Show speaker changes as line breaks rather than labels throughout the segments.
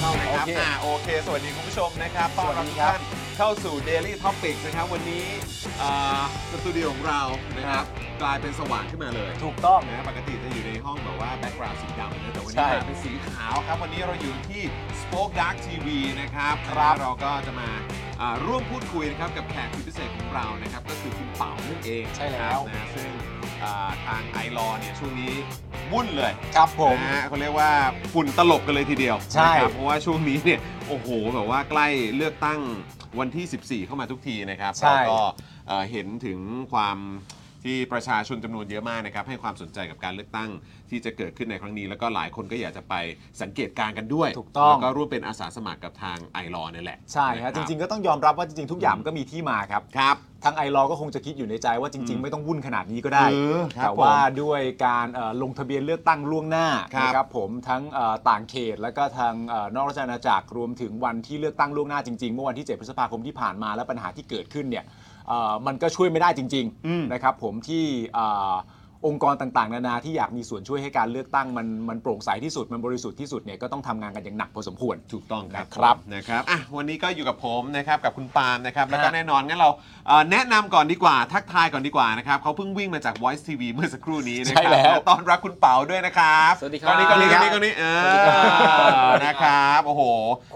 เข้านะครับ
โอเค
อ่าโอเค สวัสดีคุณผู้ชมนะครับต้อนรับทุกท่านเข้าสู่ Daily Topics นะครับ วันนี้อ่าสตูดิโอของเรานะครับ กลายเป็นสว่างขึ้นมาเลย
ถูกต้อง
นะปกติจะอยู่ในห้องแบบว่าแบ็กกราวด์สีดำนะแต่วัน
ใช่
นี้มาเป็นสีขาวครับ วันนี้เราอยู่ที่ Spoke Dark TV นะครับ
ครับ
เราก็จะมาอ่าร่วมพูดคุยนะครับ กับแขกสุดพิเศษของเรานะครับ ก็คือคุณเป๋านั่นเอง
ใช่แล้ว
นะครับนะซึ่งอ่าทางไอรอเนี่ยช่วงนี้วุ่นเลย
ครับผม
นะฮะเขาเรียกว่าฝุ่นตลบกันเลยทีเดียว
ใช่
นะครับเพราะว่าช่วงนี้เนี่ยโอ้โหแบบว่าใกล้เลือกตั้งวันที่ 14 เข้ามาทุกทีนะครับ
ใช่
แล้วก็เอ่อเห็นถึงความที่ประชาชนจำนวนเยอะมากนะครับ ให้ความสนใจกับการเลือกตั้งที่จะเกิดขึ้นในครั้งนี้ แล้วก็หลายคนก็อยากจะไปสังเกตการณ์กันด้วย
ถูกต้อง
แล้วก็ร่วมเป็นอาสาสมัครกับทางไอรอนี่แหละ
ใช่ครับจริง ๆ ก็ต้องยอมรับว่าจริง ๆ ทุกอย่างมันก็มีที่มาครับ
ๆครับ
ทางไอรอก็คงจะคิดอยู่ในใจว่าจริง
อืม
ๆ ไม่ต้องวุ่นขนาดนี้ก็ได้
เออครับ
แต่ว่าด้วยการเอ่อลงทะเบียนเลือกตั้งล่วงหน้า
ครับ
นะครับผมทั้งเอ่อต่างเขต แล้วก็ทางเอ่อนอกราชอาณาจักรรวมถึงวันที่เลือกตั้งล่วงหน้าจริงๆ เมื่อวันที่ 7 พฤษภาคมที่ผ่านมาและปัญหาที่เกิดขึ้นเนี่ยเอ่อมันก็ช่วยไม่ได้จริง
อืม
นะครับผมที่เอ่อองค์กรต่างๆ นานาที่อยากมีส่วนช่วยให้การเลือกตั้งมันมันโปร่งใสที่สุดมันบริสุทธิ์ที่สุดเนี่ยก็ต้องทำงานกันอย่างหนักพอสมควร
ถูกต้องครับ
นะครับ
ผมนะครับอ่ะวันนี้ก็อยู่กับผมนะครับกับคุณปาล์มนะครับแล้วก็
ฮะ
แน่นอนงั้นเราเอ่อแนะนำก่อนดีกว่าทักทายก่อนดีกว่านะครับเขาเพิ่งวิ่งมาจาก Voice TV เมื่อสักครู่นี้นะค
ใช่
รั
แล้ว
ต้อนรับคุณเปาด้วยนะครับ
สวัสดีครับ บ
นนี้ก็นี้ก็นี้ก็นี้เอ
สวัสดีครับ
อ
สวัสดีครับ
นะครับโอ้โห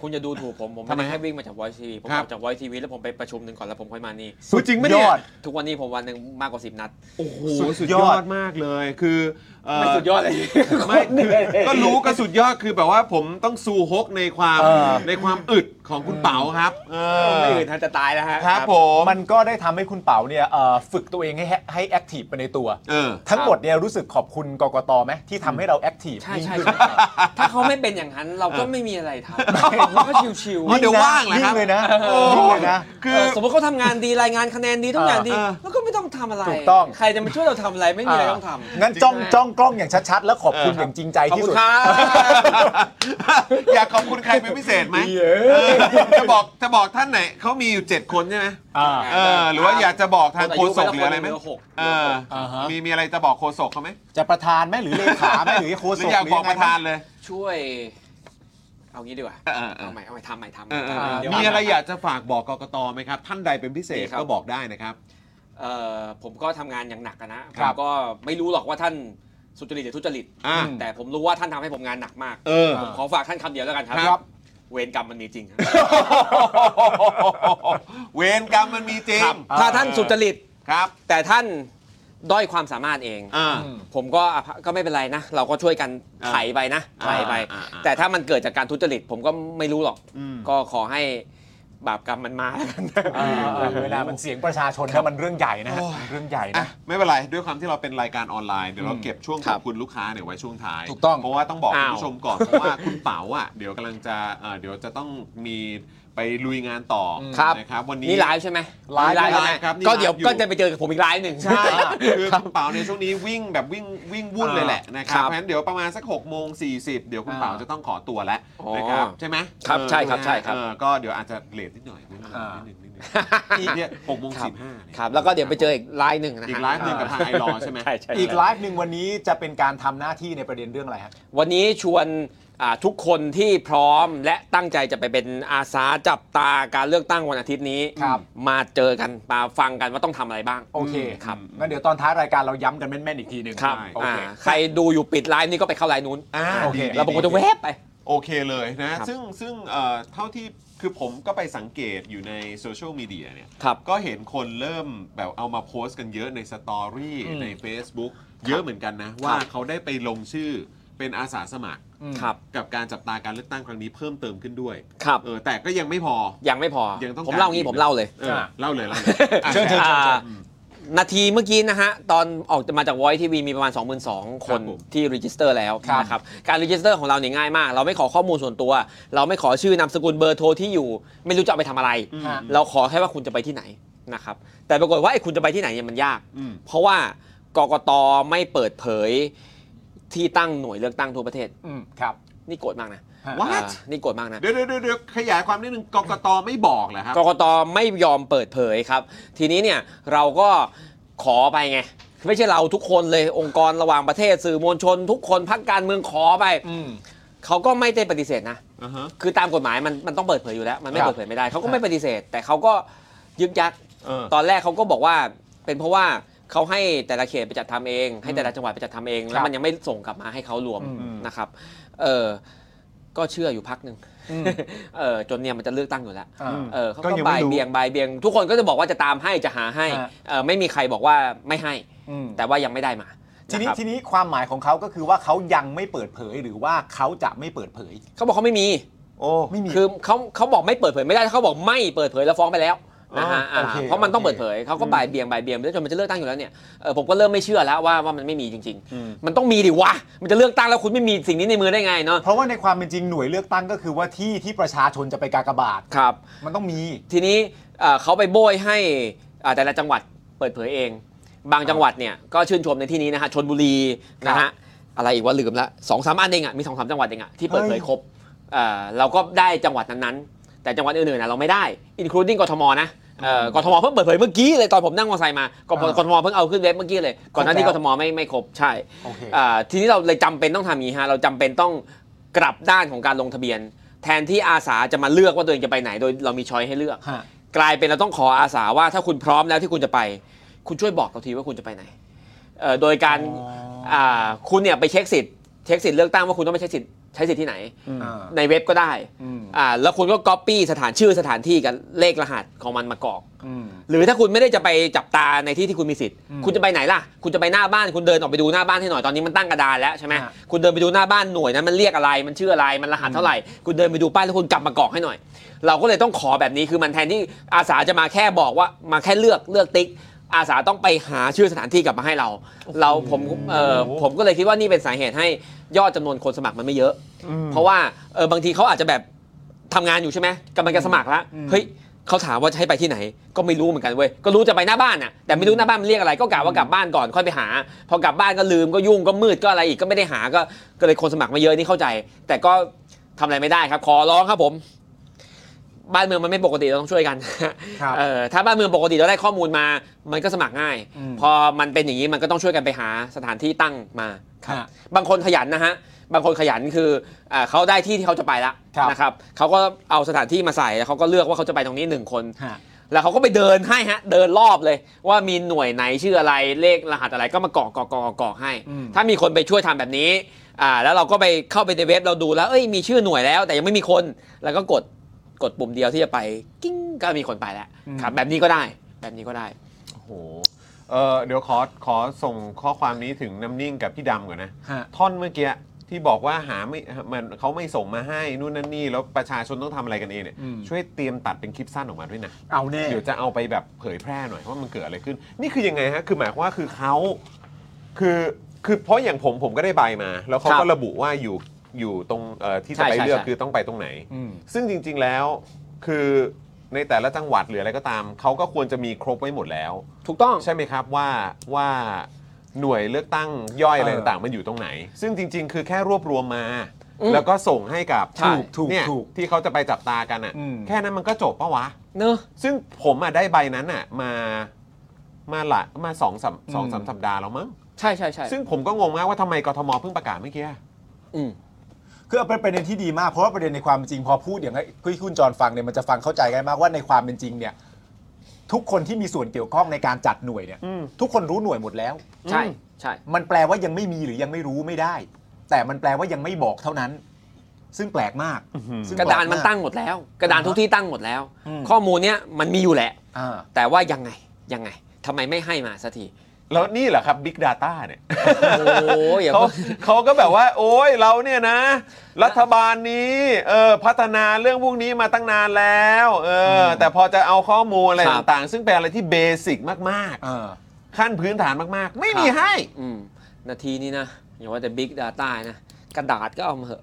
คุณจะดูถูกผม ผม
ทำไม
ไม่ได้ให้วิ่งมาจากวอยทีวีผม
ครับ
ออกจากวอยทีวีแล้วผมไปประชุมหนึ่งก่อนแล้วผมค่อยมานี่
สุดจริงไหมเนี่ย
ยอด
ทุกวันนี้ผมวันหนึ่งมากกว่า 10 นัด
โอ้โห
สุ
สุด
ด
ย
ย
อ
อด
ดมากเลยคือเอ่อ
ไม่สุดยอดเลย
ไม่คือก็รู้ก็สุดยอดคือแบบว่าผมต้องซูฮกในความ
เออ
ในความอึดของคุณเปาครับเออ
ไม่อื่นทันจะตายแล้วฮะ
ครับผม
มันก็ได้ทำให้คุณเป๋าเนี่ยเอ่อฝึกตัวเองให้แฮให้แอคทีฟไปในตัว
เออ
ทั้งหมดเนี่ยรู้สึกขอบคุณกกตไหมที่ทำให้เราแอคทีฟ
ใช่
ยิ่ง
ใช่
ขึ้น
ใช่ถ้าเขาไม่เป็นอย่างนั้นเราก็ไม่มีอะไรทำมันก็ชิว
อ๋อเดี๋ยวว่างเหรอครับ
ยิ่งเลยนะ
โอ้
ยิ่งเลยนะ
ๆ
คื
เอ
อ
อสมมติเขาทำงานดีรายงานคะแนนดีทุกอย่างดี
เออ
แล้วก็ไม่ต้องทำอะไร
ถูกต้อง
ใครจะมาช่วยเราทำอะไรไม่มีอะไรต้องทำ
งั้นจ้องจ้องกล้องอย่างชัดๆ แล้วขอบคุณอย่างจริงใจ
ขอบ
ที่
คุณ
สุด
ครับ
อยากขอบคุณใครเป็นพิเศษไหม
เย้
เออจะบอกจะบอกท่านไหนเขามีอยู่ 7 คนใช่ไหม
อ่า
เออหรือว่าอยากจะบอกทางโคศกหรืออะไรไหม
คนยุปแล้วคนนึ่งเหลือหก
เออ
อ่าฮะ
มีมีอะไรจะบอกโคศกเขาไหม
จะประธานไหมหรือเลขาไหมหรือโค
ห
ศ
รือก อยาก
ห
บอก
งไง
ประธานเลย
ช่วย เอางี้ดีกว่า
เออเออ
เอาใหม่เอาใหม่ทำใหม่ทำ
เออเออ
ทำ
เออ
เดี๋ยว
มีอะไรอยากจะฝากบอกกกตไหมครับ ท่านใดเป็นพิเศษ
มีครับ
ก็บอกได้นะครับ
เอ่อผมก็ทำงานอย่างหนักอะนะผ
ครั
ม
บ
ก็ไม่รู้หรอกว่าท่านสุจริตหรือทุจริต
อ่า
แต่ผมรู้ว่าท่านทำให้ผมงานหนักมาก
เออ
ผมขอฝากท่านคำเดียวแล้วกันครั
ครับ
เวรกรรมมันมีจริงครับ
เวรกรรมมันมีจริง
ถ้าท่านสุจริต
ครับ
แต่ท่านด้อยความสามารถเอง
อ่า
ผมก็อภัยก็ไม่เป็นไรนะ เราก็ช่วยกัน
อ่า
ไถไปนะไถไป
อ่าอ่าอ่า
แต่ถ้ามันเกิดจากการทุจริต ผมก็ไม่รู้หรอก
อืม
ก็ขอให้บาปกรรมมันมาแล้วกัน
อ่าอ่าเวลามันเสียงประชาชนนะมันเรื่องใหญ่นะฮะ
โอ้ย
เรื่องใหญ่
อ่ะ
นะ
ไม่เป็นไร ด้วยความที่เราเป็นรายการออนไลน์เดี๋ยวเรา
อืม
เก็บช่วงข
ครั
อ
บบ
คุณลูกค้าเนี่ยไว้ช่วงท้าย
ถูกต้อง
เพราะว่าต้องบอก
อ้า
คุณ
ว
ผู้ชมก่อน เพราะว่าคุณเป๋าอ่ะเดี๋ยวกำลังจะเอ่อเดี๋ยวจะต้องมี ไปลุยงานต่อ
ครับ
นะครับวันนี้
นี่ไลฟ์ใช่ไหม
ไลฟ์
มี
ไลฟ์
ใช่ไหม
ครับนี่
ก็เดี๋ยว
ไลฟ์อยู่
ก็จะไปเจอกับผมอีกไลฟ์หนึ่ง
ใช่ คือคุณเป๋าในยช่วงนี้วิ่งแบบวิ่งวิ่งวุ่นเลยแหละนะครับ
ครับ
เพราะฉะนั้นเดี๋ยวประมาณสัก6กโมงสีเดี๋ยวคุณเป๋าจะต้องขอตัวแล้ว
อ๋อ
นะครับใช่ไหม
ครับ
เออ
ใช่ครับใช่ครับ
เออก็เดี๋ยวอาจจะเลทนิดหน่อยนิดหน่อย
อ่า
นิดหนึงนิดหนึงเนี่ยหกโมงสิบห้าเนี่ย
ครับ แล้วก็เดี๋ยวไปเจออีกไลฟ์หนึ่งนะฮะ
อีกไลฟ์หนึ่งกับทางไอรอใช่ไหม
ใช่ใช่
อีกไลฟ์หนึ่งวันนี้จะเป็นการทำหน้าที่ในประเด็นเรื่องอะไรฮะ
วันนี้ชวนอ่าทุกคนที่พร้อมและตั้งใจจะไปเป็นอาสาจับตาการเลือกตั้งวันอาทิตย์นี้
ครับ
มาเจอกันมาฟังกันว่าต้องทำอะไรบ้าง
โอเค
ครับ
งั้นเดี๋ยวตอนท้ายรายการเราย้ำกันแม่นๆอีกทีหนึ่ง
ครับ
โอ
อ่า
เค
ใครดูอยู่ปิดไลฟ์นี่ก็ไปเข้าไลฟ์นู้น
อ่า
โอเค
ดีดี
เราบอกว่าจะแวบไป
โอเคเลยนะ
ครับ
ซึ่งซึ่งเอ่อเท่าที่คือผมก็ไปสังเกตอยู่ในโซเชียลมีเดียเนี่ย
ครับ
ก็เห็นคนเริ่มแบบเอามาโพสต์กันเยอะในสตอรี่ใน Facebook เยอะเหมือนกันนะ ว่าเขาได้ไปลงชื่อเป็นอาสาสมัคร
อืม
ครับ
กับการจับตาการเลือกตั้งครั้งนี้เพิ่มเติมขึ้นด้วย
ครับ
เออแต่ก็ยังไม่พอ
ยังไม่พอ
ยังต้อง
ผม
การ
เล่างี้
อีก
ผมเล่าเลย
เออ
ค่ะ
เล่าเลยเล่า
เชิญ
เลย
เชิญเชิญเชิญ
อ่านาทีเมื่อกี้นะฮะ ตอนออกมาจากวอยทีวีมีประมาณ 22,000 คน
ครับผม
ที่รีจิสเตอร์แล้ว
ครับ
นะครับการรีจิสเตอร์ของเราเนี่ยง่ายมาก เราไม่ขอข้อมูลส่วนตัว เราไม่ขอชื่อนามสกุลเบอร์โทรที่อยู่ ไม่รู้จะเอาไปทำอะไร
อืม
เราขอแค่ว่าคุณจะไปที่ไหนนะครับแต่ปรากฏว่าไอ้คุณจะไปที่ไหนเนี่ยมันยาก
อืม
เพราะว่ากกตไม่เปิดเผยที่ตั้งหน่วยเลือกตั้งทั่วประเทศ
อืมครับ
นี่โกรธมากนะ
ฮะ
What?
อ่านี่โกรธมากนะ
เดี๋ยวเดี๋ยวเดี๋ยวเดี๋ยวขยายความนิดนึงกกตไม่บอกเหรอครับ
กกตไม่ยอมเปิดเผยครับ ทีนี้เนี่ยเราก็ขอไปไง ไม่ใช่เราทุกคนเลยองค์กรระหว่างประเทศสื่อมวลชน ทุกคนพักการเมืองขอไป
อืม
เขาก็ไม่ได้ปฏิเสธนะ
อ่าฮะ
คือตามกฎหมายมันมันต้องเปิดเผยอยู่แล้ว มัน
ค
ไม่
รับ
เปิดเผยไม่ได้ เขาก็ไม่ปฏิเสธ แต่เขาก็ยึกยัก
เออ
ตอนแรกเขาก็บอกว่าเป็นเพราะว่าเขาให้แต่ละเขตไปจัดทำเอง ให้แต่ละจังหวัดไปจัดทำเอง แล้วมันยังไม่ส่งกลับมาให้เขารวม
อืม
นะครับเออก็เชื่ออยู่พักหนึ่งเออจนเนี่ยมันจะเลือกตั้งอยู่แล้ว
อ่า
เออเขา
ก็
ก็
ยังไม่
บ่าย
รู้
เบียงบ่ายเบียง ทุกคนก็จะบอกว่าจะตามให้จะหาให้
ฮะ
เออไม่มีใครบอกว่าไม่ให้
อืม
แต่ว่ายังไม่ได้มา
ทีนี้
ะครับ
ทีนี้ความหมายของเขาก็คือว่าเขายังไม่เปิดเผยหรือว่าเขาจะไม่เปิดเผย
เขาบอกเขาไม่มี
โอ้ไม่มี
คือเขาเขาบอกไม่เปิดเผยไม่ได้ถ้าเขาบอกไม่เปิดเผยแล้วฟ้องไปแล้วนะฮะ
อ๋ออ่าโอเค
อ่าเพราะมันต้อง
โอเค
เปิดเผยเขาก็บ่ายเบียงบ่ายเบียงไปแล้วจนมันจะเลือกตั้งอยู่แล้วเนี่ยเออผมก็เริ่มไม่เชื่อแล้วว่าว่ามันไม่มีจริง ๆ มันต้องมีดิวะมันจะเลือกตั้งแล้วคุณไม่มีสิ่งนี้ในมือได้ไงเนาะ
เพราะว่าในความเป็นจริงหน่วยเลือกตั้งก็คือว่าที่ที่ประชาชนจะไปกากบาท
ครับ
มันต้องมี
ทีนี้เอ่อเขาไปโบยให้อ่าแต่ละจังหวัดเปิดเผยเอง บางจังหวัดเนี่ยก็ชื่นชมในที่นี้นะฮะชนบุรีนะฮะอะไรอีกว่าลืมละสองสามอันเองอ่ะมีสองสามจังหวัดเองอ่ะที่เปิดเผย
เฮ้ย
ครบเอ่อเราก็ได้จังหวัดนั้นๆ แต่จังหวัดอื่นๆนะเราไม่ได้ including กทมนะเอ่อกทมเพิ่งเปิดเผยเมื่อกี้เลยตอนผมนั่งมอเตอร์ไซค์มากทมกทมเพิ่งเอาขึ้นเว็บเมื่อกี้เลยก่อนหน้านี้กทมไม่ไม่ครบใช่
โอเค
อ่าทีนี้เราเลยจำเป็นต้องทำอย่างนี้ฮะเราจำเป็นต้องกลับด้านของการลงทะเบียน แทนที่อาสาจะมาเลือกว่าตัวเองจะไปไหนโดยเรามีช้อยให้เลือก
ฮะ
กลายเป็นเราต้องขออาสาว่าถ้าคุณพร้อมแล้วที่คุณจะไป คุณช่วยบอกเราทีว่าคุณจะไปไหนเอ่อโดยการาคุณเนี่ยไปเช็คสิทธิ์เช็คสิทธิ์เลือกตั้งว่าคุณต้องไปเช็คสิทธิ์ใช้สิทธิ์ที่ไหน
อ่า
ในเว็บก็ได้
อืม
อ่าแล้วคุณก็ก๊อปปี้สถานชื่อสถานที่กับเลขรหัสของมันมากรอก
อืม
หรือถ้าคุณไม่ได้จะไปจับตาในที่ที่คุณมีสิทธิ์
อืม
คุณจะไปไหนล่ะ คุณจะไปหน้าบ้าน คุณเดินออกไปดูหน้าบ้านให้หน่อย ตอนนี้มันตั้งกระดานแล้วใช่ไหม
ฮะ
คุณเดินไปดูหน้าบ้านหน่วยนั้นมันเรียกอะไร มันชื่ออะไร มันรหัสเท่าไหร่ คุณเดินไปดูป้ายแล้วคุณกลับมากรอกให้หน่อย เราก็เลยต้องขอแบบนี้ คือมันแทนที่อาสาจะมาแค่บอกว่า มาแค่เลือกเลือกติ๊ก อาสาต้องไปหาชื่อสถานที่กลับมาให้เรา เราผมเออผมก็เลยคิดว่านี่เป็นสาเหตุให้ยอดจำนวนคนสมัครมันไม่เยอะ เพราะว่าเออบางทีเขาอาจจะแบบ ทำงานอยู่ใช่ไหมกำลังจะสมัครละ
อืม
เฮ้ยเขาถามว่าจะให้ไปที่ไหน ก็ไม่รู้เหมือนกันเว้ยก็รู้จะไปหน้าบ้านน่ะแต่ไม่รู้หน้าบ้านมันเรียกอะไรก็กะว่ากลับบ้านก่อนค่อยไปหา พอกลับบ้านก็ลืมก็ยุ่งก็มืดก็อะไรอีกก็ไม่ได้หาก็ก็เลยคนสมัครมาเยอะนี่เข้าใจ แต่ก็ทำอะไรไม่ได้ครับ ขอร้องครับผม บ้านเมืองมันไม่ปกติเราต้องช่วยกัน
ครับ
เออถ้าบ้านเมืองปกติเราได้ข้อมูลมา มันก็สมัครง่าย
อืม
พอมันเป็นอย่างนี้มันก็ต้องช่วยกันไปหาสถานที่ตั้งมาครับ
ฮะ
บางคนขยันนะฮะบางคนขยันคือเอ่อเขาได้ที่ที่เขาจะไปละ
ครับ
นะครับเขาก็เอาสถานที่มาใส่แล้วเขาก็เลือกว่าเขาจะไปตรงนี้หนึ่งคน
ฮะ
แล้วเขาก็ไปเดินให้ฮะเดินรอบเลย ว่ามีหน่วยไหนชื่ออะไรเลขรหัสอะไรก็มากรอกกรอกกรอกกรอกให้
อืม
ถ้ามีคนไปช่วยทำแบบนี้อ่าแล้วเราก็ไปเข้าไปในเว็บเราดูแล้วเอ้ยมีชื่อหน่วยแล้ว แต่ยังไม่มีคนแล้วก็กดกดปุ่มเดียวที่จะไปกิ้งก็มีคนไปแล้วครับแบบนี้ก็ได้แบบนี้ก็ได้
โอ้โหเออเดี๋ยวขอขอส่งข้อความนี้ถึงน้ำนิ่งกับพี่ดำก่อนนะ
ฮะ
ท่อนเมื่อกี้ที่บอกว่าหาไม่มันเขาไม่ส่งมาให้นู่นนั่นนี่ แล้วประชาชนต้องทำอะไรกันเองเนี่ย
อืม
ช่วยเตรียมตัดเป็นคลิปสั้นออกมาด้วยนะ
เอาแน่
เดี๋ยวจะเอาไปแบบเผยแพร่หน่อยว่ามันเกิดอะไรขึ้น นี่คือยังไงฮะ คือหมายความว่าคือเขาคือคือเพราะอย่างผมผมก็ได้ใบมา แล้วเขา
ครั
ก็
บ
ระบุว่าอยู่อยู่ตรงเอ่อที่
ใช่
จะไป
ใช่
เลือก
ใช่
คือต้องไปตรงไหน
อืม
ซึ่งจริง ๆแล้ว คือในแต่ละจังหวัดหรืออะไรก็ตาม เขาก็ควรจะมีครบไว้หมดแล้ว
ถูกต้อง
ใช่ไหมครับว่าว่าหน่วยเลือกตั้งย่อยอะไร
เออ
ต่างๆมันอยู่ตรงไหน ซึ่งจริง ๆ คือแค่รวบรวมมา
อืม
แล้วก็ส่งให้กับ
ใช่
ถูก
เนี่ย
ถูก
ที่เขาจะไปจับตากันอ่ะ
อืม
แค่นั้นมันก็จบปะวะ
เนอะ
ซึ่งผมอ่ะได้ใบนั้นอ่ะมามาหละมาสองสามสองสาม
อืม
สัปดาห์แล้วมั้ง
ใช่ใช่ใช่
ซึ่งผมก็งงมากว่าทำไมกทมเพิ่งประกาศเมื่อกี้อะ
อืม
คือเป็นประเด็นที่ดีมากเพราะว่าประเด็นในความเป็นจริงพอพูดอย่างที่คุณจรฟังเนี่ยมันจะฟังเข้าใจกันมากว่าในความเป็นจริงเนี่ยทุกคนที่มีส่วนเกี่ยวข้องในการจัดหน่วยเนี่ย
อืม
ทุกคนรู้หน่วยหมดแล้ว
ใช่ใช่
มันแปลว่ายังไม่มีหรือยังไม่รู้ไม่ได้ แต่มันแปลว่ายังไม่บอกเท่านั้น ซึ่งแปลกมากซึ่ง
กระดานมัน
แปลก
ตั้งหมดแล้ว กระดานทุกที่ตั้งหมดแล้ว
อืม
ข้อมูลเนี้ยมันมีอยู่แหละ
อ่า
แต่ว่ายังไงยังไงทำไมไม่ให้มาสักที
แล้วนี่แหละครับ Big Data เนี่ย
โอ้ยอย่า
เขา
เพิ่ง
เขาก็แบบว่า โอ้ยเราเนี่ยนะ รัฐบาลนี้เออพัฒนาเรื่องพวกนี้มาตั้งนานแล้วเอออแต่พอจะเอาข้อมูลอะไร
ครับ
ต่างๆ ซึ่งเป็นอะไรที่เบสิกมาก
อ่า
ๆ ขั้นพื้นฐานมากๆ ไม่มีให้
อืมนาทีนี้นะ อย่าว่าแต่ Big Data นะ กระดาษก็เอามาเหอะ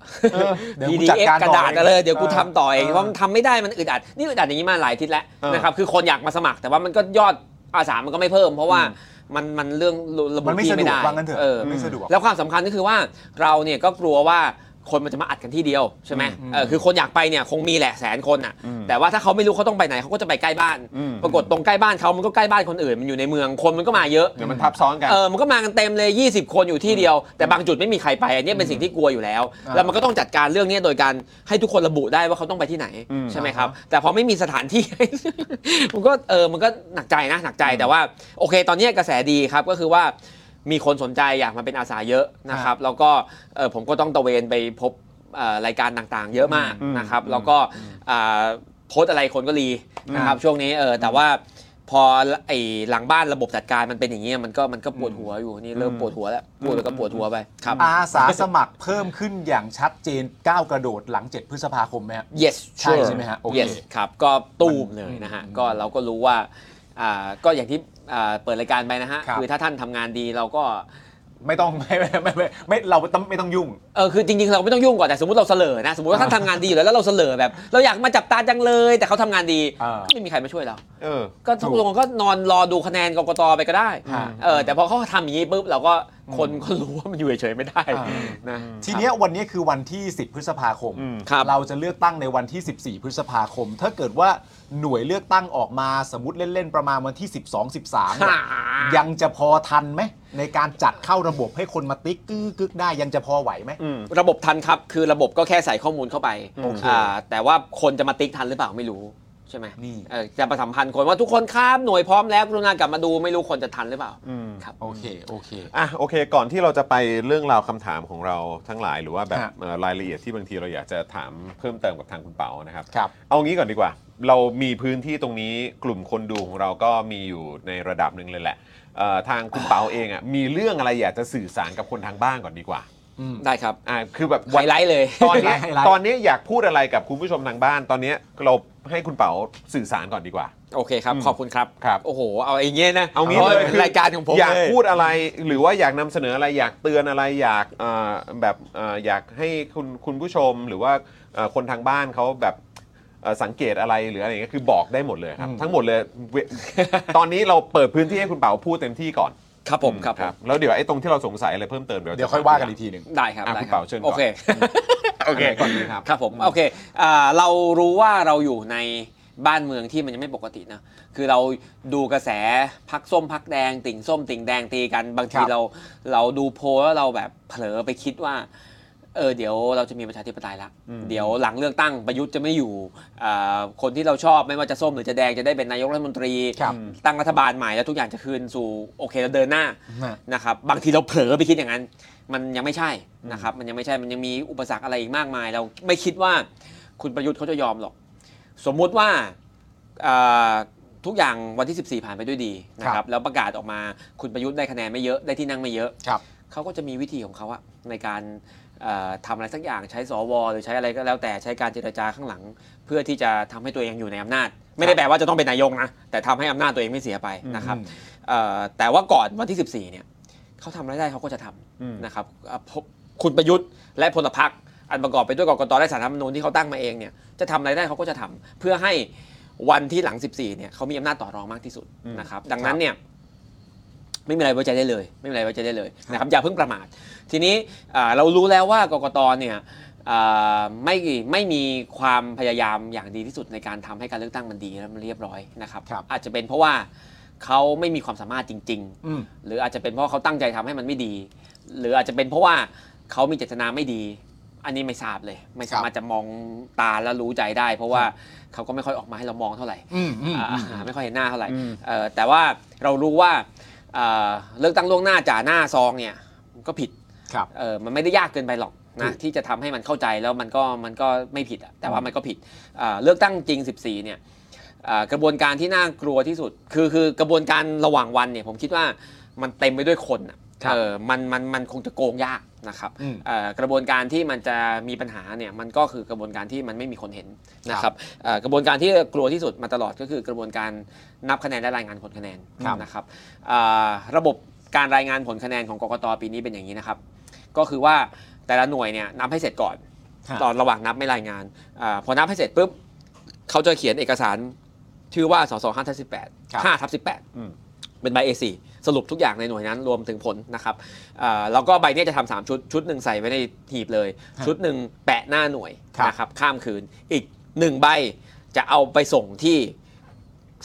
เดี๋ยวกูจัด
PDF
การต่อก
ระดาษอะเลยเดี๋ยวกู
เออ
ทำต่อเอง
เออ
เพราะมันทำไม่ได้มันอึดอัดนี่อึดอัดอย่างนี้มาหลายอาทิตย์แล้ว
เออ
นะครับคือคนอยากมาสมัคร แต่ว่ามันก็ยอดอาสามันก็ไม่เพิ่ม เพราะว่ามันมันเรื่องระบุ
มันไม่
ที่
สะด
ไม่
วก
ได้
ว่างั้นเถอะ
เออ
ไม่สะดวก
แล้วความสำคัญก็คือว่าเราเนี่ยก็กลัวว่าคนมันจะมาอัดกันที่เดียวใช่ไหมเออคือคนอยากไปเนี่ยคงมีแหละแสนคนอ่ะแต่ว่าถ้าเขาไม่รู้เขาต้องไปไหนเขาก็จะไปใกล้บ้าน ปรากฏตรงใกล้บ้านเขามันก็ใกล้บ้านคนอื่นมันอยู่ในเมืองคนมันก็มาเยอะ
เดี๋ยวมันทับซ้อนกัน
เออ มันก็มากันเต็มเลย 20 คนอยู่ที่เดียว แต่บางจุดไม่มีใครไป อันเนี้ยเป็นสิ่งที่กลัวอยู่แล้ว
อ่า
แล้วมันก็ต้องจัดการเรื่องเนี้ยโดยการให้ทุกคนระบุได้ว่าเขาต้องไปที่ไหน
อืม
ใช่ไหมครับ แต่พอไม่มีสถานที่ มันก็เออ มันก็หนักใจนะ หนักใจแต่ว่า โอเค ตอนเนี้ยกระแสดีครับ ก็คือว่ามีคนสนใจอยากมาเป็นอาสาเยอะนะครับ แล้วก็เออผมก็ต้องตระเวนไปพบเอ่อรายการต่างๆ เยอะมากนะครับ แล้วก็อ่าโพสต์อะไรคนก็รีนะครับช่วงนี้เออแต่ว่า พอไอ้หลังบ้านระบบจัดการมันเป็นอย่างเงี้ยมันก็มันก็ปวดหัวอยู่นี่เริ่มปวดหัวแล้วปวดแล้วก็ปวดหัวไปครับ
อาสาสมัครเพิ่มขึ้นอย่างชัดเจนก้าวกระโดดหลัง 7 พฤษภาคมไหมฮะ
yes
ใช่ใช่ไหมฮะโอเค
yes ครับก็ตูมเลยนะฮะก็เราก็รู้ว่าอ่าก็อย่างที่อ่าเปิดรายการไปนะฮะ
ครับ
คือถ้าท่านทำงานดีเราก็
ไม่ต้อง ไม่ไม่ไม่ไม่ไม่เราต้องไม่ต้องยุ่ง
เออคือจริงๆ เราไม่ต้องยุ่งก่อนแต่สมมติเราเสลอนะสมมติว่าท่านทำงานดีอยู่แล้วแล้วเราเสลอแบบ เราอยากมาจับตาจังเลย แต่เขาทำงานดี
อ่า
ไม่มีใครมาช่วยเรา
เออ
ก็ทุกลงก็นอนรอดูคะแนนกกตไปก็ได้
ฮะ
เออแต่พอเขาทำอย่างนี้ปุ๊บเราก็คนก็รู้ว่ามันอยู่เฉยๆไม่ได้
อ่า
นะ
ทีเนี้ยวันเนี้ยคือวันที่ 10 พฤษภาคม
ครับ
เราจะเลือกตั้งในวันที่ 14 พฤษภาคม ถ้าเกิดว่าหน่วยเลือกตั้งออกมาสมมติเล่น ๆ ประมาณวันที่ 12 13เนี่ย
ฮ่ายั
ยังจะพอทันไหม ในการจัดเข้าระบบให้คนมาติ๊กกึ๊กกึกได้ยังจะพอไหวไหม
ระบบทันครับ คือระบบก็แค่ใส่ข้อมูลเข้าไป
โอเค
อ่าแต่ว่าคนจะมาติ๊กทันหรือเปล่าไม่รู้ใช่ไหม
นี่
เออจะประสัมพันธ์คนว่าทุกคนครับหน่วยพร้อมแล้วกรุณากลับมาดูไม่รู้คนจะทันหรือเปล่าครับ
โอเค โอเค
อ่ะโอเค ก่อนที่เราจะไปเรื่องราวคำถามของเราทั้งหลาย หรือว่าแบบ
ฮะ
เอ่อรายละเอียดที่บางทีเราอยากจะถามเพิ่มเติมกับทางคุณเปานะครับ
ครับ
เอางี้ก่อนดีกว่า เรามีพื้นที่ตรงนี้กลุ่มคนดูของเราก็มีอยู่ในระดับหนึ่งเลยแหละเอ่อทางคุณเปาเองอ่ะมีเรื่องอะไรอยากจะสื่อสารกับคนทางบ้านก่อนดีกว่า
ได้ครับ
อ่ะคือแบบ
ไฮไลท์เลย
ตอนเนี้ย
ไฮไลท์
ตอนเนี้ยอยากพูดอะไรกับคุณผู้ชมทางบ้าน ตอนเนี้ยเราให้คุณเปาสื่อสารก่อนดีกว่า
โอเคครับ ขอบคุณครับ
ครับ
โอ้โห เอาอย่างเงี้ยนะ
เอางี้
พระ
เลย
ป็นรายการของผม
อยาก
เล
พูดอะไรหรือว่าอยากนำเสนออะไรอยากเตือนอะไรอยากเอ่อแบบเอ่ออยากให้คุณคุณผู้ชมหรือว่าเอ่อคนทางบ้านเขาแบบเอ่อสังเกตอะไรหรืออะไรอย่างเงี้ยคือบอกได้หมดเลยครับ ทั้งหมดเลยเว ตอนนี้เราเปิดพื้นที่ให้คุณเป๋าพูดเต็มที่ก่อน
ครับผมครับผม
แล้วเดี๋ยวไอ้ตรงที่เราสงสัยอะไรเพิ่มเติมเดี๋ยว
เดี๋ยวค่อยว่ากันอีกทีหนึ่ง
ได้ครับ
อ่ะ
ได้
คุณ
ครั
เป๋าเชิญก่
โอน เค
โอเคก่อนเลยครับ
ครับผมโอเคอ่าเรารู้ว่าเราอยู่ในบ้านเมืองที่มันยังไม่ปกตินะคือเราดูกระแสพักส้มพักแดง ติ่งส้ม ติ่งแดงตีกันบางที
ครับ
เราเราดูโพลแล้วเราแบบเผลอไปคิดว่า เออเดี๋ยวเราจะมีประชาธิปไตยละเดี๋ยวหลังเลือกตั้งประยุทธ์จะไม่อยู่อ่าคนที่เราชอบไม่ว่าจะส้มหรือจะแดงจะได้เป็นนายกรัฐมนตรี
ครับ
ตั้งรัฐบาลใหม่แล้วทุกอย่างจะคืนสู่โอเคเราเดินหน้า
นะ
นะครับบางทีเราเผลอไปคิดอย่างนั้น มันยังไม่ใช่นะครับมันยังไม่ใช่มันยังมีอุปสรรคอะไรอีกมากมาย เราไม่คิดว่าคุณประยุทธ์เขาจะยอมหรอก สมมุติว่าเอ่อทุกอย่างวันที่ 14 ผ่านไปด้วยดีนะค
ครั
รับบ แล้วประกาศออกมาคุณประยุทธ์ได้คะแนนไม่เยอะได้ที่นั่งไม่เยอะ
ครับ
เขาก็จะมีวิธีของเขาอะในการเอ่อทำอะไรสักอย่างใช้สวหรือใช้อะไรก็แล้วแต่ใช้การเจรจาข้างหลัง เพื่อที่จะทำให้ตัวเองอยู่ในอำนาจ ไม่ได้แปลว่าจะต้องเป็นนายกนะแต่ทำให้อำนาจตัวเองไม่เสียไปนะครับเอ่อแต่ว่าก่อนวันที่ 14 เนี่ยเขาทำอะไรได้เขาก็จะทำนะครับเอ่อพบคุณประยุทธ์และพลพรรค อันประกอบไปด้วยกกตและสารรัฐธรรมนูญที่เขาตั้งมาเองเนี่ยจะทำอะไรได้เขาก็จะทำเพื่อให้วันที่หลัง 14เนี่ยเขามีอำนาจต่อรองมากที่สุด
อืม
นะครับดังนั้นเนี่ยไม่มีอะไรไว้ใจได้เลย ไม่มีอะไรไว้ใจได้เลยนะครับอย่าเพิ่งประมาท ทีนี้อ่าเรารู้แล้วว่ากกตเนี่ยอ่าไม่ไม่มีความพยายามอย่างดีที่สุดในการทำให้การเลือกตั้งมันดีและมันเรียบร้อยนะครับ
ครับ
อาจจะเป็นเพราะว่าเขาไม่มีความสามารถจริง ๆ
อืม
หรืออาจจะเป็นเพราะเขาตั้งใจทำให้มันไม่ดี หรืออาจจะเป็นเพราะว่าเขามีเจตนาไม่ดี อันนี้ไม่ทราบเลย ไม่สามารถจะมองตาแล้วรู้ใจได้ เพราะว่าเขาก็ไม่ค่อยออกมาให้เรามองเท่าไหร่
อืมอืมอืม
อ่าไม่ค่อยเห็นหน้าเท่าไหร่
อืม
เอ่อแต่ว่าเรารู้ว่าเอ่อเลือกตั้งล่วงหน้าจ่าหน้าซองเนี่ยมันก็ผิด
ครับ
เอ่อมันไม่ได้ยากเกินไปหรอกนะที่จะทำให้มันเข้าใจแล้วมันก็มันก็ไม่ผิดอะแต่ว่ามันก็ผิดเอ่อเลือกตั้งจริง 14เนี่ย อ่ากระบวนการที่น่ากลัวที่สุด คือคือกระบวนการระหว่างวันเนี่ยผมคิดว่ามันเต็มไปด้วยคนอะ
ครับ
เออมันมันมันคงจะโกงยากนะครับ
อืม
เอ่อกระบวนการที่มันจะมีปัญหาเนี่ยมันก็คือกระบวนการที่มันไม่มีคนเห็นนะค
ครั
รับบ เอ่อกระบวนการที่กลัวที่สุดมาตลอดก็คือกระบวนการนับคะแนนและรายงานผลคะแนน
ครับ
นะครับอ่าระบบการรายงานผลคะแนนของกกตปีนี้เป็นอย่างนี้นะครับ ก็คือว่าแต่ละหน่วยเนี่ยนับให้เสร็จก่อน
ฮะ
ตอนระหว่างนับไม่รายงานอาพอนับให้เสร็จปุ๊บเขาจะเขียนเอกสารชื่อว่าสสห้าทับสิบแปด
ครับ
ห้าทับสิบแปด
อืม
เป็นใบ A4 สรุปทุกอย่างในหน่วยนั้นรวมถึงผลนะครับอ่าแล้วก็ใบเนี้ยจะทำสามชุด ชุดหนึ่งใส่ไว้ในหีบเลย ชุดหนึ่งแปะหน้าหน่วยนะครับข้ามคืนอีกหนึ่งใบจะเอาไปส่งที่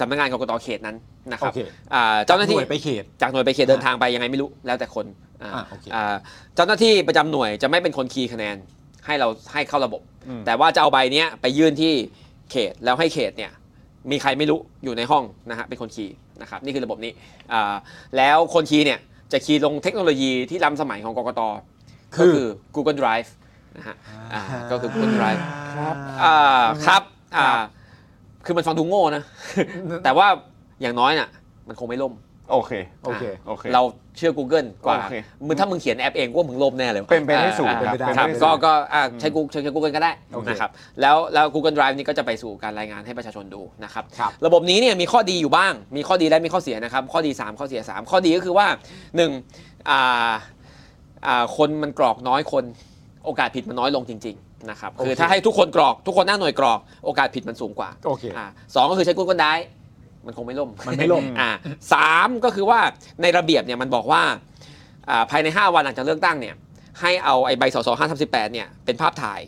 สำนักงานกกตเขตนั้นนะครับ
โอเค
อ่าเจ้าหน้าที่
วยไปเขต
จากหน่วยไปเขตเดินทางไปยังไงไม่รู้แล้วแต่คนอ่า
อ่ะโอเค
อ่าเจ้าหน้าที่ประจำหน่วยจะไม่เป็นคนคีย์คะแนนให้เราให้เข้าระบบ
อืม
แต่ว่าจะเอาใบเนี้ยไปยื่นที่เขตแล้วให้เขตเนี่ยมีใครไม่รู้อยู่ในห้องนะฮะเป็นคนคีย์นะครับนี่คือระบบนี้อ่าแล้วคนคีย์เนี่ยจะคีย์ลงเทคโนโลยีที่ล้ำสมัยของกกต
คื
ก็
อ
คือ Google Drive นะฮะอ่าก็คือ Google Drive
ครับ
อ่าครับอ่าคือมันฟังดูโง่นะ แต่ว่าอย่างน้อยน่ะมันคงไม่ล่ม
โอเค
โอเค
อ่ะ
โอเค
เราเชื่อ Google กว่า
โอเค
มึงถ้ามึงเขียนแอปเองกูว่ามึงล่มแน่เลยวะ
เป็นไปได้สูง
อ่า
ครับเป็นไป
อ่าครับ
ได้สูง
ก็ก็อ่าใช้ Google ใช้ Google ก็ได้
โอเค
นะครับแล้วแล้ว Google Drive นี่ก็จะไปสู่การรายงานให้ประชาชนดูนะครับ
ครับ
ระบบนี้เนี่ยมีข้อดีอยู่บ้าง มีข้อดีและมีข้อเสียนะครับ ข้อดี 3 ข้อเสีย 3 ข้อดีก็คือว่า1อ่าอ่าคนมันกรอกน้อยคน โอกาสผิดมันน้อยลงจริง ๆ นะครับ คือ
โอเค
ถ้าให้ทุกคนกรอก ทุกคนหน้าหน่วยกรอก โอกาสผิดมันสูงกว่า
โอเค
อ่าสองก็คือใช้กุ้งก้นได้ มันคงไม่ล่ม
มันไม่ล่ม
อ่าสามก็คือว่าในระเบียบเนี่ยมันบอกว่าอ่าภายใน 5 วันหลังจากเลือกตั้งเนี่ยให้เอาไอ้ใบสสห้าทับสิบแปดเนี่ยเป็นภาพถ่าย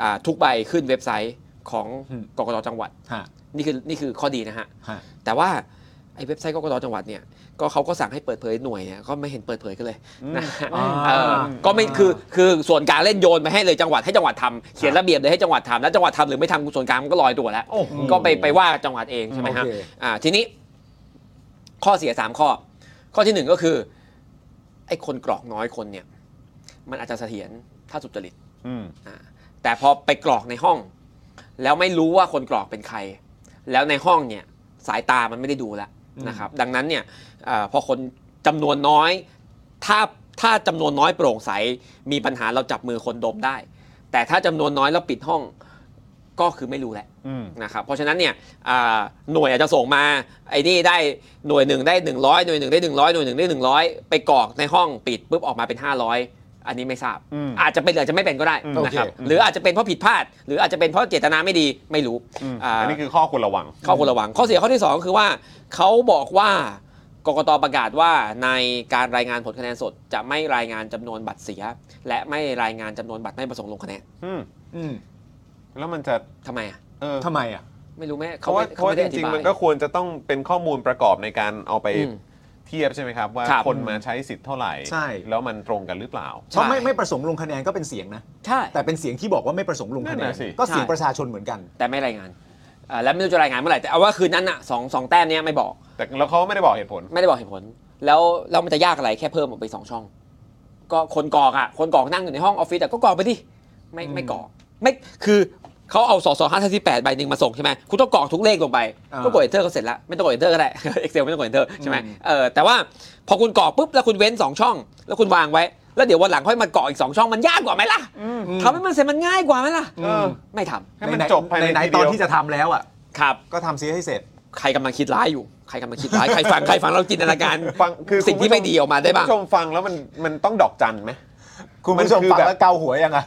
อ่าทุกใบขึ้นเว็บไซต์ของกกตจังหวัด
ฮะ
นี่คือนี่คือข้อดีนะฮะ
ฮะ
แต่ว่าไอ้เว็บไซต์กกตจังหวัดเนี่ยก็เขาก็สั่งให้เปิดเผยหน่วยเนี่ยก็ไม่เห็นเปิดเผยกันเลยนะ
อืม
เออ
อ่า
ก็ไม่คือคือส่วนกลางเล่นโยนไปให้เลยจังหวัดให้จังหวัดทำเขียนระเบียบเลยให้จังหวัดทำแล้วจังหวัดทำหรือไม่ทำส่วนกลางมันก็ลอยตัวแล้ว
โอ้โห
ก็ไปไปว่าจังหวัดเองใช่ไหมฮะ
โอเค
อ่าทีนี้ข้อเสียสามข้อ ข้อที่หนึ่งก็คือไอ้คนกรอกน้อยคนเนี่ยมันอาจจะเสถียรถ้าสุจริต
อืม
อ่าแต่พอไปกรอกในห้อง แล้วไม่รู้ว่าคนกรอกเป็นใคร แล้วในห้องเนี่ยสายตามันไม่ได้ดูแล้วนะครับดังนั้นเนี่ยเออพอคนจำนวนน้อย ถ้าถ้าจำนวนน้อยโปร่งใสมีปัญหาเราจับมือคนดมได้ แต่ถ้าจำนวนน้อยแล้วปิดห้องก็คือไม่รู้แหละ
อืม
นะครับเพราะฉะนั้นเนี่ยอ่าหน่วยอาจจะส่งมาไอ้นี่ได้หน่วยหนึ่งได้ 100 หน่วยหนึ่งได้ 100 หน่วยหนึ่งได้ 100 ไปกรอกในห้องปิดปุ๊บออกมาเป็น 500 อันนี้ไม่ทราบ
อืม
อาจจะเป็นหรืออาจจะไม่เป็นก็ได้
อืม
นะครับ
โอเค
หรืออาจจะเป็นเพราะผิดพลาด หรืออาจจะเป็นเพราะเจตนาไม่ดีไม่รู้
อืม
อ่า
อันนี้คือข้อควรระวัง
ข้อควรระวังข้อเสียข้อที่สองคือว่าเขาบอกว่ากกตประกาศว่าในการรายงานผลคะแนนสด จะไม่รายงานจำนวนบัตรเสีย และไม่รายงานจำนวนบัตรไม่ประสงค์ลงคะแนน
อืม
อืม
แล้วมันจะ
ทำไมอ่ะ
เออ
ทำไมอ่ะ
ไม่รู้แม่
เพ
เขา
ราะว่า
ไม่
เพ
เขา
ราะว่า
ไม่ได้
จ
อธิ
ริง
บา
ๆ
ย
มันก็ควรจะต้องเป็นข้อมูลประกอบในการเอาไป
อืม
เทียบใช่ไหมครับ ว่า
ครับ
คนมาใช้สิทธิ์เท่าไหร่
ใช่
แล้วมันตรงกันหรือเปล่า
เพราะไม่
ใช่
ไม่ประสงค์ลงคะแนนก็เป็นเสียงนะ
ใช่
แต่เป็นเสียงที่บอกว่าไม่ประสงค์ลงคะแน
นั่น
น
น่ะสิ
ก็เสียง
ใช่
ประชาชนเหมือนกัน
แต่ไม่รายงานเอ่อแล้วไม่รู้จะรายงานเมื่อไหร่แต่เอาว่าคืนนั้นอะสองสองแต้มเนี้ยไม่บอก
แต่แล้วเขาไม่ได้บอกเหตุผล
ไม่ได้บอกเหตุผล แล้วแล้วมันจะยากอะไรแค่เพิ่มออกไปสองช่อง ก็คนกรอกอะคนกรอกนั่งอยู่ในห้องออฟฟิศแต่ก็กรอกไปดิไม่
อืม
ไม่กรอกไม่คือเขาเอาสอสอห้าสิบแปดใบหนึ่งมาส่งใช่ไหมคุณต้องกรอกทุกเลขลงไป
อ่า
ก็กดเอนเตอร์ก็เสร็จแล้วไม่ต้องกดเอนเตอร์ก็ได้ เอ็กเซลไม่ต้องกดเอนเตอร์ใช่ไหม
อืม
เออแต่ว่าพอคุณกรอกปุ๊บแล้วคุณเว้นสองช่อง แล้วคุณวางไว้ แล้วเดี๋ยววันหลังค่อยมากรอกอีกสองช่องมันยากกว่าไหมล่ะทำให้มันเสร็จมันง่ายกว่าไหมล่ะ
เออ
ไม่ทำ
ให้มันจบภายใน
ไหน
ที
ๆต
เดี
อน
ยว
ที่จะทำแล้วอ่ะ
ครับ
ก็ทำเสียให้เสร็จ
ใครกำลังคิดร้ายอยู่ ใครกำลังคิดร้าย ใครฟัง ใครฟังเราจินตนาการ
ฟังคือ
สิ่งที่ไม่ดีออกมาได้บ้าง
คุณผู้ชมฟังแล้วมันมันต้องดอกจันไหม
คุณ
มัน
ผู้ชม
คือ
ฟัง
แบบ
แล้วเกาหัวยังอ่ะ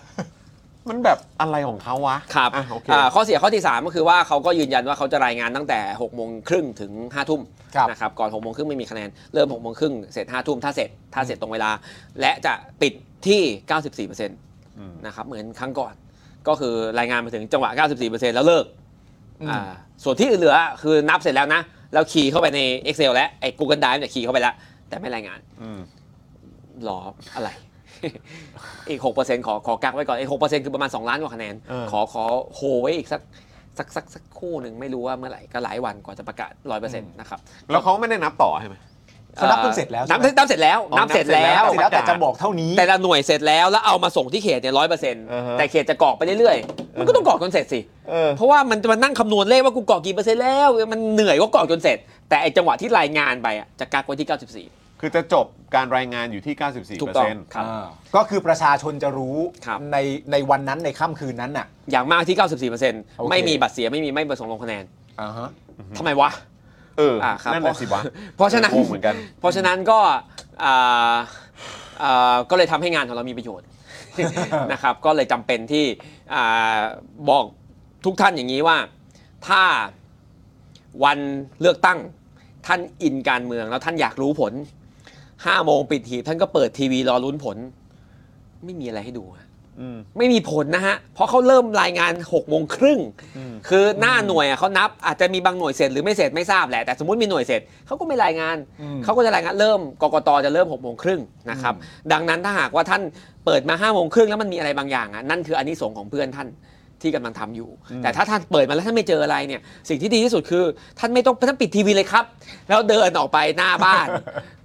มันแบบอะไรของเขาวะ
ครับ
อ่ะโอเค
อ่าข้อเสียข้อที่ 3 ก็คือว่าเขาก็ยืนยันว่าเขาจะรายงานตั้งแต่6กโมงครึ่งถึง5้าทุ่ม
ครับ
นะครับก่อน6กโมงครึ่งไม่มีคะแนน เริ่ม6กโมงครึ่งเสร็จ5้าทุ่มถ้าเสร็จถ้าเสร็จตรงเวลา และจะปิดที่ 94%นะครับเหมือนครั้งก่อน ก็คือรายงานมาถึงจังหวะ 94%แล้วเลิกอ่าส่วนที่เหลือคือนับเสร็จแล้วนะ แล้วคีย์เข้าไปใน Excel และไอ้ Google Drive เนี่ยคีย์เข้าไปแล้ว แต่ไม่รายงานหรออะไร อีก 6%ขอขอกักไว้ก่อนอีก6%คือประมาณ 2 ล้านกว่าคะแนน
เออ
ขอขอโฮไว้อีกสักสักสักสักครู่หนึ่งไม่รู้ว่าเมื่อไหร่ก็หลายวันกว่าจะประกาศ 100%นะครับ
แล้วเขาไม่ได้นับต่อใช่ไหม
เขานับจนเสร็จแล้วใช่ไหม
นับนับเสร็จแล้ว
อ๋อ
นับเสร็จแล้
นั
ว
บเสร็จ
แล้วแต่จะบอกเท่านี้
แต่ละหน่วยเสร็จแล้วแล้วเอามาส่งที่เขตเนี่ยร้อยเปอร์เซ็นต์
อ่าฮะ
แต่เขตจะกรอกไปเรื่อยๆ มันก็ต้องกรอกจนเสร็จสิ
เออ
เพราะว่ามันจะมานั่งคำนวณเลขว่ากูกรอกกี่เปอร์เซ็นต์แล้ว มันเหนื่อยก็กรอกจนเสร็จ แต่ไอจังหวะที่รายงานไปอะจะกักไว้ที่ 94
คือจะจบการรายงานอยู่ที่ 94
ถูก
เปอร์
ต้อง
เซ็นต์
ครับ
อ่าก็คือประชาชนจะรู้
ครับ
ในในวันนั้นในค่ำคืนนั้นน่ะ
อย่างมากที่ 94เปอร์เซ็นต์
โอเค
ไม่มีบัตรเสียไม่มีไม่ประสงค์ลงคะแนน
อ่าฮะ
ทำไมวะ
เออ
อ่าครับ
นั่นแหละสิวะ
เพราะฉะนั้น
งงเหมือนกัน
เพราะฉะนั้นก็อ่าอ่าก็เลยทำให้งานของเรามีประโยชน์ นะครับ ก็เลยจำเป็นที่อ่าบอกทุกท่านอย่างนี้ว่า ถ้าวันเลือกตั้งท่านอินการเมืองแล้วท่านอยากรู้ผล5โมงปิดหีบท่านก็เปิดทีวีรอลุ้นผล ไม่มีอะไรให้ดูฮะ
อืม
ไม่มีผลนะฮะ เพราะเขาเริ่มรายงาน6โมงครึ่ง คือหน้าหน่วยอะเขานับอาจจะมีบางหน่วยเสร็จหรือไม่เสร็จไม่ทราบแหละแต่สมมติมีหน่วยเสร็จเขาก็ไม่รายงาน เขาก็จะรายงานเริ่มกกตจะเริ่ม6กโมงครึ่งนะครับดังนั้นถ้าหากว่าท่านเปิดมา5้าโมงครึ่งแล้วมันมีอะไรบางอย่างอะนั่นคืออันนี้สงส์ของเพื่อนท่านที่กำลังทำอยู่ แต่ถ้าท่านเปิดมาแล้วท่านไม่เจออะไรเนี่ยสิ่งที่ดีที่สุดคือท่านไม่ต้องท่านปิดทีวีเลยครับ แล้วเดินออกไปหน้า บ้าน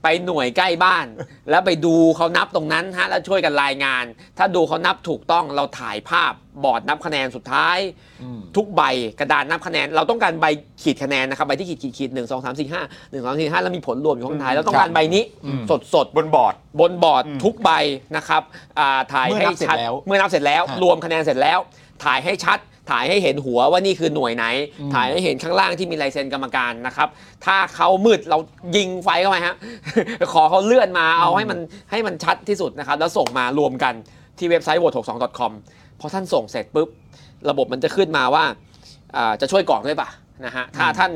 ไปหน่วยใกล้บ้าน แล้วไปดูเขานับตรงนั้นฮะแล้วช่วยกันรายงาน ถ้าดูเขานับถูกต้องเราถ่ายภาพบอร์ดนับคะแนนสุดท้าย ทุกใบกระดานนับคะแนน เราต้องการใบขีดคะแนนนะครับใบที่ขีดขีดขีดหนึ่งสองสามสี่ห้าหนึ่งสองสี่ห้าแล้วมีผลรวมอยู่ข้างท้ายเราต้องการใบนี้สดสด
บนบอร์ด
ๆบนบอร์ดทุกใบนะครับอ่าถ่ายให้
เมื่อนับเสร็จ
ชัด
แล้ว
เมื่อนับเสร็จแล้ว
ฮะ
รวมคะแนนเสร็จแล้ว ถ่ายให้ชัด ถ่ายให้เห็นหัวว่านี่คือหน่วยไหน ถ่ายให้เห็นข้างล่างที่มีลายเซ็นกรรมการนะครับถ้าเขามืดเรายิงไฟเข้าไปฮะ ขอเขาเลื่อนมาเอาให้มันให้มันชัดที่สุดนะครับแล้วส่งมารวมกันที่เว็บไซต์ vote62.com พอท่านส่งเสร็จปุ๊บ ระบบมันจะขึ้นมาว่าอ่าจะช่วยกรอกด้วยป่ะนะฮะถ้าท่าน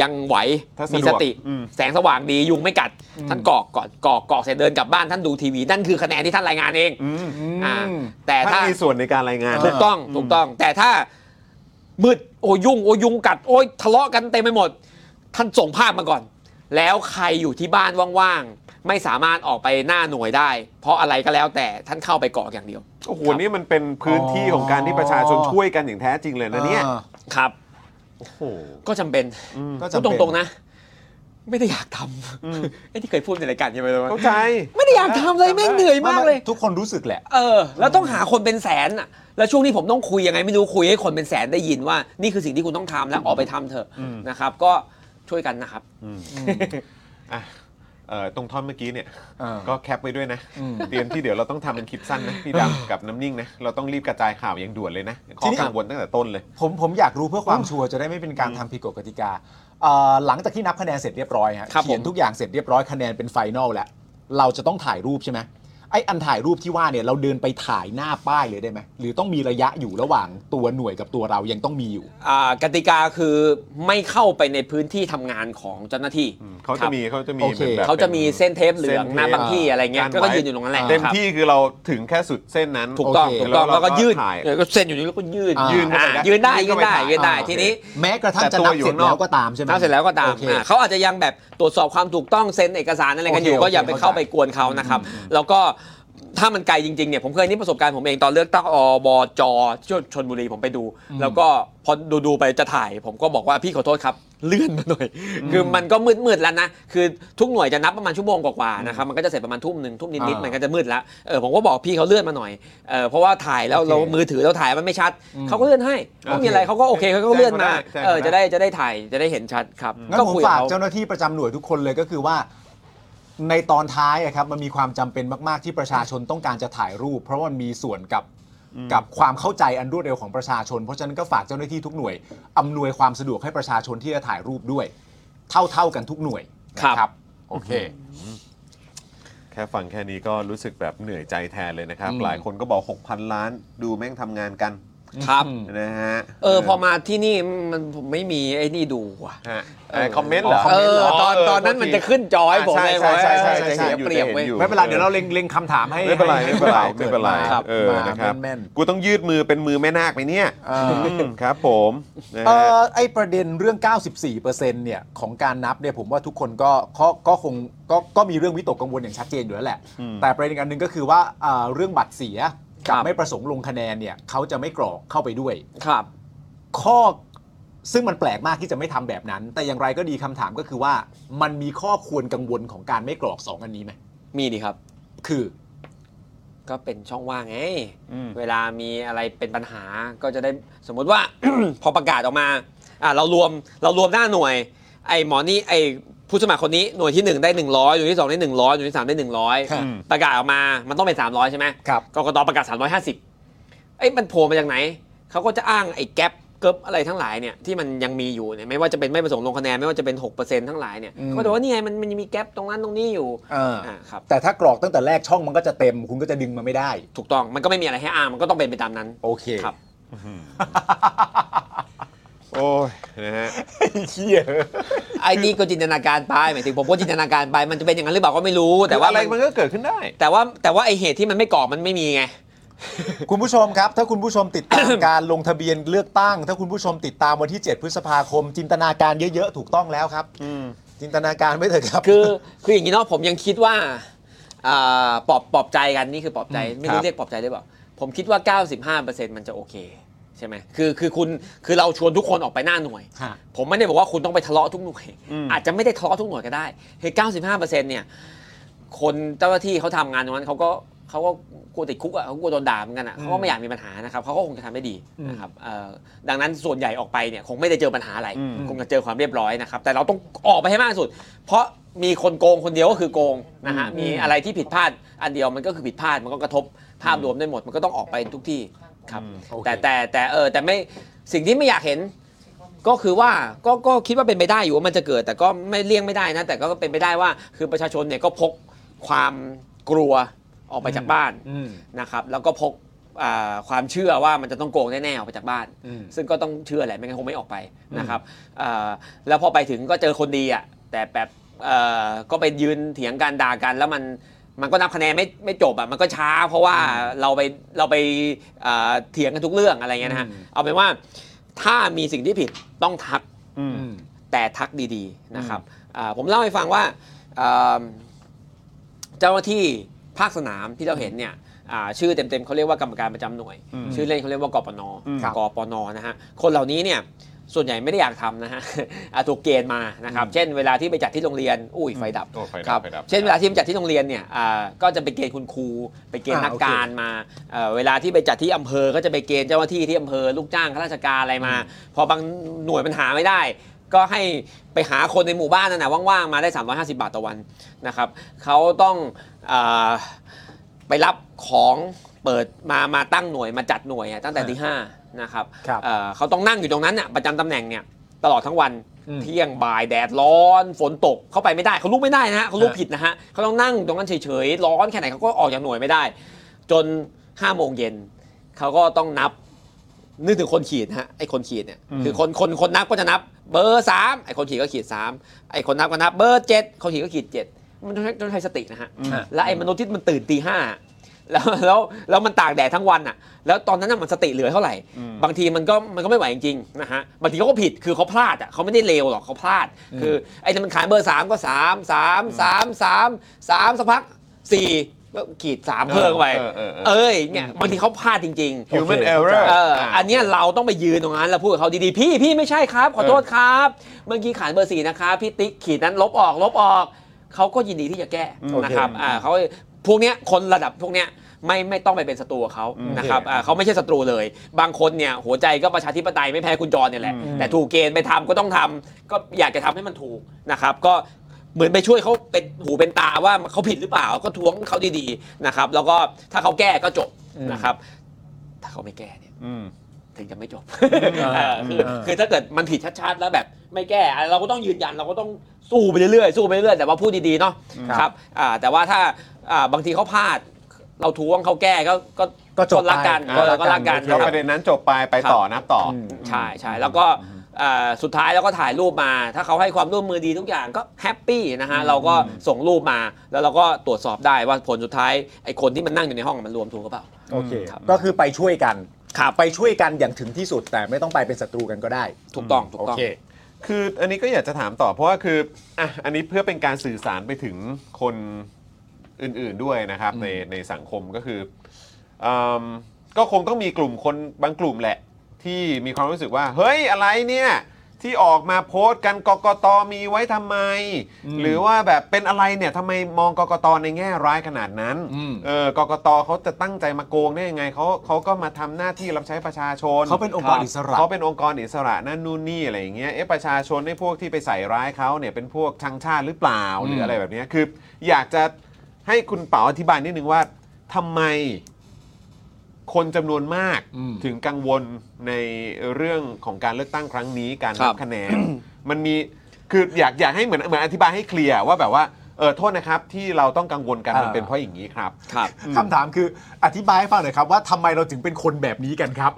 ยังไหว
ถ้าสะดวก
มีสติ
อืม
แสงสว่างดียุงไม่กัด ท่านกรอกก่อนกรอกกรอกเสร็จเดินกลับบ้านท่านดูทีวี นั่นคือคะแนนที่ท่านรายงานเอง
อืม
อ่าแต่
ท่า
ถ้า
นมีส่วนในการรายงาน
ถูกต้องถูกต้องแต่ถ้ามืดโอ้ยุ่งโอ้ยุงกัด โอ้ยทะเลาะกันเต็มไปหมด ท่านส่งภาพมาก่อน แล้วใครอยู่ที่บ้านว่างๆ ไม่สามารถออกไปหน้าหน่วยได้ เพราะอะไรก็แล้วแต่ท่านเข้าไปกรอกอย่างเดียว
โอ้โห นี่มันเป็นพื้นที่ของการที่ประชาชนช่วยกันอย่างแท้จริงเลยนะเนี่ย
อ่า
ครับ
โอ้โห
ก็จำเป็น
ก็
พู
จำ
ด
เป็น
ตรงๆนะ ไม่ได้อยากทำไอ้ที่เคยพูดในรายการใช่ไหมเลยว่า
เข้าใจ
ไม่ได้อยากทำเลยแม่งเหนื่อยมากเลย
ทุกคนรู้สึกแหละ
เออแล้วต้องหาคนเป็นแสนอ่ะแล้วช่วงนี้ผมต้องคุยยังไงไม่รู้คุยให้คนเป็นแสนได้ยินว่า นี่คือสิ่งที่คุณต้องทำแล้วออกไปทำเถอะนะครับ ก็ช่วยกันนะครับ
อ่ะเอ่อตรงท่อนเมื่อกี้เนี่ย ก็แคปไว้ด้วยนะเตรียมที่เดี๋ยวเราต้องทำเป็นคลิปสั้นนะ พี่ดำกับน้ำนิ่งนะ เราต้องรีบกระจายข่าวอย่างด่วนเลยนะข้อ
ทีนี้
กังวลตั้งแต่ต้นเลย
ผมผมอยากรู้เพื่อความชัวร์จะได้ไม่เป็นการทำผิดกฎกติกาเอ่อหลังจากที่นับคะแนนเสร็จเรียบร้อยฮะ
ครับผม
เขียนทุกอย่างเสร็จเรียบร้อยคะแนนเป็นไฟนอลแล้วเราจะต้องถ่ายรูปใช่ไหมไออันถ่ายรูปที่ว่าเนี่ยเราเดินไปถ่ายหน้าป้ายเลยได้ไหมหรือต้องมีระยะอยู่ระหว่างตัวหน่วยกับตัวเรายังต้องมีอยู่
อ่ากติกาคือไม่เข้าไปในพื้นที่ทำงานของเจ้าหน้าที่
เขา
ค
จะ
รับ
มีเขาจะมี
โอ
ห
เค
มือนแบบ
เขาจะมีเส้นเทปเหลือง
ส้ทป
นะบางที่อะไรเงี้ย
น
ก็
ไว้
ยืนอยู่ตรงนั้นแหละ
เต็ม
ครับ
ที่คือเราถึงแค่สุดเส้นนั้น
ถูกต้อง
โอเค
ถูกต้องแล้วก็ยืด
ถ่าย
เออก็เส้นอยู่นี้แล้วก็ยืด
อ่ายื
อ่ายืนได้ยืนได้ยืนได้
อ่า
ทีนี้
โอเค
แม้กระทั่ง
แต่
จะ
ตัว
นับ
อยู่
เสร็จ
ข้างนอก
แล้วก็ตามใช่ไหม
นับเสร็จแล้วก็ตาม
โอเค
อ่าเขาอาจจะยังแบบตรวจสอบความถูกต้องเซ็นเอกสารอะไรกันอยู่
โอเค
ก็อย่าไป
โอเค
เข้าไปกวนเขานะครับ แล้วก็ถ้ามันไกลจริงๆเนี่ยผมเคยนี่ประสบการณ์ผมเองตอนเลือกตั้งอบจที่ชนบุรีผมไปดู แล้วก็พอดูดูๆไปจะถ่าย ผมก็บอกว่าพี่ขอโทษครับ เลื่อนมาหน่อย คือมันก็มืดๆแล้วนะคือทุกหน่วยจะนับประมาณชั่วโมงกว่าๆนะครับมันก็จะเสร็จประมาณทุ่มหนึ่งทุ่มนิดๆ
อ่ามั
มันก็จะมืดแล้วเออผมก็บอกพี่เขาเลื่อนมาหน่อยเออเพราะว่าถ่ายแล้ว
โอเค
เรามือถือเราถ่ายมันไม่ชัด
อืม
เขาก็เลื่อนให้ไม่มีอะไรเขาก็โอเคเขาก็เลื่อนมา
แจ้ง
เอ
เขาได้
อจะได้ จะได้ถ่ายจะได้เห็นชัดครับ
งั้นผม
คุยกับ
ฝาก
ข
เจ้าหน้าที่ประจำหน่วยทุกคนเลยก็คือว่า ในตอนท้ายอะครับมันมีความจำเป็นมากๆที่ประชาชนต้องการจะถ่ายรูป เพราะมันมีส่วนกับกับความเข้าใจอันรวดเร็วของประชาชน เพราะฉะนั้นก็ฝากเจ้าหน้าที่ทุกหน่วยอำนวยความสะดวกให้ประชาชนที่จะถ่ายรูปด้วย เท่าๆกันทุกหน่วย
ครับ
นะโอเค
ค แค่ฟังแค่นี้ก็รู้สึกแบบเหนื่อยใจแทนเลยนะครับ
อืม
หลายคนก็บอก 6,000 ล้าน ดูแม่งทำงานกัน
ครับ
นะฮะ
เออพอมาที่นี่มันผมไม่มีไอ้นี่ดูว่ะ
ฮะไอ้คอมเมนต์เหรอ
เออตอนตอนนั้น
โษที
มันจะขึ้นจอให้ผมเลย
ใช่ใช่ใช่ใช่
เสียเปรียบเว้ย
อยู่
ไม่เป็นไรเดี๋ยวเราเล็งเล็งคำถามให้
ไม่เป็นไร
ให้
ไม่เป็นไร
ให้
ไม่เป็นไร
ครับ
เออ
มา
นะครับ
แม่นๆ
กูต้องยืดมือเป็นมือแม่นาคไหมเนี่ย
อ่า
มครับผมนะ
เอ
ฮะ
อไอประเด็นเรื่อง 94%เนี่ยของการนับเนี่ยผมว่าทุกคนก็ก็ก็คงก็ก็มีเรื่องวิตกกังวลอย่างชัดเจนอยู่แล้วแหละ
อืม
แต่ประเด็นอีกอันหนึ่งก็คือว่าเอ่อเรื่องบัตรเสียกั
ครับ บ
ไม่ประสงค์ลงคะแนนเนี่ยเขาจะไม่กรอกเข้าไปด้วย
ครับ
ข้อซึ่งมันแปลกมากที่จะไม่ทำแบบนั้น แต่อย่างไรก็ดีคำถามก็คือว่ามันมีข้อควรกังวลของการไม่กรอกสองอันนี้ไหม
มีดีครับ
คือ
ก็เป็นช่องว่างไง
อืม
เวลามีอะไรเป็นปัญหาก็จะได้สมมุติว่า พอประกาศออกมาอ่ะเรารวมเรารวมหน้าหน่วย ไอ้หมอนี่ไอ้ผู้สมัครคนนี้หน่วยที่ 1 ได้ 100 หน่วยที่ 2 ได้ 100 หน่วยที่ 3 ได้
ครับ
100 ประกาศออกมามันต้องเป็น 300 ใช่ไหม
ครับ
กกตประกาศ 350ไอ้ยมันโผล่มาจากไหน เขาก็จะอ้างไอ้แก๊ปเกิบอะไรทั้งหลายเนี่ยที่มันยังมีอยู่เนี่ยไม่ว่าจะเป็นไม่ประสงค์ลงคะแนนไม่ว่าจะเป็น6%ทั้งหลายเนี่ยก็จะว่านี่ไงมันมันยังมีแก๊ปตรงนั้นตรงนี้อยู่
เอออ
อ่าครับ
แต่ถ้ากรอกตั้งแต่แรกช่องมันก็จะเต็ม คุณก็จะดึงมาไม่ได้
ถูกต้องมันก็ไม่มีอะไรให้อ้างมันก็ต้องเป็นไปตามนั้น
โอเค
ครับ
โอ้ยนะฮะ
เชี่ย
ไอ้นี่ก็จินตนาการไปหมายถึงผมก็จินตนาการไปมันจะเป็นอย่างนั้นหรือเปล่าก็ไม่รู้ แต่
แต่
ว่า
ว่าอะไร
มั
มันนก็เกิดขึ้นได้
แต่ว่าแต่ว่าไอเหตุที่มันไม่ก่อมันไม่มีไง
คุณผู้ชมครับ ถ้าคุณผู้ชมติดตาม การลงทะเบียนเลือกตั้ง ถ้าคุณผู้ชมติดตามวันที่ 7 พฤษภาคม จินตนาการเยอะๆ ถูกต้องแล้วครับจินตนาการไม่เถอะครับ
คือคืออย่างนี้เนาะผมยังคิดว่าอ่าปลอบปลอบใจกันนี่คือปลอบใจไม่
ครั
รู้
บ
เรียกปลอบใจได้เปล่าผมคิดว่า 95%มันจะโอเคใช่ไหมคือคือคุณคือเราชวนทุกคนออกไปหน้าหน่วย
ฮะ
ผมไม่ได้บอกว่าคุณต้องไปทะเลาะทุกหน่วย
อืม
อาจจะไม่ได้ทะเลาะทุกหน่วยก็ได้คือ95%เนี่ย คนเจ้าหน้าที่เขาทำงานตรงนั้นเขาก็เขาก็กลัวติดคุกอ่ะเขากลัวโดนด่าเหมือนกันอ่ะเขาก็ไม่อยากมีปัญหานะครับเขาก็คงจะทำได้ดีนะครับเอ่อดังนั้นส่วนใหญ่ออกไปเนี่ยคงไม่ได้เจอปัญหาอะไร
อืม
คงจะเจอความเรียบร้อยนะครับ แต่เราต้องออกไปให้มากที่สุด เพราะมีคนโกงคนเดียวก็คือโกงนะฮะมีอะไรที่ผิดพลาดอันเดียวมันก็คือผิดพลาดมันก็กระทบภาพรวมได้หมด มันก็ต้องออกไปทุกที่ครับ
โอเค
แต่แต่แต่เออแต่ไม่สิ่งที่ไม่อยากเห็น ก็คือว่าก็ก็คิดว่าเป็นไปได้อยู่ว่ามันจะเกิด แต่ก็ไม่เลี่ยงไม่ได้นะ แต่ก็เป็นไปได้ว่าคือประชาชนเนี่ยก็พกความกลัวออกไปจากบ้าน
อืม
นะครับ แล้วก็พกอ่าความเชื่อว่ามันจะต้องโกงแน่ๆออกไปจากบ้าน
อืม
ซึ่งก็ต้องเชื่อแหละไม่งั้นคงไม่ออกไปนะครับอ่าแล้วพอไปถึงก็เจอคนดีอ่ะแต่แบบเอ่อก็ไปยืนเถียงกันด่ากัน แล้วมันมันก็นับคะแนนไม่ไม่จบอ่ะมันก็ช้า เพราะว่าเราไปเราไปเอ่อเถียงกันทุกเรื่องอะไรเงี้ยนะฮะเอาเป็นว่าถ้ามีสิ่งที่ผิดต้องทัก
อืม
อืม
แต่ทักดีๆนะครับอ่าผมเล่าให้ฟังว่าเอิ่มเจ้าหน้าที่ภาคสนามที่เราเห็นเนี่ยอ่าชื่อเต็มๆเขาเรียกว่ากรรมการประจำหน่วย
อืม
ชื่อเล่นเขาเรียกว่ากปน
อืม
กปนนะฮะคนเหล่านี้เนี่ยส่วนใหญ่ไม่ได้อยากทำนะฮะ อ่าถูกเกณฑ์มานะครับเช่นเวลาที่ไปจัดที่โรงเรียนอุ้ยไฟดับ
โอ้ไฟ
ค
ดั
รั
บบ ไฟดับ
เช่นเวลาที่ไปจัดที่โรงเรียนเนี่ยอ่าก็จะไปเกณฑ์คุณครูไปเกณฑ์
อ่า
นัก
โอเค
การมาเอ่อเวลาที่ไปจัดที่อำเภอ ก็จะไปเกณฑ์เจ้าหน้าที่ที่อำเภอลูกจ้างข้าราชการอะไรมา พอบางหน่วยมันหาไม่ได้ ก็ให้ไปหาคนในหมู่บ้านนั่นนะว่างๆมาได้ 350 บาทต่อวันนะครับเขาต้องอาไปรับของเปิดมามาตั้งหน่วยมาจัดหน่วยอะตั้งแต่ตีห้านะครับ
ครับ
เอ่อเขาต้องนั่งอยู่ตรงนั้นน่ะประจำตำแหน่งเนี่ยตลอดทั้งวัน
อืม
เที่ยงบ่ายแดดร้อนฝนตกเข้าไปไม่ได้เขาลุกไม่ได้นะฮะเขาลุก
ฮะ
ผิดนะฮะเขาต้องนั่งตรงนั้นเฉยๆร้อนแค่ไหนเขาก็ออกจากหน่วยไม่ได้ จน5้าโมงเย็นเขาก็ต้องนับนึกถึงคนขีดนะฮะไอ้คนขีดเนี่ยคือคนคนคนนับก็จะนับเบอร์สามไอ้คนขีดก็ขีดสามไอ้คนนับก็นับเบอร์เจ็ดคนขีดก็ขีดเจ็ดมันต้องใช้ต้องใช้สตินะฮะแล้วไอ้มนุษย์ที่มันตื่นตีห้าแล้วแล้วแล้วมันตากแดดทั้งวันอ่ะ แล้วตอนนั้นน่ะมันสติเหลือเท่าไหร่ บางทีมันก็มันก็ไม่ไหวจริงๆนะฮะบางทีเขาก็ผิดคือเขาพลาดอ่ะเขาไม่ได้เลวหรอกเขาพลาด คือไอ้ที่มันขายเบอร์สามก็สามสามสามสามสามสักพักสี่ก็ขีดสามเพิ่มเข้าไป
เออเออเออ
เอ้ยเนี่ยบางทีเขาพลาดจริง ๆ
human
โอเค
error
เอออั
ั
นเนี้ยเราต้องไปยืนตรงนั้นแล้วพูดกับเขาดีๆ พี่พี่ไม่ใช่ครับ ขอโทษครับ เมื่อกี้ขานเบอร์สี่นะครับพี่ติ๊กขีดนั้นลบออกลบออก เขาก็ยินดีที่จะแก้นะครับอ่าเขาพวกเนี้ยคนระดับพวกเนี้ยไม่ไม่ต้องไปเป็นศัตรูกับเขานะครับอ่าเขาไม่ใช่ศัตรูเลย บางคนเนี่ยหัวใจก็ประชาธิปไตยไม่แพ้คุณจรเนี่ยแหละ แต่ถูกเกณฑ์ไปทำก็ต้องทำก็อยากจะทำให้มันถูกนะครับก็ เหมือนไปช่วยเขาเป็นหูเป็นตาว่าเขาผิดหรือเปล่าก็ทวงเขาดีๆนะครับ แล้วก็ถ้าเขาแก้ก็จบนะครับ ถ้าเขาไม่แก้เนี่ย ถึงจะไม่จบเออคือคือถ้าเกิดมันผิดชัดๆ แล้วแบบ ไม่แก้อ่ะเราก็ต้องยืนยันเราก็ต้องสู้ไปเรื่อยๆสู้ไปเรื่อยๆแต่ว่าพูดดีๆเนาะ
ครับ
ครับอ่าแต่ว่าถ้าอ่าบางทีเขาพลาด เราทวงเขาแก้ก็ก็
ก็จบ
รักกัน
ไป
ก็เราก็รักกัน
แล้ว
ค
ป
รับ
ระเด็นนั้นจบไปไปต่อนับต่ออ
ม
ใช่ใช่แล้วก็เอ่อสุดท้ายเราก็ถ่ายรูปมา ถ้าเขาให้ความร่วมมือดีทุกอย่างก็แฮปปี้นะฮะ เราก็ส่งรูปมาแล้วเราก็ตรวจสอบได้ว่าผลสุดท้ายไอ้คนที่มันนั่งอยู่ในห้องมันรวมถูกหรือเปล่า
โอเค
ครับ
ก็คือไปช่วยกัน
ครับ
ไปช่วยกันอย่างถึงที่สุดแต่ไม่ต้องไปเป็นศัตรูกันก็ได้
ถูกต้องถูก
โอ
ต้อง
เค
คืออันนี้ก็อยากจะถามต่อเพราะว่าคืออ่ะอันนี้เพื่อเป็นการสื่อสารไปถึงคนอื่นๆด้วยนะครับ ในในสังคมก็คือเอมก็คงต้องมีกลุ่มคนบางกลุ่มแหละ ที่มีความรู้สึกว่า เฮ้ยอะไรเนี่ยที่ออกมาโพสต์กันกกตมีไว้ทำไม หรือว่าแบบเป็นอะไรเนี่ยทำไมมองกกตในแง่ร้ายขนาดนั้น
อืม
เออกกตเขาจะตั้งใจมาโกงได้ยังไงเขาเขาก็มาทำหน้าที่รับใช้ประชาชน
เขาเป็นองค์กรอิสระ
เขาเป็นองค์กรอิสระนั่นนู่นนี่อะไรอย่างเงี้ยเอ๊ะประชาชนในพวกที่ไปใส่ร้ายเขาเนี่ยเป็นพวกชังชาติหรือเปล่าหรืออะไรแบบเนี้ยคือ อยากจะให้คุณเป๋าอธิบายนิดนึงว่าทำไมคนจำนวนมาก
อืม
ถึงกังวลในเรื่องของการเลือกตั้งครั้งนี้การ
ครั
นั
บ
บคะแนน มันมีคืออยากอยากให้เหมือนเหมือนอธิบายให้เคลียร์ว่าแบบว่าเออโทษนะครับที่เราต้องกังวลกันมันเป็นเพราะอย่างนี้ครับ
ครับ
คำถามคืออธิบายให้ฟังหน่อยครับว่าทำไมเราถึงเป็นคนแบบนี้กันครับ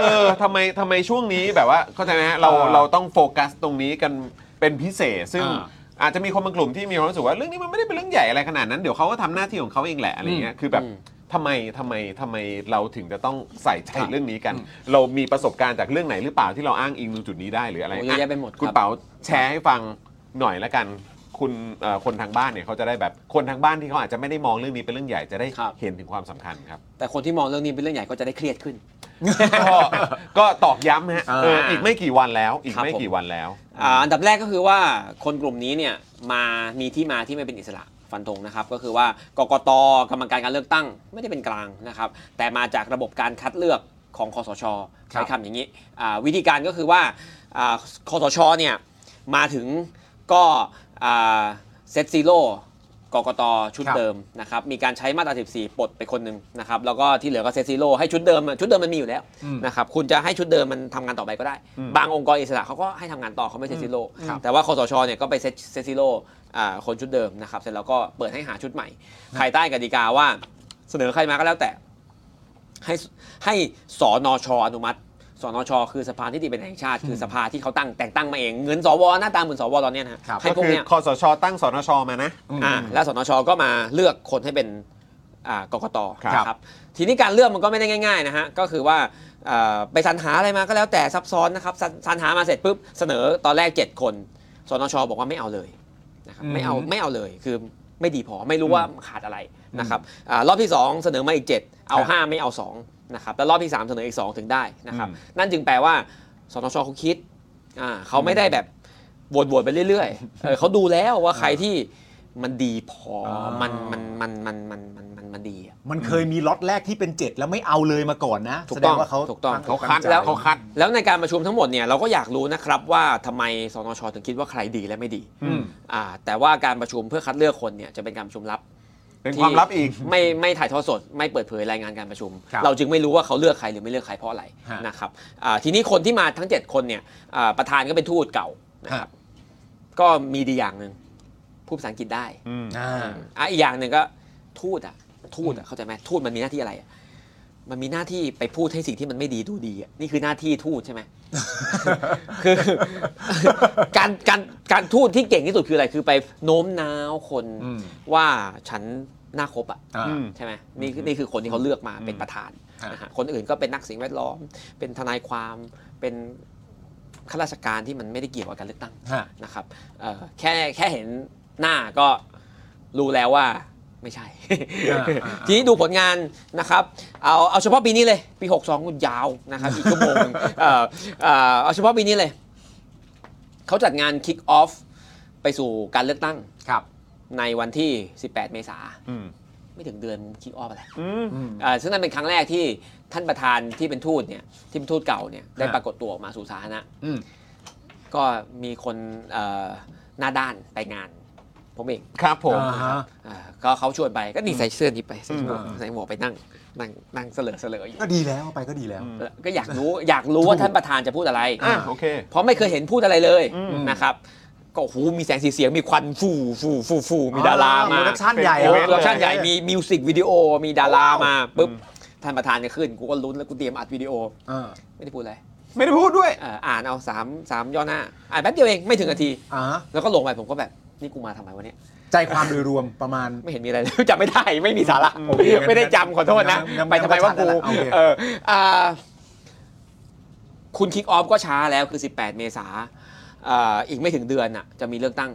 เออทำไมทำไมช่วงนี้แบบว่าเข้าใจไหมฮะเรา
เออ
เราต้องโฟกัสตรงนี้กันเป็นพิเศษ ซึ่ง
อ่า
อาจจะมีคนบางกลุ่มที่มีความรู้สึกว่าเรื่องนี้มันไม่ได้เป็นเรื่องใหญ่อะไรขนาดนั้นเดี๋ยวเขาก็ทำหน้าที่ของเขาเองแหละอะไรเงี้ยคือแบบ
อืม
ทำไมทำไมทำไมเราถึงจะต้องใส่ใจ
ครับ
เรื่องนี้กัน เรามีประสบการณ์จากเรื่องไหนหรือเปล่าที่เราอ้างอิงตรงจุดนี้ได้หรืออะไร
โอ้เยอะแยะไปหมด
คุณ
ครับ
เป๋าแชร์ให้ฟังหน่อยละกัน คุณเอ่อคนทางบ้านเนี่ยเขาจะได้แบบคนทางบ้านที่เขาอาจจะไม่ได้มองเรื่องนี้เป็นเรื่องใหญ่จะได้
ครับ
เห็นถึงความสำคัญครับ
แต่คนที่มองเรื่องนี้เป็นเรื่องใหญ่ก็จะได้เครียดขึ้น
ก็ ก็ตอกย้ำฮะ
อ่า
เอออีกไม่กี่วันแล้ว อีก
ครับ
ไม่กี่วันแล้ว
อ่าอันดับแรกก็คือว่าคนกลุ่มนี้เนี่ยมามีที่มาที่ไม่เป็นอิสระฟันธงนะครับ ก็คือว่ากกตกรรมการการเลือกตั้งไม่ได้เป็นกลางนะครับ แต่มาจากระบบการคัดเลือกของคอสช
ครับ
ใช้คำอย่างนี้อ่าวิธีการก็คือว่าอ่าคอสชเนี่ยมาถึงก็อ่าเซตซีโร่กกตชุดเดิมนะครับมีการใช้มาตรา 14 ปลดไปคนหนึ่งนะครับแล้วก็ที่เหลือก็เซตซีโร่ให้ชุดเดิมอะชุดเดิมมันมีอยู่แล้ว นะครับคุณจะให้ชุดเดิมมันทำงานต่อไปก็ได้
อืม
บางองค์กรอิสระเขาก็ให้ทำงานต่อเขาไม่เซซิโล
ครับ
แต่ว่าคอสชเนี่ยก็ไปเซตเซซิโลอ่าคนชุดเดิมนะครับ เสร็จแล้วก็เปิดให้หาชุดใหม่ภายใต้กติกาว่าเสนอใครมาก็แล้วแต่ ให้ให้สนชอนุมัติสนชคือสภาที่ติบัญญัติแห่งชาติ คือสภาที่เขาตั้งแต่งตั้งมาเองเงินสวหน้าตาเหมือนสวตอนเนี้ยนะฮะ
ครับ
ให้
ก็
พวก
คือ
เนี้ย
คอสช ตั้งสนชมานะ
อ่าแล้วสนชก็มาเลือกคนให้เป็นอ่ากกต
ครับ
นะครับ ทีนี้การเลือกมันก็ไม่ได้ง่ายๆนะฮะก็คือว่าเอ่อไปสรรหาอะไรมาก็แล้วแต่ซับซ้อนนะครับสรรสรรหามาเสร็จปุ๊บเสนอตอนแรก 7 คนสนชบอกว่าไม่เอาเลยนะครับไม่เอาไม่เอาเลยคือไม่ดีพอไม่รู้ว่าขาดอะไรนะครับอารอบที่ 2 เสนอมาอีก 7 เอา
ครับ
5 ไม่เอา2นะครับแล้วรอบที่ 3 เสนออีก 2 ถึงได้นะครับ
อืม
นั่นจึงแปลว่าสนชเขาคิดอ่าเขาไม่ได้แบบ บวชบวชไปเรื่อยๆเออเขาดูแล้วว่าใครที่มันดีพออ
อ
มันมันมันมันมันมันมันมันดีอะ
มันเคยมีล็อตแรกที่เป็นเจ็ดแล้วไม่เอาเลยมาก่อนนะ
ถูกต้อง
แสดว่าเขา
ถูกต้อง
ตั้
เขาคัด
ใจ
แล้วเขาคัด
แล้วในการประชุมทั้งหมดเนี่ยเราก็อยากรู้นะครับว่าทำไมสนชถึงคิดว่าใครดีและไม่ดี
อืม
อ่าแต่ว่าการประชุมเพื่อคัดเลือกคนเนี่ยจะเป็นการประชุมลับ
เป็น
ที่
ความลับอีก
ไม่ไม่ถ่ายทอดสด ไม่เปิดเผยรายงานการประชุม
ครับ
เราจึงไม่รู้ว่าเขาเลือกใครหรือไม่เลือกใครเพราะอะไร
ฮะ
นะครับอ่าทีนี้คนที่มาทั้ง 7 คนเนี่ยอ่าประธานก็เป็นทูตเก่านะ
ค
ค
รั
รั
บบ
ก็มีดีอย่างหนึ่งพูดภาษาอังกฤษได้
อืม
อ่า
อ่ะอีกอย่างหนึ่งก็ทูตอ่ะทูตอ่ะเข้าใจไหมทูตมันมีหน้าที่อะไรอ่ะมันมีหน้าที่ไปพูดให้สิ่งที่มันไม่ดีดูดีอ่ะนี่คือหน้าที่ทูตใช่ไหม คือ การการการทูตที่เก่งที่สุดคืออะไรคือไปโน้มน้าวคน
อืม
ว่าฉันน่าคบอ่ะ
อ่า
อืม
ใช่ไหมนี่คือนี่คือคนที่เขาเลือกมาเป็นประธาน
ฮะ
นะฮะคนอื่นก็เป็นนักสิ่งแวดล้อม เป็นทนายความเป็นข้าราชการที่มันไม่ได้เกี่ยวกับการเลือกตั้ง
ฮะ
นะครับเอ่อแค่แค่เห็นหน้าก็รู้แล้วว่าไม่ใช่ ทีนี้ดูผลงานนะครับเอาเอาเฉพาะปีนี้เลยปี 62คุณยาวนะครับอีกชั่วโมงหนึ่งเอ่อเอ่อเอาเฉพาะปีนี้เลย เขาจัดงาน Kick Off ไปสู่การเลือกตั้ง
ครับ
ในวันที่ 18 เมษา
อืม
ไม่ถึงเดือน Kick Off อะไร
อืม
เอ่อซึ่งนั่นเป็นครั้งแรกที่ท่านประธานที่เป็นทูตเนี่ยที่เป็นทูตเก่าเนี่ยได้ปรากฏตัวออกมาสู่สาธารณะ
อืม
ก็มีคนเอ่อหน้าด้านไปงาน ผ ผมเอง
ครับผม
อ่าฮะ
อ่าก็เขาชวนไปก็ดีใส่เสื้อนี้ไปใส่หมวก
อืม
ใส่หมวกไปนั่งนั่งนั่งเสลอเสลออยู่
ก็ดีแล้วเอาไปก็ดีแล้ว
เออก็อยากรู้อยากรู้ว่าท่านประธานจะพูดอะไร
อ่ะโอเค
เพราะไม่เคยเห็นพูดอะไรเลย
อืม
นะครับ ก็โอ้โหมีแสงสีเสียงมีควันฟูฟูฟูฟูมีดารามา
โปรดักชั่นใหญ่
โอ้
อะ
โหโปรดักชั่นใหญ่มีมิวสิกวิดีโอมีดารามาปุ๊บ
อืม
ท่านประธานจะขึ้นกูก็ลุ้นแล้วกูเตรียมอัดวิดีโอ
อ่า
ไม่ได้พูดอะไร
ไม่ได้พูดด้วย
เอ่ออ่านเอาสามสามย่อหน้า อ่านแป๊บเดียวเองไม่ถึงนาที
อ่า
แล้วก็ลงไปผมก็แบบ นี่กูมาทำไมวะเนี่ย
ใจความโดยรวมประมาณ
ไม่เห็นมีอะไรเลย จำไม่ได้ไม่มีสาระ
โอเค
ไม่ได้จำขอโทษนะ
งั้นงั้น
ไปทำไมว่ากู
งั้นเอาชัดแล้วล่ะโอเค
เอออ่าคุณคิกออฟก็ช้าแล้วคือ 18 เมษาอ่าอีกไม่ถึงเดือนน่ะ จะมีเลือกตั้ง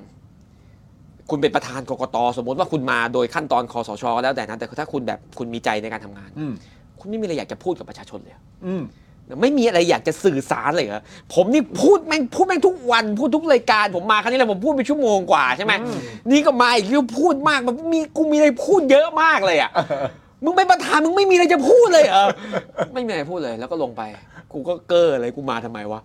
คุณเป็นประธานกกตสมมติว่าคุณมาโดยขั้นตอนคอสชก็แล้วแต่นะแต่ถ้าคุณแบบคุณมีใจในการทำงาน
อืม
คุณไม่มีอะไรอยากจะพูดกับประชาชนเลยเหรอ
อืม
ไม่มีอะไรอยากจะสื่อสารเลยเหรอผมนี่พูดแม่งพูดแม่งทุกวัน พูดทุกรายการ ผมมาครั้งนี้แหละผมพูดไปชั่วโมงกว่าใช่ไหมนี่ก็มาอีกแล้วพูดมากมันมีกูมีอะไรพูดเยอะมากเลยอ่ะ มึงเป็นประธานมึงไม่มีอะไรจะพูดเลยเหรอ ไม่มีอะไรพูดเลยแล้วก็ลงไป กูก็เก้อเลยกูมาทำไม วะ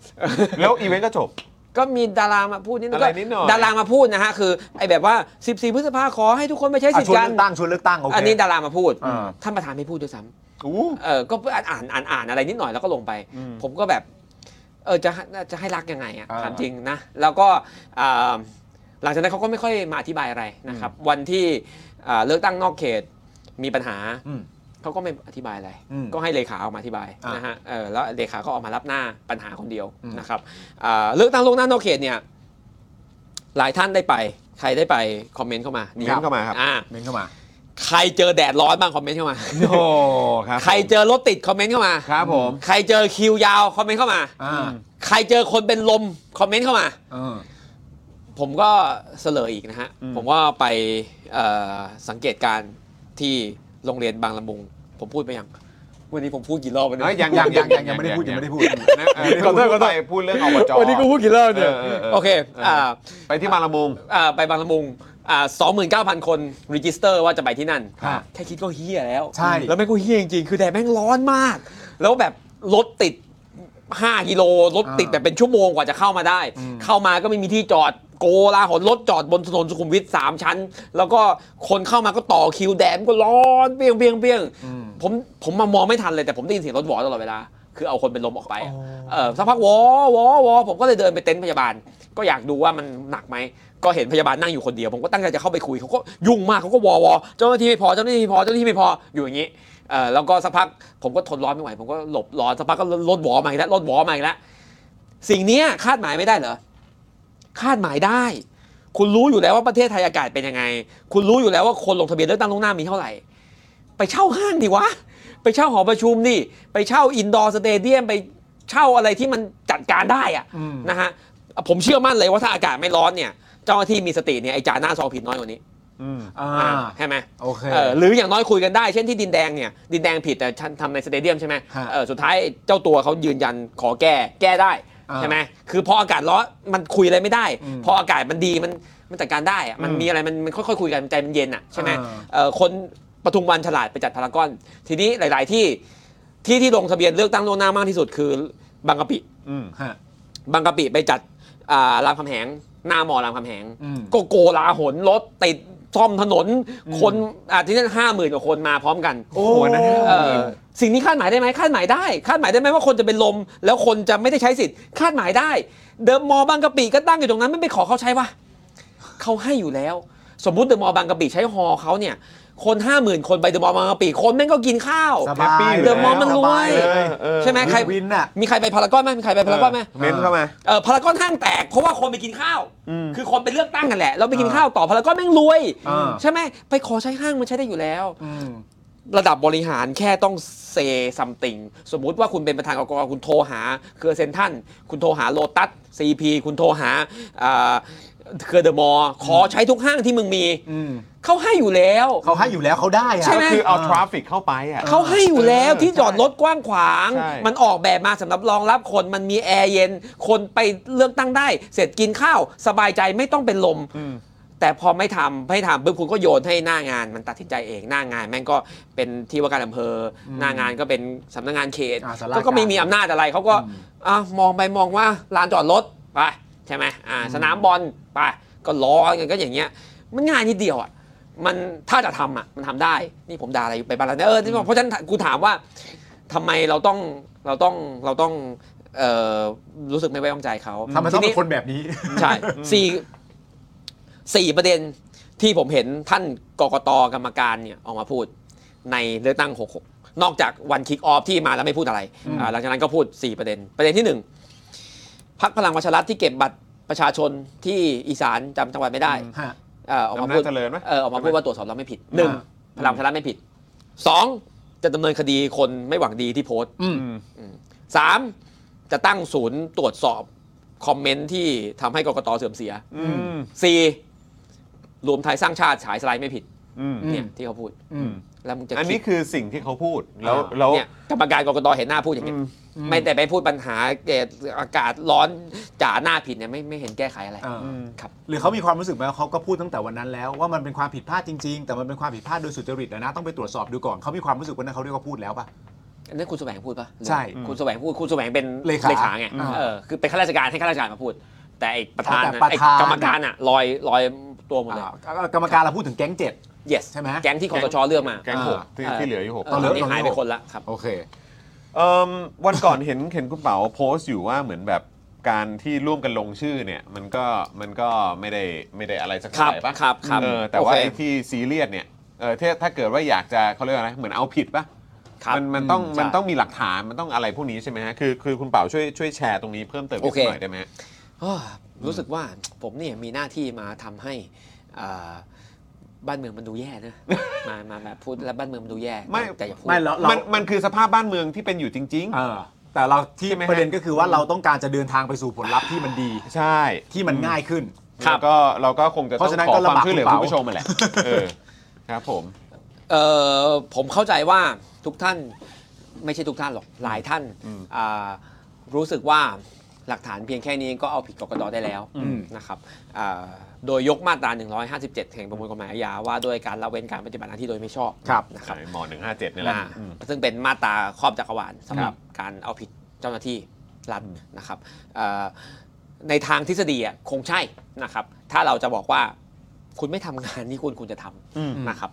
แล้วอีเวนต์ก็จบ
ก็มีดารามาพูดนิดนึง
อะไร
ก็
นิดหน่อย
ดารามาพูดนะฮะคือไอ้แบบว่า 14 พฤษภาขอให้ทุกคนไปใช้สิ
อ่ะ
ท
ชว
ธิ์
นเลื
กัน
อกตั้งชวนเลือกตั้งโอเค
อันนี้ดารามาพูด
อ่า
ท่านประธานไม่พูดด้วยซ้ำ
อู้
เออก็อ่านอ่านอ่านอ่านอะไรนิดหน่อยแล้วก็ลงไป
อืม
ผมก็แบบ เออจะให้จะให้รักยังไงอะ
อ่า
ถามจริงนะ แล้วก็อ่าหลังจากนั้นเขาก็ไม่ค่อยมาอธิบายอะไรนะครับ วันที่อ่าเลือกตั้งนอกเขตมีปัญหา
อืม
เขาก็ไม่อธิบายอะไร
อืม
ก็ให้เลขาออกมาอธิบาย
อ่าน
นะฮะเออแล้วเลขาก็ออกมารับหน้าปัญหาคนเดียว
อืม
นะครับอ่าเลือกตั้งลวงหน้านอกเขตเนี่ยหลายท่านได้ไป ใครได้ไปคอมเมนต์เข้ามา
เม้นต์เข้ามาครับ
อ่า
เมนเข้ามา
ใครเจอแดดร้อนบ้างคอมเมนต์เข้ามา
โอ้ครับ
ใครเจอรถติดคอมเมนต์เข้ามา
ครับผม
ใครเจอคิวยาวคอมเมนต์เข้ามา
อ่า
ใครเจอคนเป็นลมคอมเมนต์เข้ามา
เออ
ผมก็เสลยอีกนะฮะ
อืม
ผมก็ไปเอ่อสังเกตการณ์ที่โรงเรียนบางละมุง ผมพูดไปยัง วันนี้ผมพูดกี่รอบวะเนี่
เอ้ยยังยังยังยังยังไม่ได้พูดยังไม่ได้พูดนะเออ
ขอโทษขอโทษ
ไปพูดเรื่องอบจ
วันนี้กูพูดกี่รอบเนี่ย
เออเออเออ
โอเค
เอออ่
อ่า
ไปที่บางละมุง
อ่าไปบางละมุงอ่า29,000 คนรีจิสเตอร์ว่าจะไปที่นั่น
ครับ
แค่คิดก็เฮี้ยแล้ว
ใช่
แล้วแม่งก็เฮี้ยจริงๆ คือแดดแม่งร้อนมาก แล้วแบบรถติด 5 กิโลรถติด
อ่า
แบบเป็นชั่วโมงกว่าจะเข้ามาได้
อืม
เข้ามาก็ไม่มีที่จอดโกลาหลรถจอดบนถนนสุขุมวิท3ชั้น แล้วก็คนเข้ามาก็ต่อคิวแดดมันก็ร้อนเปรียงเปรียงเปรียง
อืม
ผมผมมามองไม่ทันเลยแต่ผมได้ยินเสียงรถหวอตลอดเวลา คือเอาคนเป็นลมออกไปอะ
อ๋อ
เออสักพักหวอหวอหวอผมก็เลยเดินไปเต็นท์พยาบาล ก็อยากดูว่ามันหนักไหมก็เห็นพยาบาลนั่งอยู่คนเดียวผมก็ตั้งใจจะเข้าไปคุยเขาก็ยุ่งมากเขาก็วอวอเจ้าหน้าที่ไม่พอเจ้าหน้าที่ไม่พอเจ้าหน้าที่ไม่พออยู่อย่างนี้เออแล้วก็สักพักผมก็ทนร้อนไม่ไหวผมก็หลบร้อนสักพักก็ลดหวอมาอีกแล้วลดหวอมาอีกแล้วสิ่งเนี้ยคาดหมายไม่ได้เหรอคาดหมายได้ คุณรู้อยู่แล้วว่าประเทศไทยอากาศเป็นยังไง คุณรู้อยู่แล้วว่าคนลงทะเบียนเลือกตั้งล่วงหน้ามีเท่าไหร่ ไปเช่าห้างดีวะ ไปเช่าหอประชุมนี่ ไปเช่าอินดอร์สเตเดียมไปเช่าอะไรที่มันจัดการได้อะ
อืม
นะฮะผมเชื่อมั่นเลยว่าถ้าอากาศไม่ร้อนเนี่ย เจ้าหน้าที่มีสติเนี่ยไอ้จ่าหน้าซองผิดน้อยกว่านี้
อ่า
ใช่ไหม
โอเค
เออหรืออย่างน้อยคุยกันได้ เช่นที่ดินแดงเนี่ยดินแดงผิดแต่ฉันทำในสเตเดียมใช่ไหม
ฮะ
เออสุดท้ายเจ้าตัวเขายืนยันขอแก้แก้ได้
อ่า
ใช่ไหมคือพออากาศร้อนมันคุยอะไรไม่ได้
อืม
พออากาศมันดีมันมันจัดการได้อะมัน
อืม
มีอะไรมันมันค่อยๆคุยกันใจมันเย็นอ่ะใช่ไหม
อ่า
เออคนปทุมวันฉลาดไปจัดพารากอน ทีนี้หลาย ๆ ที่ที่ที่ลงทะเบียนเลือกตั้งล่วงหน้ามากที่สุดคือบางกะปิ
ฮะ
บางกะปิไปจัดอ่ารามคำแหง หน้ามอรามคำแหง
อืม
ก็โกลาหนรถติดซ่อมถนน คนอาที่นั่นห้าหมื่นกว่าคนมาพร้อมกัน
โอ้
เออสิ่งนี้คาดหมายได้ไหมคาดหมายได้ คาดหมายได้ไหมว่าคนจะเป็นลม แล้วคนจะไม่ได้ใช้สิทธิ์คาดหมายได้ เดิมมอบางกะปิก็ตั้งอยู่ตรงนั้นไม่ไปขอเขาใช้วะเขาให้อยู่แล้ว สมมุติเดิมมอบางกะปิใช้ฮอเขาเนี่ย คนห้าหมื่นคนไปเดิมมอบางกะปิคนแม่งก็กินข้าว
สบาย
Happy
เดอะมอลล์มันรวย
สบาเลย
เออ
ใช่ไหมใคร
วินน่ะ
มีใครไปพารากอนไหมมีใครไปพารากอนไหม
เม้นเข้ามา
เออพารากอนห้างแตกเพราะว่าคนไปกินข้าว
อืม
คือคนไปเลือกตั้งกันแหละ แล้วไปกิน
อ่า
ข้าวต่อพารากอนแม่งรวย
อ่า
ใช่ไหมไปขอใช้ห้างมันใช้ได้อยู่แล้ว
อืม
ระดับบริหารแค่ต้องเซซัมติงสมมุติว่าคุณเป็นประธานกกตคุณโทรหา เครือเซนทรันคุณโทรหาโลตัสซีพีคุณโทรหาอ่าเครือเดอะมอลล์ขอใช้ทุกห้างที่มึงมี
อืม
เขาให้อยู่แล้ว
เขาให้อยู่แล้วเขาได้อะ
ใช่ไหม
คือเอาทราฟิกเข้าไปอ่ะ
เขาให้อยู่แล้ว
เออ
ที่จอดรถกว้างขวาง
ใช่
มันออกแบบมาสำหรับรองรับคนมันมีแอร์เย็น คนไปเลือกตั้งได้ เสร็จกินข้าว สบายใจไม่ต้องเป็นลม
อืม
แต่พอไม่ทำไม่ทำปุ๊บคุณก็โยนให้หน้างานมันตัดสินใจเองหน้างานแม่งก็เป็นที่ว่าการอำเภออหน้างานก็เป็นสำนักงานเขต
อ่าสำนักงาน
ก็ก็ไม่มีอำนาจอะไรเขาก็
อืม
อ่ะมองไปมองว่าลานจอดรถไปใช่ไหมอ่าสนามบอลไปก็ร้อนกันก็อย่างเงี้ย มันง่ายนิดเดียวอ่ะมันถ้าจะทำอ่ะมันทำได้นี่ผมด่าอะไรไปบ้างแล้วเนี่ยเออที่บอกเพราะฉะนั้นกูถามว่าทำไมเราต้องเราต้องเราต้องเอ่อรู้สึกไม่ไว้วางใจเขา
ทำไมต้องเป็นคนแบบนี้
ใช่สี่สี่ประเด็นที่ผมเห็นท่านกกตกรรมการเนี่ยออกมาพูดในเลือกตั้ง 66 นอกจากวันคิกออฟที่มาแล้วไม่พูดอะไรอ่าหลังจากนั้นก็พูด 4 ประเด็น ประเด็นที่ 1 พักพลังประชารัฐที่เก็บบัตรประชาชนที่อีสานจำจังหวัดไม่ได้
ฮะ
เอ่อออกมาพูด
อำนาจเจริญไหม
เออออกมาพูดว่าตรวจสอบเราไม่ผิดหนึ่งพลังประชารัฐไม่ผิดสองจะดำเนินคดีคนไม่หวังดีที่โพสต์
อืม
อืมสามจะตั้งศูนย์ตรวจสอบคอมเมนต์ที่ทำให้กกตเสื่อมเสีย
อืม
สี่รวมไทยสร้างชาติฉายสไลด์ไม่ผิด
อืม
เนี่ยที่เขาพูด
อืม
แล้วมึงจะ
อัน
คิ
นี้
ด
คือสิ่งที่เขาพูดแล้วแล้ว
เนี่ยกรรมการกกตเห็นหน้าพูดอย่างเงี้ยไม่แต่ไปพูดปัญหาเกตอากาศร้อนจ่าหน้าผิดเนี่ยไม่ไม่เห็นแก้ไขอะไร
อ่า
ครับ
หรือเขามีความรู้สึกไหมว่าเขาก็พูดตั้งแต่วันนั้นแล้ว ว่ามันเป็นความผิดพลาดจริง ๆ แต่มันเป็นความผิดพลาดโดยสุจริตนะนะต้องไปตรวจสอบดูก่อนเขามีความรู้สึกวันนั้นเขาเรียกว่าพูดแล้วปะ
อันนั้นคุณแสวงพูดปะ
ใช่
คุณแสวงพูด คุณแสวงเป็น
เลขา
ไง
อ่า
เออคือเป็นข้าราชการให้ข้าราชการมาพูด แต่ไอ้ประธาน
แต่
น่ะ
ประธาน
ไอ้กรรมการอ่ะลอยลอยตัวหมดเลย
อ่ากรรมการเราพูดถึงแก๊งเจ็ด
yes
ใช่ไหม
แก๊งที่คอสชเลือกมา
แก๊งหกที่ที่เหลืออยู่หก
ตอนเหลือ
นี้
ตอนเหลือ
หายไปคนละครับ
โอเค
เอิ่มวันก่อนเห็นเห็นคุณเป๋าโพสต์อยู่ว่าเหมือนแบบการที่ร่วมกันลงชื่อเนี่ยมันก็มันก็ไม่ได้ไม่ได้อะไรสักเท่าไหร่ปะ
ครับครับ
เออแต่ว่า
โอเค
ไอ้ที่ซีเรียสเนี่ยเออถ้าถ้าเกิดว่าอยากจะเขาเรียกว่าอะไรเหมือนเอาผิดปะ
ครับ
มันมันต้อง
อืมใช่
มันต้องมีหลักฐานมันต้องอะไรพวกนี้ใช่ไหมฮะคือคือคุณเป๋าช่วยช่วยแชร์ตรงนี้เพิ่มเติม
โอ
อีก
เค
หน่อยได้ไหมฮะ
อ้อรู้สึกว่าผมเนี่ยมีหน้าที่มาทำให้อ่าบ้านเมืองมันดูแย่นะ มามาแบบพูดแล้วบ้านเมืองมันดูแย่
ไม่
แต่อย่าพูด
ไม่เราเราม
มันมันคือสภาพบ้านเมืองที่เป็นอยู่จริง
เออแต่เราที่
ใช่ไหมฮะ
ประเด็นก็คือว่าเราต้องการจะเดินทางไปสู่ผลลัพธ์ที่มันดี
ๆ ใช่
ที่มันง่ายขึ้น
ครับ
แล้วก็เราก็คงจะ
เพ
ต้อง
ราะฉะนั้น
ขอ
ก็
ความ
ลำบาก
ช่วยเหลือ
คุณ
คุ
เป๋า
ณผู้ชมมาแหละเออครับผม
เออผมเข้าใจว่าทุกท่านไม่ใช่ทุกท่านหรอกหลายท่าน
อืม
อ่ารู้สึกว่าหลักฐานเพียงแค่นี้ก็เอาผิดกกตได้แล้ว
อืม
นะครับอ่าโดยยกมาตรา 157 แห่งประมวลกฎหมายอาญาว่าด้วยการละเว้นการปฏิบัติหน้าที่โดยไม่ชอบ
ครับ
นะครับ
หมอหนึ่งห้าเจ็ดนี่แหละ
อ่า
อืม
ซึ่งเป็นมาตราครอบจักรวาลสำหรับ
ครับ
การเอาผิดเจ้าหน้าที่รัฐนะครับเอ่อในทางทฤษฎีอะคงใช่นะครับ ถ้าเราจะบอกว่าคุณไม่ทำงานที่คุณคุณจะทำ
อืม
นะครับ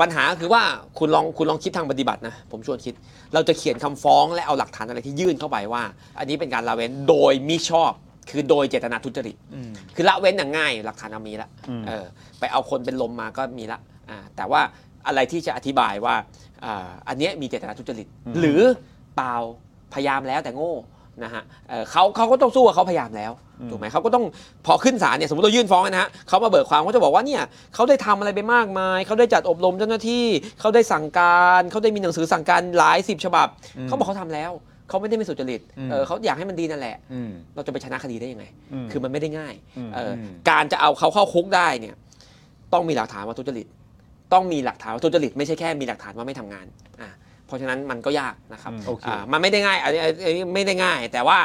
ปัญหาคือว่าคุณลองคุณลองคิดทางปฏิบัตินะผมชวนคิด เราจะเขียนคำฟ้องและเอาหลักฐานอะไรที่ยื่นเข้าไปว่า อันนี้เป็นการละเว้นโดยมิชอบ คือโดยเจตนาทุจริตคือละเว้นอย่างง่าย หลักฐานเรามีละเออไปเอาคนเป็นลมมาก็มีละอ่าแต่ว่าอะไรที่จะอธิบายว่าอ่าอันเนี้ยมีเจตนาทุจริต หรือเปล่าพยายามแล้วแต่โง่นะฮะเออเขาเขาก็ต้องสู้ว่าเขาพยายามแล้วถูกไหมเขาก็ต้องพอขึ้นศาลเนี่ยสมมติเรายื่นฟ้องนะฮะเขามาเบิกความเขาจะบอกว่าเนี่ย เขาได้ทำอะไรไปมากมาย เขาได้จัดอบรมเจ้าหน้าที่ เขาได้สั่งการ เขาได้มีหนังสือสั่งการหลายสิบฉบับ เขาบอกเขาทำแล้ว เขาไม่ได้ไม่สุจริต เออเขาอยากให้มันดีนั่นแหละ
อืม
เราจะไปชนะคดีได้ยังไง
อืม
คือมันไม่ได้ง่าย
อืม
เอออ
ม
การจะเอาเขาเข้าคุกได้เนี่ย ต้องมีหลักฐานว่าทุจริต ต้องมีหลักฐานว่าทุจริตไม่ใช่แค่มีหลักฐานว่าไม่ทำงาน อ่ะ เพราะฉะนั้นมันก็ยากนะครับ
อืม
โอเค
อ่ามันไม่ได้ง่ายอันนี้อันนี้ไม่ได้ง่าย แต่ว่า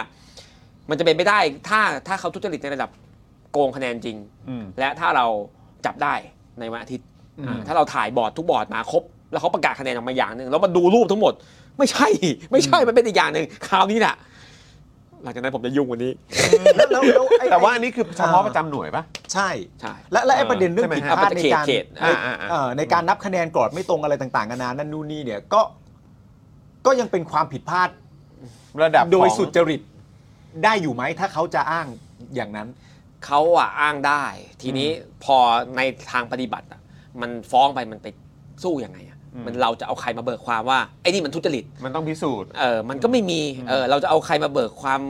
มันจะเป็นไปได้ถ้าถ้าเขาทุจริตในระดับโกงคะแนนจริง
อืม
และถ้าเราจับได้ในวันอาทิตย์อ่าถ้าเราถ่ายบอร์ดทุกบอร์ดมาครบ แล้วเขาประกาศคะแนนออกมาอย่างหนึ่งแล้วมาดูรูปทั้งหมด ไม่ใช่ ไม่ใช่มันเป็นอีกอย่างหนึ่งคราวนี้น่ะ หลังจากนั้นผมจะยุ่งกวันนี้
แล้วแล้วแล้วไอ้
แต่ว่าอันนี้คือเฉพาะประจำหน่วยปะ
ใช่
ใช่
และและไอ้ประเด็นเรื่อ
ใช่
ง
ไหม
ผิด
ฮะ
พลาดในการ
เขตเขตอ่าอ่าอ่า
เอ่อในการนับคะแนนกรอดไม่ตรงอะไรต่างๆกันานานั่นนู่นนี่เนี่ยก็ก็ยังเป็นความผิดพลาด
ระดับ
โดย
ของ
สุจริตได้อยู่ไหมถ้าเขาจะอ้างอย่างนั้น
เขาอ่ะอ้างได้ ทีนี้พอในทางปฏิบัติอ่ะมันฟ้องไปมันไปสู้ยังไงอ่ะมันเราจะเอาใครมาเบิกความว่าไอ้นี่มันทุจริต
มันต้องพิสูจน์
เออมันก็ไม่มี เออเราจะเอาใครมาเบิกความ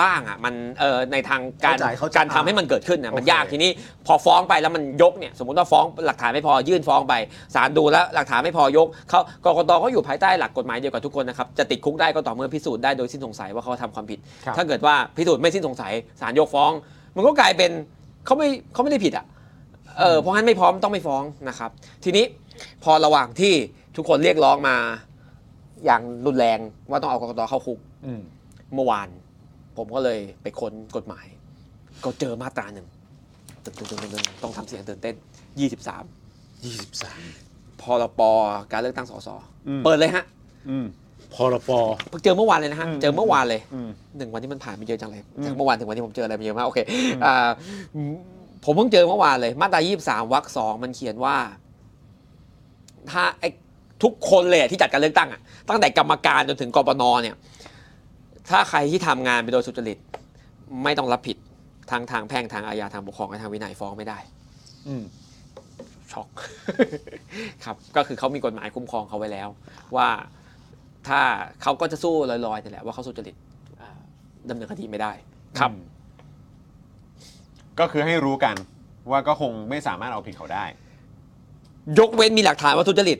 บ้างอ่ะ มัน เออในทางการ
เข้าใจเข้าใจ
การทำให้มันเกิดขึ้นอ่ะ มัน
โอเค
ยากทีนี้ พอฟ้องไปแล้วมันยกเนี่ย สมมติว่าฟ้องหลักฐานไม่พอยื่นฟ้องไป ศาลดูแล้วหลักฐานไม่พอยกเขากกตเขาอยู่ภายใต้หลักกฎหมายเดียวกับทุกคนนะครับ จะติดคุกได้ก็ต่อเมื่อพิสูจน์ได้โดยสิ้นสงสัยว่าเขาทำความผิด
ครับ
ถ้าเกิดว่าพิสูจน์ไม่สิ้นสงสัยศาลยกฟ้อง มันก็กลายเป็นเขาไม่เขาไม่ได้ผิดอ่ะ เออเพราะงั้นไม่พร้อมต้องไม่ฟ้องนะครับ ทีนี้พอระหว่างที่ทุกคนเรียกร้องมาอย่างรุนแรงว่าต้องเอากรกตเข้าคุก
อืม
เมื่อวาน ผมก็เลยไปค้นกฎหมาย ก็เจอมาตราหนึ่งตึงตึงตึงตึงตึงต้องทำเสียงตื่นเต้น 23 23พรปการเลือกตั้งสส
อืม
เปิดเลยฮะ
อืม
พรป
เพิ่งเจอเมื่อวานเลยนะฮะ
อืม
เจอเมื่อวานเลย
อืม
หนึ่งวันที่มันผ่านไปเยอะจังเลย
อืม
จากเมื่อวานถึงวันที่ผมเจออะไรมาเยอะมากโอเคอ่า ผมเพิ่งเจอเมื่อวานเลย มาตรา23วรรคสองมันเขียนว่า ถ้าไอ้ทุกคนเลยอะที่จัดการเลือกตั้งอะตั้งแต่กรรมการจนถึงกปนเนี่ย ถ้าใครที่ทำงานไปโดยสุจริต ไม่ต้องรับผิดทางทางแพ่งทางอาญาทางปกครองและทางวินัยฟ้องไม่ได้
อืม
ช็อก ครับ ก็คือเขามีกฎหมายคุ้มครองเขาไว้แล้ว ว่าถ้าเขาก็จะสู้ลอยๆนี่แหละว่าเขาสุจริตอ่าดำเนินคดีไม่ได้ ครับ
ก็คือให้รู้กันว่าก็คงไม่สามารถเอาผิดเขาได้
ยกเว้นมีหลักฐานว่าทุจริต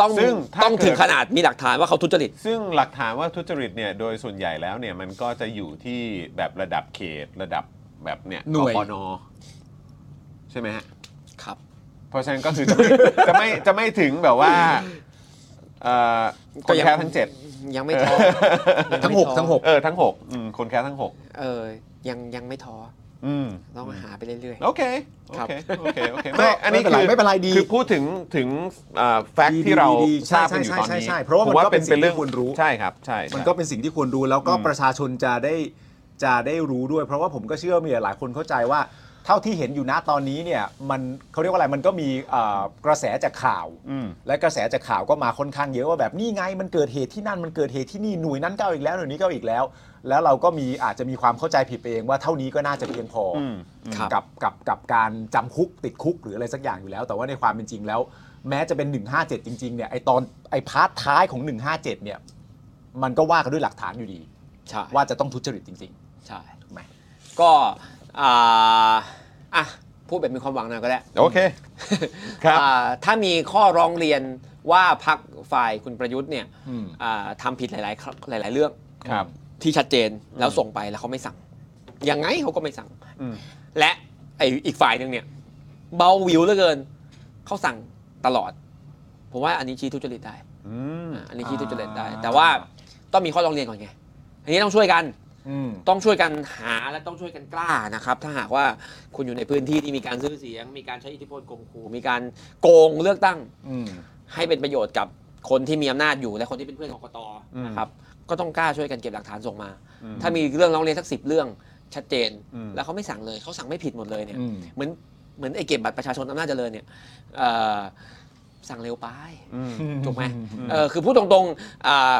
ต้อง
ซึ่งถ้า
ต้องถึง
เกิด
ขนาดมีหลักฐานว่าเขาทุจริต
ซึ่งหลักฐานว่าทุจริตเนี่ยโดยส่วนใหญ่แล้วเนี่ยมันก็จะอยู่ที่แบบระดับเขตระดับแบบเนี่ย
หน่วย
กปนใช่ไหมฮะ
ครับ
เพราะฉะนั้นก็คือจะไม่ จะไม่ จะไม่ถึงแบบว่าเอ่อค
ก็
น
ยัง
แค้ทั้งเจ็ด
ยังไม่ ท้อยังไม่
ทั้งหก
ท้อ
ทั้งหก
เออทั้งหกอืมคนแค้ทั้งหก
เออ ยังยังไม่ท้อ
อืม
ต้องหาไปเรื่อย
โอเคโอ
ครับ
เคโอเคโอเค
ก็
ไม่อันนี้
ไม่เป็นไร
คือ
ไม่เป็นไรดี
คือพูดถึงถึงแฟก
ดี
ที่เรา
ดีดี
ทราบกันอยู่
ใช่
ตอนนี้
ใช่ใช่ใช่เพราะว่ามัน
ผ
ก็เป็นสิ่งที่ควรรู้
ใช่ครับใช่ใช่
มันก็เป็นสิ่งที่ควรรู้แล้วก็
อืม
ประชาชนจะได้จะได้รู้ด้วย เพราะว่าผมก็เชื่อว่ามีหลายคนเข้าใจว่า เท่าที่เห็นอยู่นะตอนนี้เนี่ยมันเขาเรียกว่าอะไรมันก็มีเอ่อกระแสจากข่าว
อืม
และกระแสจากข่าวก็มาค่อนข้างเยอะว่าแบบนี่ไงมันเกิดเหตุที่นั่นมันเกิดเหตุที่นี่หน่วยนั้นก็เอาอีกแล้วหน่วยนี้ก็เอาอีกแล้ว แล้วเราก็มีอาจจะมีความเข้าใจผิดไปเองว่าเท่านี้ก็น่าจะเพียงพออ
ม
ครับ
กับกับกับการจำคุกติดคุกหรืออะไรสักอย่างอยู่แล้ว แต่ว่าในความเป็นจริงแล้ว แม้จะเป็น 157 จริงๆเนี่ยไอตอนไอพาร์ทท้ายของ 157 เนี่ยมันก็ว่ากันด้วยหลักฐานอยู่ดี
ๆ ใช่
ว่าจะต้องทุจริตจริง
ใช่
ถูกไหม
ก็อ่าอ่ะพูดแบบมีความหวังหน่อยก็ได้
โอเค ครับ
อ่าถ้ามีข้อร้องเรียนว่าพักฝ่ายคุณประยุทธ์เนี่ย
ๆอืม
อ่าทำผิดหลายๆครหลาย ๆ เรื่อง
ครับ
ที่ชัดเจนแล้วส่งไปแล้วเขาไม่สั่ง ยังไงเขาก็ไม่สั่ง
อืม
และไออีกฝ่ายหนึ่งเนี่ยเบาหวิวเหลือเกินเขาสั่งตลอด ผมว่าอันนี้ชี้ทุจริตได้
อืม
อ่าอันนี้ชี้ทุจริตได้
อ่า
แต่ว่าต้องมีข้อร้องเรียนก่อนไงอันนี้ต้องช่วยกัน
อืม
ต้องช่วยกันหาและต้องช่วยกันกล้านะครับ ถ้าหากว่าคุณอยู่ในพื้นที่ที่มีการซื้อเสียง มีการใช้อิทธิพลข่มขู่มีการโกงเลือกตั้ง
อืม
ให้เป็นประโยชน์กับคนที่มีอำนาจอยู่และคนที่เป็นเพื่อนของกตนะครับก็ต้องกล้าช่วยกันเก็บหลักฐานส่งมา
อืม
ถ้ามีเรื่องร้องเรียนสักสิบเรื่องชัดเจน
อืม
แล้วเขาไม่สั่งเลยเขาสั่งไม่ผิดหมดเลยเนี่ย
อืม
เหมือนเหมือนไอ้เก็บบัตรประชาชนอำนาจเจริญเนี่ยเอ่อสั่งเร็วไป
อืม
ถูกไหมเออคือพูดตรงๆอ่า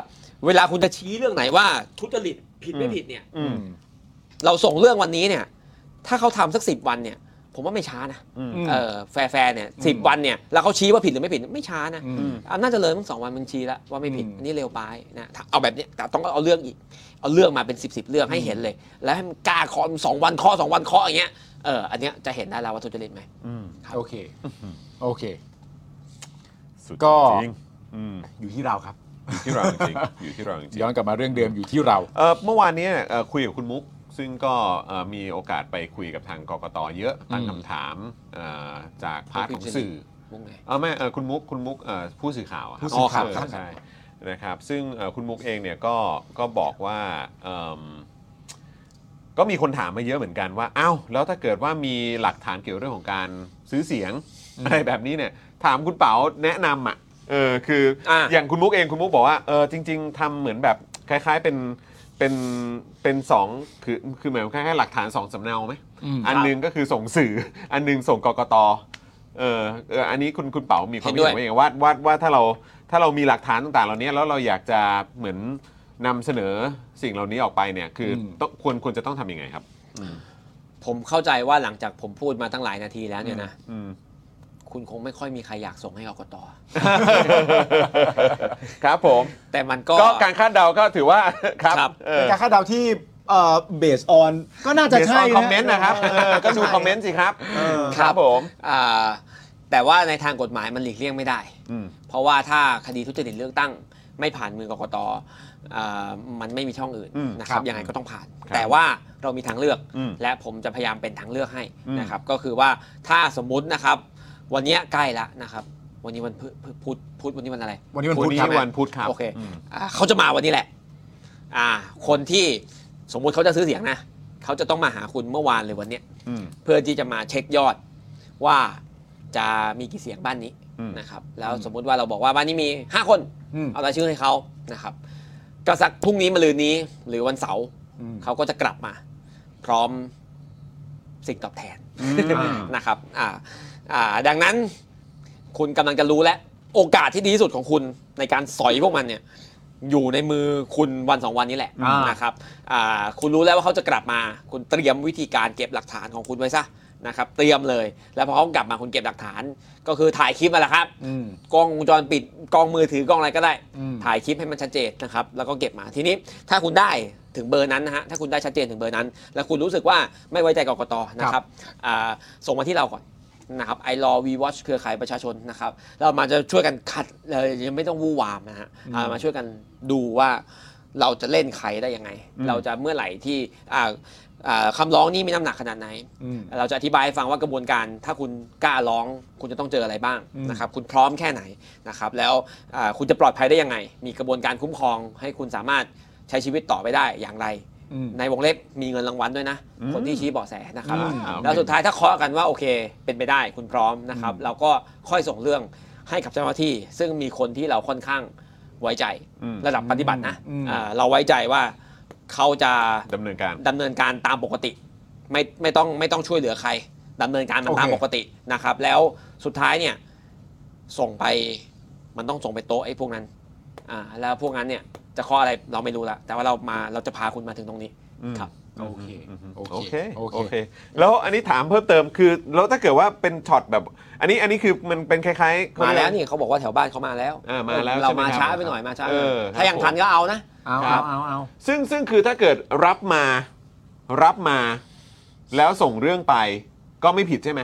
เวลาคุณจะชี้เรื่องไหนว่าทุจริตผิดไม่
อืม
ผิดเนี่ย
อืม
เราส่งเรื่องวันนี้เนี่ยถ้าเขาทำสักสิบวันเนี่ยผมว่าไม่ช้านะ
อืม
เออแฟร์ๆเนี่ยสิบ
อืม
วันเนี่ยแล้วเขาชี้ว่าผิดหรือไม่ผิดไม่ช้านะ
อืม
อำนาจเจริญทั้งสองวันมึงชี้แล้วว่าไม่ผิด
อืม
อันนี้เร็วไปนะถ้าเอาแบบเนี้ยแต่ต้องเอาเรื่องอีก เอาเรื่องมาเป็นสิบสิบเรื่องให้เห็นเลย แล้วให้มันกล้าเคาะสองวันเคาะสองวันเคาะอย่างเงี้ยเอออันเนี้ยจะเห็นได้แล้วว่าทุจริตไหม
โอเคโอเค
สุด
ก็
จริงอืม
อยู่ที่เราครับ
อยู่ที่เราจริงๆอยู่ที่เราจริง
ย้อนกลับมาเรื่องเดิมอยู่ที่เรา
ๆเอ่อเมื่อวานเนี้ยเอ่อคุยกับคุณมุก ซึ่งก็เอ่อมีโอกาสไปคุยกับทางกกตเยอะตั้งคำถามเอ่อจากพาร์ทของสื่อ
วงไหน
เออไม่เออคุณมุกคุณมุกเอ่อผู้สื่อข่าวอะครับ
ผู้สื่อข่าวครับ
เใช่นะครับ ซึ่งเอ่อคุณมุกเองเนี่ยก็ก็บอกว่าเอิ่มก็มีคนถามมาเยอะเหมือนกันว่าอ้าวแล้วถ้าเกิดว่ามีหลักฐานเกี่ยวเรื่องของการซื้อเสียงอะไรแบบนี้เนี่ยถามคุณเป๋าแนะนำอ่ะเออคือ
อ่ะ
อย่างคุณมุกเองคุณมุกบอกว่าเออจริง ๆทำเหมือนแบบคล้ายๆเป็นเป็นเป็นสองคือคือหมายความคล้ายๆหลักฐานสองสำเนาไหม อันหนึงก็คือส่งสื่อ อันหนึงส่งกกตเออเอออันนี้คุณคุณเป๋ามีความคิด
เห็นด้วย
เห็นว่าอย่างว่าว่าว่าถ้าเราถ้าเรามีหลักฐานต่างๆ เหล่านี้แล้วเราอยากจะเหมือนนำเสนอสิ่งเหล่านี้ออกไปเนี่ยคืออ
ม
ต้องควรควรจะต้องทำยังไงครับ
ผมเข้าใจว่าหลังจากผมพูดมาตั้งหลายนาทีแล้วเนี่ยนะ
อืม
คุณคงไม่ค่อยมีใครอยากส่งให้กกต
ครับผม
แต่มันก็
ก็การคาดเดาก็ถือว่า ครับ
ครับ
เอ
เป็
อน
การคาดเดาที่เบสออนก็น่าจะ
เดี๋ยว
ใช่
ตอนคอมเมนต์นะครับเออก็ดูคอมเมนต์สิครับครับผม
อ่าแต่ว่าในทางกฎหมายมันหลีกเลี่ยงไม่ได้
อืม
เพราะว่าถ้าคดีทุจริตเลือกตั้งไม่ผ่านมือกกตอ่ามันไม่มีช่องอื่น
อืม
นะค
ครั
รับบ ยังไงก็ต้องผ่าน
ครับ
แต่ว่าเรามีทางเลือก
อืม
และผมจะพยายามเป็นทางเลือกให้
อืม
นะครับก็คือว่าถ้าสมมุตินะครับ วันเนี้ยใกล้ละนะครับ วันนี้วันพฤพฤพุธพุธวันนี้วันอะไร
วันนี้มัน
วั
พู
น
ด
นี้
ครับ
วันพุธครับ
โอเค
ม
อ่าเขาจะมาวันนี้แหละอ่าคนที่สมมุติเขาจะซื้อเสียงนะเขาจะต้องมาหาคุณเมื่อวานเลยวันเนี้ย
อืม
เพื่อที่จะมาเช็คยอดว่าจะมีกี่เสียงบ้านนี้
อืม
นะครับแล้วสมมุติว่าเราบอกว่าบ้านนี้มี 5 คน
อืม
เอารายชื่อให้เขานะครับก็สักพรุ่งนี้มะรืนนี้หรือวันเสาร์เขาก็จะกลับมา พร้อม สิ่งตอบแทน
อืม
นะครับอ่าอ่าดังนั้นคุณกำลังจะรู้และโอกาสที่ดีที่สุดของคุณในการสอยพวกมันเนี่ยอยู่ในมือคุณวันสองวันนี้แหละ
อ่าน
นะครับอ่าคุณรู้แล้วว่าเขาจะกลับมา คุณเตรียมวิธีการเก็บหลักฐานของคุณไว้ซะนะครับเตรียมเลย แล้วพอเขากลับมาคุณเก็บหลักฐาน ก็คือถ่ายคลิปมาแหละครับ
อืม
กล้องวงจรปิดกล้องมือถือกล้องอะไรก็ได้
อืม
ถ่ายคลิปให้มันชัดเจนนะครับ แล้วก็เก็บมาทีนี้ ถ้าคุณได้ถึงเบอร์นั้นนะฮะถ้าคุณได้ชัดเจนถึงเบอร์นั้น แล้วคุณรู้สึกว่าไม่ไว้ใจกกตนะครับอ่าส่งมาที่เราก่อนนะครับไอรอวีวอชเครือข่ายประชาชนนะครับเรามาจะช่วยกันคัดเลยยังไม่ต้องวู่วามนะฮะอ่ามาช่วยกันดูว่าเราจะเล่นใครได้ยังไง เราจะเมื่อไหร่ที่อ่าอ่าคำร้องนี้มีน้ำหนักขนาดไหน
อืม
เราจะอธิบายให้ฟังว่ากระบวนการถ้าคุณกล้าร้อง คุณจะต้องเจออะไรบ้าง
อืม
นะครับคุณพร้อมแค่ไหนนะครับแล้วอ่าคุณจะปลอดภัยได้ยังไง มีกระบวนการคุ้มครองให้คุณสามารถใช้ชีวิตต่อไปได้อย่างไร
อืม
ในวงเล็บมีเงินรางวัลด้วยนะ คนที่ชี้เบาะแสนะครับ
อืม
แล้วสุดท้ายถ้าเคาะกันว่าโอเคเป็นไปได้คุณพร้อมนะครับเราก็ค่อยส่งเรื่องให้กับเจ้าหน้าที่ ซึ่งมีคนที่เราค่อนข้างไว้ใจระดับปฏิบัตินะอ่าเราไว้ใจว่าเขาจะ
ดำเนินการ
ดำเนินการตามปกติ ไม่ไม่ต้องไม่ต้องช่วยเหลือใครดำเนินการมันตาม
โอเค
ปกตินะครับ แล้วสุดท้ายเนี่ยส่งไปมันต้องส่งไปโต๊ะไอ้พวกนั้นอ่าแล้วพวกนั้นเนี่ยจะข้ออะไรเราไม่รู้ละแต่ว่าเรามาเราจะพาคุณมาถึงตรงนี้ ครับ
โอเคโอ
โอ
เค
เค
โอ
โอ
เค
เค แล้วอันนี้ถามเพิ่มเติมคือ แล้วถ้าเกิดว่าเป็นช็อตแบบ อันนี้อันนี้คือมันเป็นคล้ายๆเข
มา
เรียก
แล้วนี่เขาบอกว่าแถวบ้านเขามาแล้ว
อ่ามาแล้ว
เรา
ใช่ไหม
มา
ครับ
ช้าไปหน่อยมาช้าไป
เอ
หน่
อ
อย
ครับ
ถ้ายังทันก็เอานะ
เอา
ครั
เอา
บ
เอาเอา
ซึ่งซึ่งคือถ้าเกิดรับมารับมา แล้วส่งเรื่องไป ก็ไม่ผิดใช่ไหม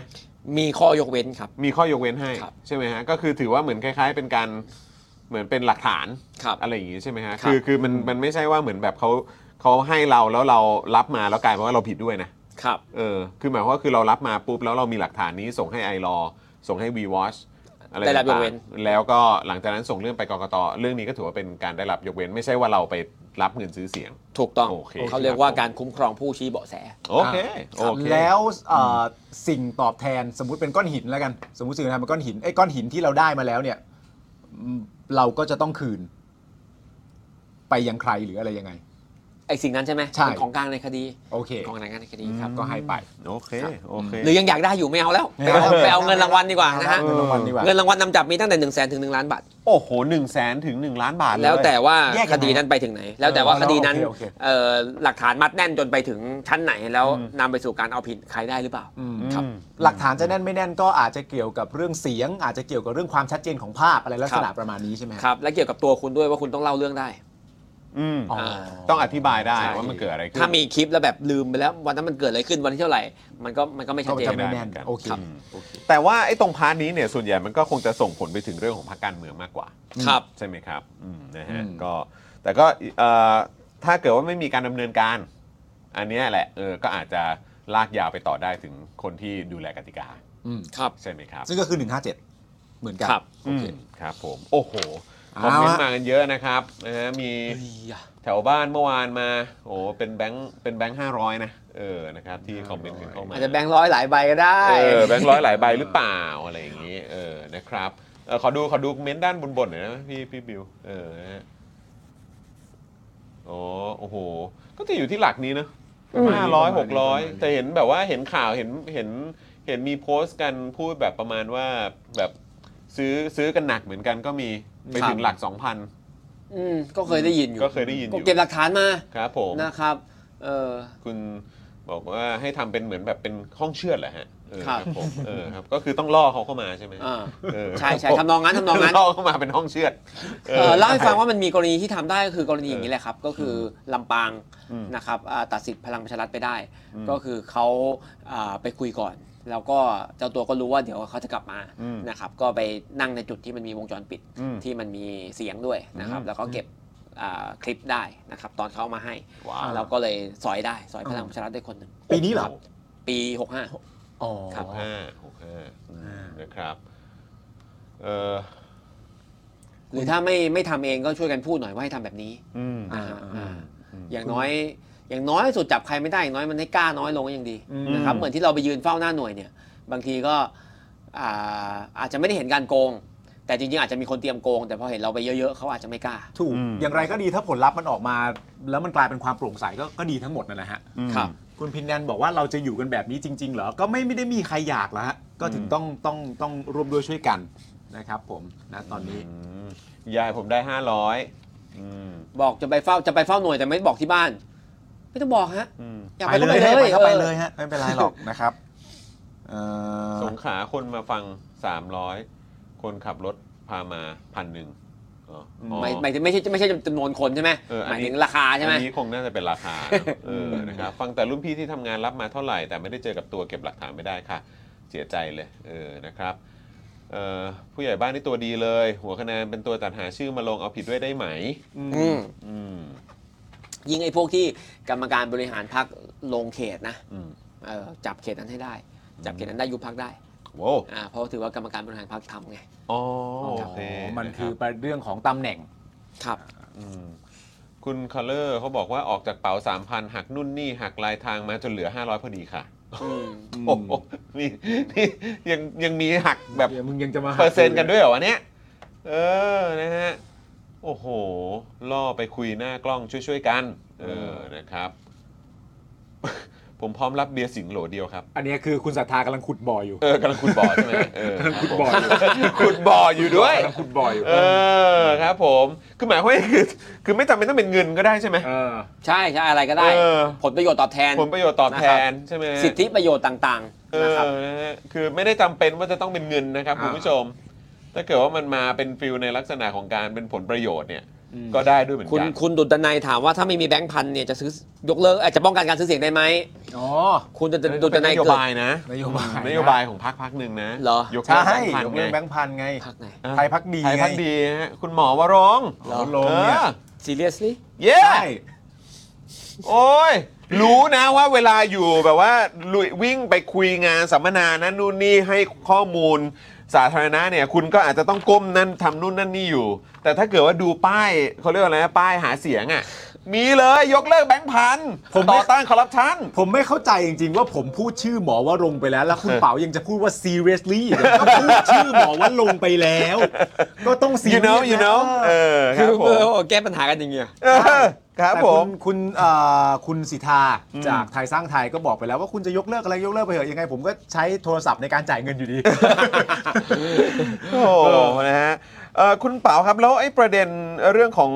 มีข้อยกเว้นครับ
มีข้อยกเว้นให้
ครับ
ใช่ไหมฮะ ก็คือถือว่าเหมือนคล้าย ๆ เป็นการเหมือนเป็นหลักฐาน
ครับ
อะไรอย่างงี้ใช่ไหมฮะ
ครับ
อคือมันมันไม่ใช่ว่าเหมือนแบบเขาเขาให้เราแล้วเรารับมาแล้วกลายเป็นว่าเราผิดด้วยนะ
ครับ
เออ คือหมายความว่าคือเรารับมาปุ๊บ แล้วเรามีหลักฐานนี้ส่งให้ไอรอส่งให้ VWatch อะไร
ได้รับย
ต่าก ง
เว้น
ๆแล้วก็หลังจากนั้นส่งเรื่องไปกกตเรื่องนี้ก็ถือว่าเป็นการได้รับยกเว้น ไม่ใช่ว่าเราไปรับเงินซื้อเสียง
ถูกต้อง
โอเค
เขาเรียกว่าการคุ้มครองผู้ชี้เบาะแส
โอเคโอเค
แล้วเอ่อสิ่งตอบแทนสมมุติเป็นก้อนหินแล้วกัน สมมุติสิ่งตอบแทนเป็นก้อนหินไอ้ก้อนหินที่เราได้มาแล้วเนี่ยอืมเราก็จะต้องคืน ไปยังใครหรืออะไรยังไง
ไอ้สิ่งนั้นใช่ไหม
ใช่
เป็นของกลางในคดี
โอเค
ของกลางในคดีครับ
ก็ให้ไป
โอเคโอเค
หรือยังอยากได้อยู่ไม่เอาแล้วไปเอาไปเอาเงินรางวัลดีกว่านะฮะ
เอเงินรางวัลดีกว่า
เงินรางวัลนำจับมีตั้งแต่1นึ่งแสนถึง 1 ล้านบาท
โอ้โห1นึ่งแสนถึง 1 ล้านบาทเย
แล้วแต่ว่า
แยกยังไง
คดีนั้นไปถึงไหน แล้วแต่ว่า
เออ
คดีนั้น
โอเคโอเค
เอ่อหลักฐานมัดแน่นจนไปถึงชั้นไหนแล้วนำไปสู่การเอาผิดใครได้หรือเปล่า
อืม
ครับ
หลักฐานจะแน่นไม่แน่นก็อาจจะเกี่ยวกับเรื่องเสียง อาจจะเกี่ยวกับเรื่องความชัดเจนของภาพอะไรลักษณะประมาณนี้ใช่ไหม
ครับ และเกี่ยวกับตัวคุณด้วยว่าคุณต้องเล่าเรื่องได้
อืม
อ๋อ
ต้องอธิบายได้
ใช่
ว่ามันเกิดอะไรขึ้น
ถ้ามีคลิปแล้วแบบลืมไปแล้ววันนั้นมันเกิดอะไรขึ้นวันที่เท่าไหร่มันก็มันก็ไม่ชัดเจ
ก็
น
จะไม่แน่น
ได้เหมือนกัน
โอเค
ครับ
โอเค
แต่ว่าไอ้ตรงพาร์ทนี้เนี่ยส่วนใหญ่มันก็คงจะส่งผลไปถึงเรื่องของพรรคการเมืองมากกว่า
ครับ
ใช่ไหมครับอืมนะฮะ
อืม
ก็แต่ก็เอ่อถ้าเกิดว่าไม่มีการดำเนินการ อันเนี้ยแหละเออก็อาจจะลากยาวไปต่อได้ถึงคนที่ดูแลกติกา
อืม
ครับ
ใช่ไหมครับ
ซึ่งก็คือ 157 เหมือนกัน
ครับ
โอเค
อืมครับผม โอ้โห
เอา
คอมเมนต์
ละ
มากันเยอะนะครับนะฮะมี
เฮ้ยอะ
แถวบ้านเมื่อวานมาโอ้โหเป็นแบงค์เป็นแบงค์ห้าร้อยนะเออนะครับที่คอมเมนต์กันเข้ามา
อาจจะแบงค์ร้อยหลายใบก็ได้
เออแบงค์ร้อยหลายใบหรือเปล่าอะไรอย่างนี้ เออนะครับเออขอดูขอดูเมนต์ด้านบนบนๆหน่อยนะพี่พี่บิวเออนะฮะอ๋อโอ้โห ก็จะอยู่ที่หลักนี้เนอะห้าร้อยหกร้อยแต่เห็นแบบว่าเห็นข่าวเห็นเห็นเห็นมีโพสต์กันพูดแบบประมาณว่าแบบซื้อซื้อกันหนักเหมือนกันก็มีไปถึงหลัก 2,000
อืมก็เคยได้ยินอยู่
ก็เคยได้ยินอยู่
เก็บหลักฐานมา
ครับผม
นะครับเออ
คุณบอกว่าให้ทำเป็นเหมือนแบบเป็นห้องเชือดแหละฮะเออ
ครับ
ผมเออครับก็คือต้องล่อเขาเข้ามาใช่ไหม
อ่า
เออ
ใช่ใช่ทำนองนั้นทำนองนั้น
เข้าเข้ามาเป็นห้องเชือด
เอ่อเล่าให้ฟังว่ามันมีกรณีที่ทำได้ก็คือกรณีอย่างนี้แหละครับ ก็คือลำปาง
อืม
นะครับอ่าตัดสิทธิ์พลังประชารัฐไปได้
อืม
ก็คือเขาอ่าไปคุยก่อน แล้วก็เจ้าตัวก็รู้ว่าเดี๋ยวเขาจะกลับมา
อืม
นะครับก็ไปนั่งในจุดที่มันมีวงจรปิด
อืม
ที่มันมีเสียงด้วยนะครับ
อืม
แล้วก็เก็บอ่าคลิปได้นะครับตอนเขาเอามาให้
ว้าว
แล้วก็เลยสอยได้สอยพลังประชารัฐได้คนหนึ่ง
ปีนี้เหรอ
ปี 65
อ๋อ
ครับ
ห้าหกห้าอืมนะครับเออ
หรือถ้าไม่ไม่ทำเองก็ช่วยกันพูดหน่อยว่าให้ทำแบบนี้
อืม
อ่า
อ่า
อย่างน้อยอย่างน้อยสุดจับใครไม่ได้อย่างน้อยมันให้กล้าน้อยลงก็ยังดี
อืม
นะครับเหมือนที่เราไปยืนเฝ้าหน้าหน่วยเนี่ย บางทีก็อ่าอาจจะไม่ได้เห็นการโกง แต่จริงๆอาจจะมีคนเตรียมโกง แต่พอเห็นเราไปเยอะๆเขาอาจจะไม่กล้า
ถูก
อืม
อย่างไรก็ดีถ้าผลลัพธ์มันออกมา แล้วมันกลายเป็นความโปร่งใสก็ก็ดีทั้งหมดนั่นแหละฮะ
อืม
ครับ
คุณพินนันบอกว่าเราจะอยู่กันแบบนี้จริง ๆ เหรอ ก็ไม่ไม่ได้มีใครอยากแล้วฮะ ก็ถึงต้องต้องต้องร่วมด้วยช่วยกันนะครับผมนะตอนนี้
ยายผมได้ 500อืม
บอกจะไปเฝ้าจะไปเฝ้าหน่วยแต่ไม่บอกที่บ้าน ไม่ต้องบอกฮะ
อืม
อยากไปก็ไปเลย
ไปเข้าไป
ออ
เลยฮะไม่เป็นไรหรอกนะครับเอ่อ
สงขลาคนมาฟัง 300 คนขับรถพามาพันหนึ่งอ๋ออ๋อ
หมายหมายถึงไม่ใช่ไม่ใช่จำนวนคนใช่ไหม
เอออั
ห
น
มาย
นี้
ถึงราคาใช่ไหม
อันนี้คงน่าจะเป็นราคานะเออนะครับฟังแต่รุ่นพี่ที่ทำงานรับมาเท่าไหร่ แต่ไม่ได้เจอกับตัวเก็บหลักฐานไม่ได้ค่ะ เสียใจเลยเออนะครับเอ่อผู้ใหญ่บ้านนี่ตัวดีเลย หัวคะแนนเป็นตัวจัดหาชื่อมาลงเอาผิดด้วยได้ไหม
อืม
อืม
ยิ่งไอ้พวกที่กรรมการบริหารพักลงเขตนะ
อืม
เออจับเขตนั้นให้ได้ จับเขตนั้นได้ยุบพักได้
โว้ว
อ่าเพราะถือว่ากรรมการบริหารพักทำไง
อ๋อ
โอ
โอ
เค
เค
มันคือะ
รับ
ประเรื่องของตำแหน่ง
ครับ
อืมคุณคอลเลอร์เขาบอกว่าออกจากเป๋า 3,000 หักนู่นนี่ หักลายทางมาจนเหลือ 500 พอดีค่ะ
อืม
โอ้โหนี่นี่ยังยังมีหักแบบ
มึงยังจะมา
เปอร์เซ็นต์กันด้วยเหรอวะเนี่ยเออ นะฮะ โอ้โห ล่อไปคุยหน้ากล้องช่วยๆกัน เออ นะครับ ผมพร้อมรับเบียร์สิงโหลเดียวครับ
อันนี้คือคุณศรัทธากำลังขุดบ่ออยู่
เออกำลังขุดบ่อใช่ไหมเออก
ำลังขุดบ่ออยู่
ขุดบ่ออยู่ด้วย
กำลังขุดบ่ออยู่
เออ ครับผมคือหมายความ ว่าคือคือไม่จำเป็นต้องเป็นเงินก็ได้ใช่ไหม
เออ
ใช่ใช่อะไรก็ได้
เออ
ผลประโยชน์ตอบแทน
ผลประโยชน์ตอบแทนใช่ไหม
สิทธิประโยชน์ต่าง
เอ
ๆนะ
อ
ครับ
นะฮะคือไม่ได้จำเป็นว่าจะต้องเป็นเงินนะครับ
อ่า
คุณผู้ชม ถ้าเกิดว่ามันมาเป็นฟิลในลักษณะของการเป็นผลประโยชน์เนี่ย ก็ได้ด้วยเหมือน
คุณ
กัน
คุณดุดนัยถามว่าถ้าไม่มีแบงค์พันเนี่ยจะซื้อยกเลิกอาจจะป้องกันการซื้อเสียงได้ไหม
อ๋อ
คุณดุด
เป็น
ดุดนัย
นโย
เกิด
บายนะ
นโยบายนะ
นโยบายของพรรคพรรคหนึ่งนะ
เหรอ
ยก
ใช่
เลิกแบงค์พัน
ยก
ธุ์ไง
เรื่องแบงค์พันไง
พักไหน
ไทยพักดี
ไทยพัก
ไง
ดีฮะคุณหมอวรงค์
เหรอ
ลงเนี่ย
เออ
seriously
เย้
ใช่
โอ้ย รู้นะว่าเวลาอยู่แบบว่าลุยวิ่งไปคุยงานสัมมนานั้นนู่นนี่ให้ข้อมูลสาธารณะเนี่ย คุณก็อาจจะต้องก้มนั่นทำนู่นนั่นนี่อยู่ แต่ถ้าเกิดว่าดูป้ายเขาเรียกว่าอะไรนะป้ายหาเสียงอ่ะ มีเลยยกเลิกแบงค์พันธุ์
ผมไม่
ต่อต้านคอร์รัปชัน
ผมไม่เข้าใจจริงๆ ว่าผมพูดชื่อหมอว่ารงค์ไปแล้ว แล้วคุณเป๋ายังจะพูดว่า seriously อีกเหรอก็พูดชื่อหมอว่ารงค์ไปแล้ว ก็ต้อง
you
serious
know you know เออค
คื
รับ
อ
ผ
เอ
ม
อแก้ปัญหากันอย่างเงี้ย
เออครับ
แต่
ผ
คุ
ม
ณคุณเอ่อคุณสิทธาจากไทยสร้างไทยก็บอกไปแล้วว่าคุณจะยกเลิกอะไรยกเลิกไปเถอะยังไง ผมก็ใช้โทรศัพท์ในการจ่ายเงินอยู่ดี
โอ้โหนะฮะเอ่อคุณเป๋าครับ แล้วไอ้ประเด็นเรื่องของ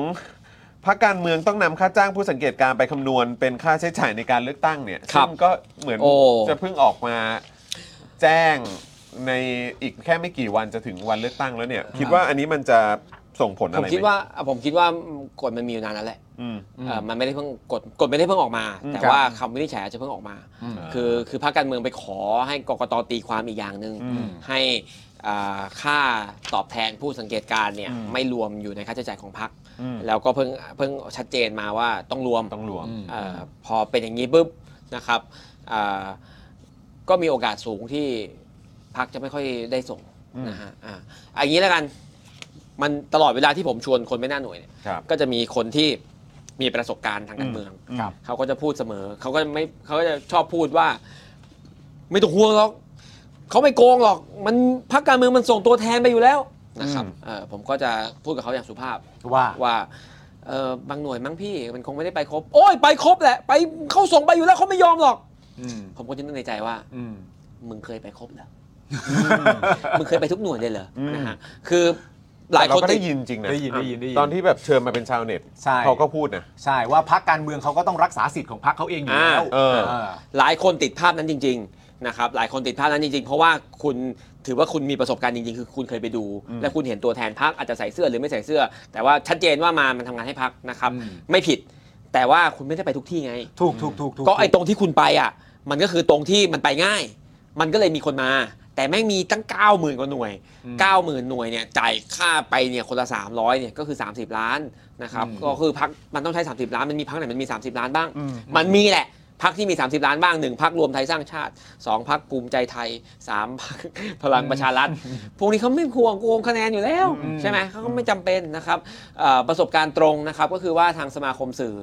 พรรคการเมืองต้องนำค่าจ้างผู้สังเกตการณ์ไปคำนวณเป็นค่าใช้จ่ายในการเลือกตั้งเนี่ย
ครับ
ซึ่งก็เหมือน
โอ้
จะเพิ่งออกมาแจ้งในอีกแค่ไม่กี่วันจะถึงวันเลือกตั้งแล้วเนี่ย คิดว่าอันนี้มันจะส่งผล
ผ
อะ
ม
ไรไหม
คิดว่าผมคิดว่ากฎมันมีอยู่นานแล้วแหละ
อืม
เอ่อมันไม่ได้เพิ่งกฎกฎไม่ได้เพิ่งออกมา แต่ว่าคำวินิจฉัยอาจจะเพิ่งออกมา คือคือพรรคการเมืองไปขอให้กกตตีความอีกอย่างหนึ่ง
อืม
ให้อ่าค่าตอบแทนผู้สังเกตการณ์เนี่ยไม่รวมอยู่ในค่าใช้จ่ายของพรรค
อืม
แล้วก็เพิ่งเพิ่งชัดเจนมาว่าต้องรวม
ต้องรวม
เออพอเป็นอย่างนี้ปุ๊บนะครับอ่าก็มีโอกาสสูงที่พักจะไม่ค่อยได้ส่งนะฮะอ่าอันนี้แล้วกันมันตลอดเวลาที่ผมชวนคนไม่น่าหน่วยเนี่ย
ครับ
ก็จะมีคนที่มีประสบการณ์ทางการเมือง
อืมครับ
เขาก็จะพูดเสมอเขาก็ไม่เขาก็จะชอบพูดว่า ไม่ต้องห่วงหรอกเขาไม่โกงหรอก มันพักการเมืองมันส่งตัวแทนไปอยู่แล้วนะครับเอ่อผมก็จะพูดกับเขาอย่างสุภาพ
ว่า
ว่าเออบางหน่วยมั้งพี่มันคงไม่ได้ไปครบ โอ้ยไปครบแหละ ไปเข้าส่งไปอยู่แล้วเขาไม่ยอมหรอก ผมก็จะนึกในใจว่า
อืม
มึงเคยไปครบ เหรอมึงเคยไปทุกหน่วยเลยเหรออ
ม
นะฮะคือหลา
แต่
ย
เรา
คน
ก็
ติ
ได้
ด
ยินจริงนะ
ได้ยินได้ยินได้ยิน
ตอนที่แบบเชิญมาเป็นชาวเน็ต
ใช่
เขาก็พูดนะ
ใช่ว่าพักการเมืองเขาก็ต้องรักษาสิทธิ์ของพักเขาเองอยู่แล้ว
อ่าเออ
เออ
หลายคนติดภาพนั้นจริง ๆ นะครับ หลายคนติดภาพนั้นจริง ๆ เพราะว่าคุณถือว่าคุณมีประสบการณ์จริง ๆ คือคุณเคยไปดู และคุณเห็นตัวแทนพักอาจจะใส่เสื้อหรือไม่ใส่เสื้อ แต่ว่าชัดเจนว่ามามันทำงานให้พักนะครับ
อืม
ไม่ผิด แต่ว่าคุณไม่ได้ไปทุกที่ไง
ถูกถูกถูกถูก
ก็ไอ้ตรงที่คุณไปอ่ะ มันก็คือตรงที่มันไปง่าย มันก็เลยมีคนมา แต่แม่งมีตั้ง 9 0,000 กว่าหน่วย 90,000 หน่วยเนี่ยจ่ายค่าไปเนี่ยคนละ 300เนี่ยก็คือ 30 ล้านนะครับ
อืม
ก็คือพักมันต้องใช้ 30 ล้านมันมีพักไหนมันมี 30 ล้านบ้าง มันมีแหละพักที่มี 30 ล้านบ้างหนึ่งพักรวมไทยสร้างชาติ 2พักภูมิใจไทย 3พัก พลังประชารัฐพวกนี้เขาไม่ห่วงโกงคะแนนอยู่แล้ว ใช่ไหมเขาก็ไม่จำเป็นนะครับเอ่อประสบการณ์ตรงนะครับก็คือว่าทางสมาคมสื่อ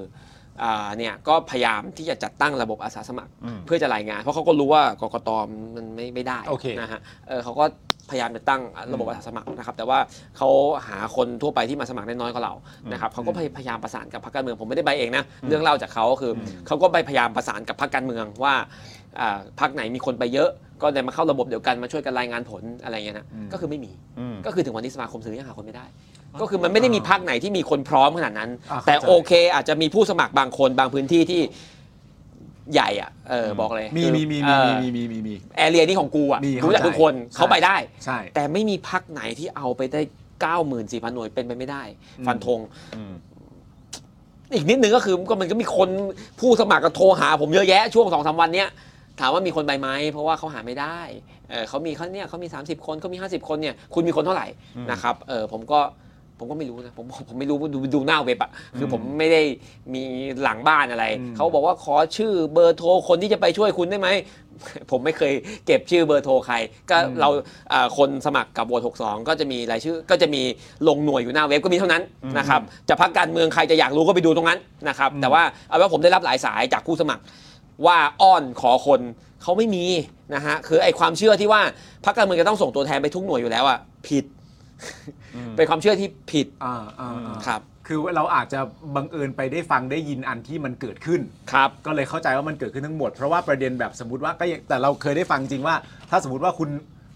อ่าเนี่ยก็พยายามที่จะจัดตั้งระบบอาสาสมัคร เพื่อจะรายงาน เพราะเขาก็รู้ว่ากกตมันไม่ไม่ได้
โอเค
นะฮะเออเขาก็ พยายามจะตั้งระบบอาสาสมัครนะครับ แต่ว่าเขาหาคนทั่วไปที่มาสมัครได้น้อยกว่าเรานะครับเขาก็พยายามประสานกับพรรคการเมืองผมไม่ได้ไปเองนะเรื่องเล่าจากเขาก็คืออเขาก็ไปพยายามประสานกับพรรคการเมืองว่าอ่าพรรคไหนมีคนไปเยอะ ก็เลยมาเข้าระบบเดียวกันมาช่วยกันรายงานผลอะไรเงี้ยนะก็คือไม่มี ก็คือถึงวันนี้สมาคมสื่อยังหาคนไม่ได้ ก็คือมันไม่ได้มีพักไหนที่มีคนพร้อมขนาดนั้น
อ่าเข้าใจ
แต่โอเค อาจจะมีผู้สมัครบางคนบางพื้นที่ที่ใหญ่อ่ะเออบอกเลย
มีมีมี
เออ
มีมีมีมีมี
แอเรียนี่ของกูอ่ะ
มี
รู้จักทุกคน
เข้าใจ
เขาไปได้
ใช่
แต่ไม่มีพักไหนที่เอาไปได้ 94,000 หน่วยเป็นไปไม่ได้ ฟันธงอีกนิดนึงก็คือก็มันก็มีคนผู้สมัครก็โทรหา ผมเยอะแยะช่วงสองสามวันเนี้ยถามว่ามีคนไปไหมเพราะว่าเขาหาไม่ได้เออเขามีเขาเนี่ยเขามี 30 คนเขามี 50 คนเนี่ยคุณมีคนเท่าไหร่นะครับเออผมก็ผมก็ไม่รู้นะผมผมไม่รู้ดูดูหน้าเว็บอะคือผมไม่ได้มีหลังบ้านอะไร เขาบอกว่าขอชื่อเบอร์โทรคนที่จะไปช่วยคุณได้ไหม ผมไม่เคยเก็บชื่อเบอร์โทรใคร ก็เราเอ่อคนสมัครกับโหวต62 ก็จะมีรายชื่อ ก็จะมีลงหน่วยอยู่หน้าเว็บก็มีเท่านั้นนะครับ จะพักการเมืองใครจะอยากรู้ก็ไปดูตรงนั้นนะครับ แต่ว่าเอาว่าผมได้รับหลายสายจากผู้สมัคร ว่าอ้อนขอคนเขาไม่มีนะฮะ คือไอความเชื่อที่ว่าพักการเมืองจะต้องส่งตัวแทนไปทุกหน่วยอยู่แล้วอะผิด เป็นความเชื่อที่ผิด
อ่าอ่าอ่า
ครับ
คือเราอาจจะบังเอิญไปได้ฟังได้ยินอันที่มันเกิดขึ้น
ครับ
ก็เลยเข้าใจว่ามันเกิดขึ้นทั้งหมด เพราะว่าประเด็นแบบสมมติว่าก็ยังแต่เราเคยได้ฟังจริงว่า ถ้าสมมติว่าคุณ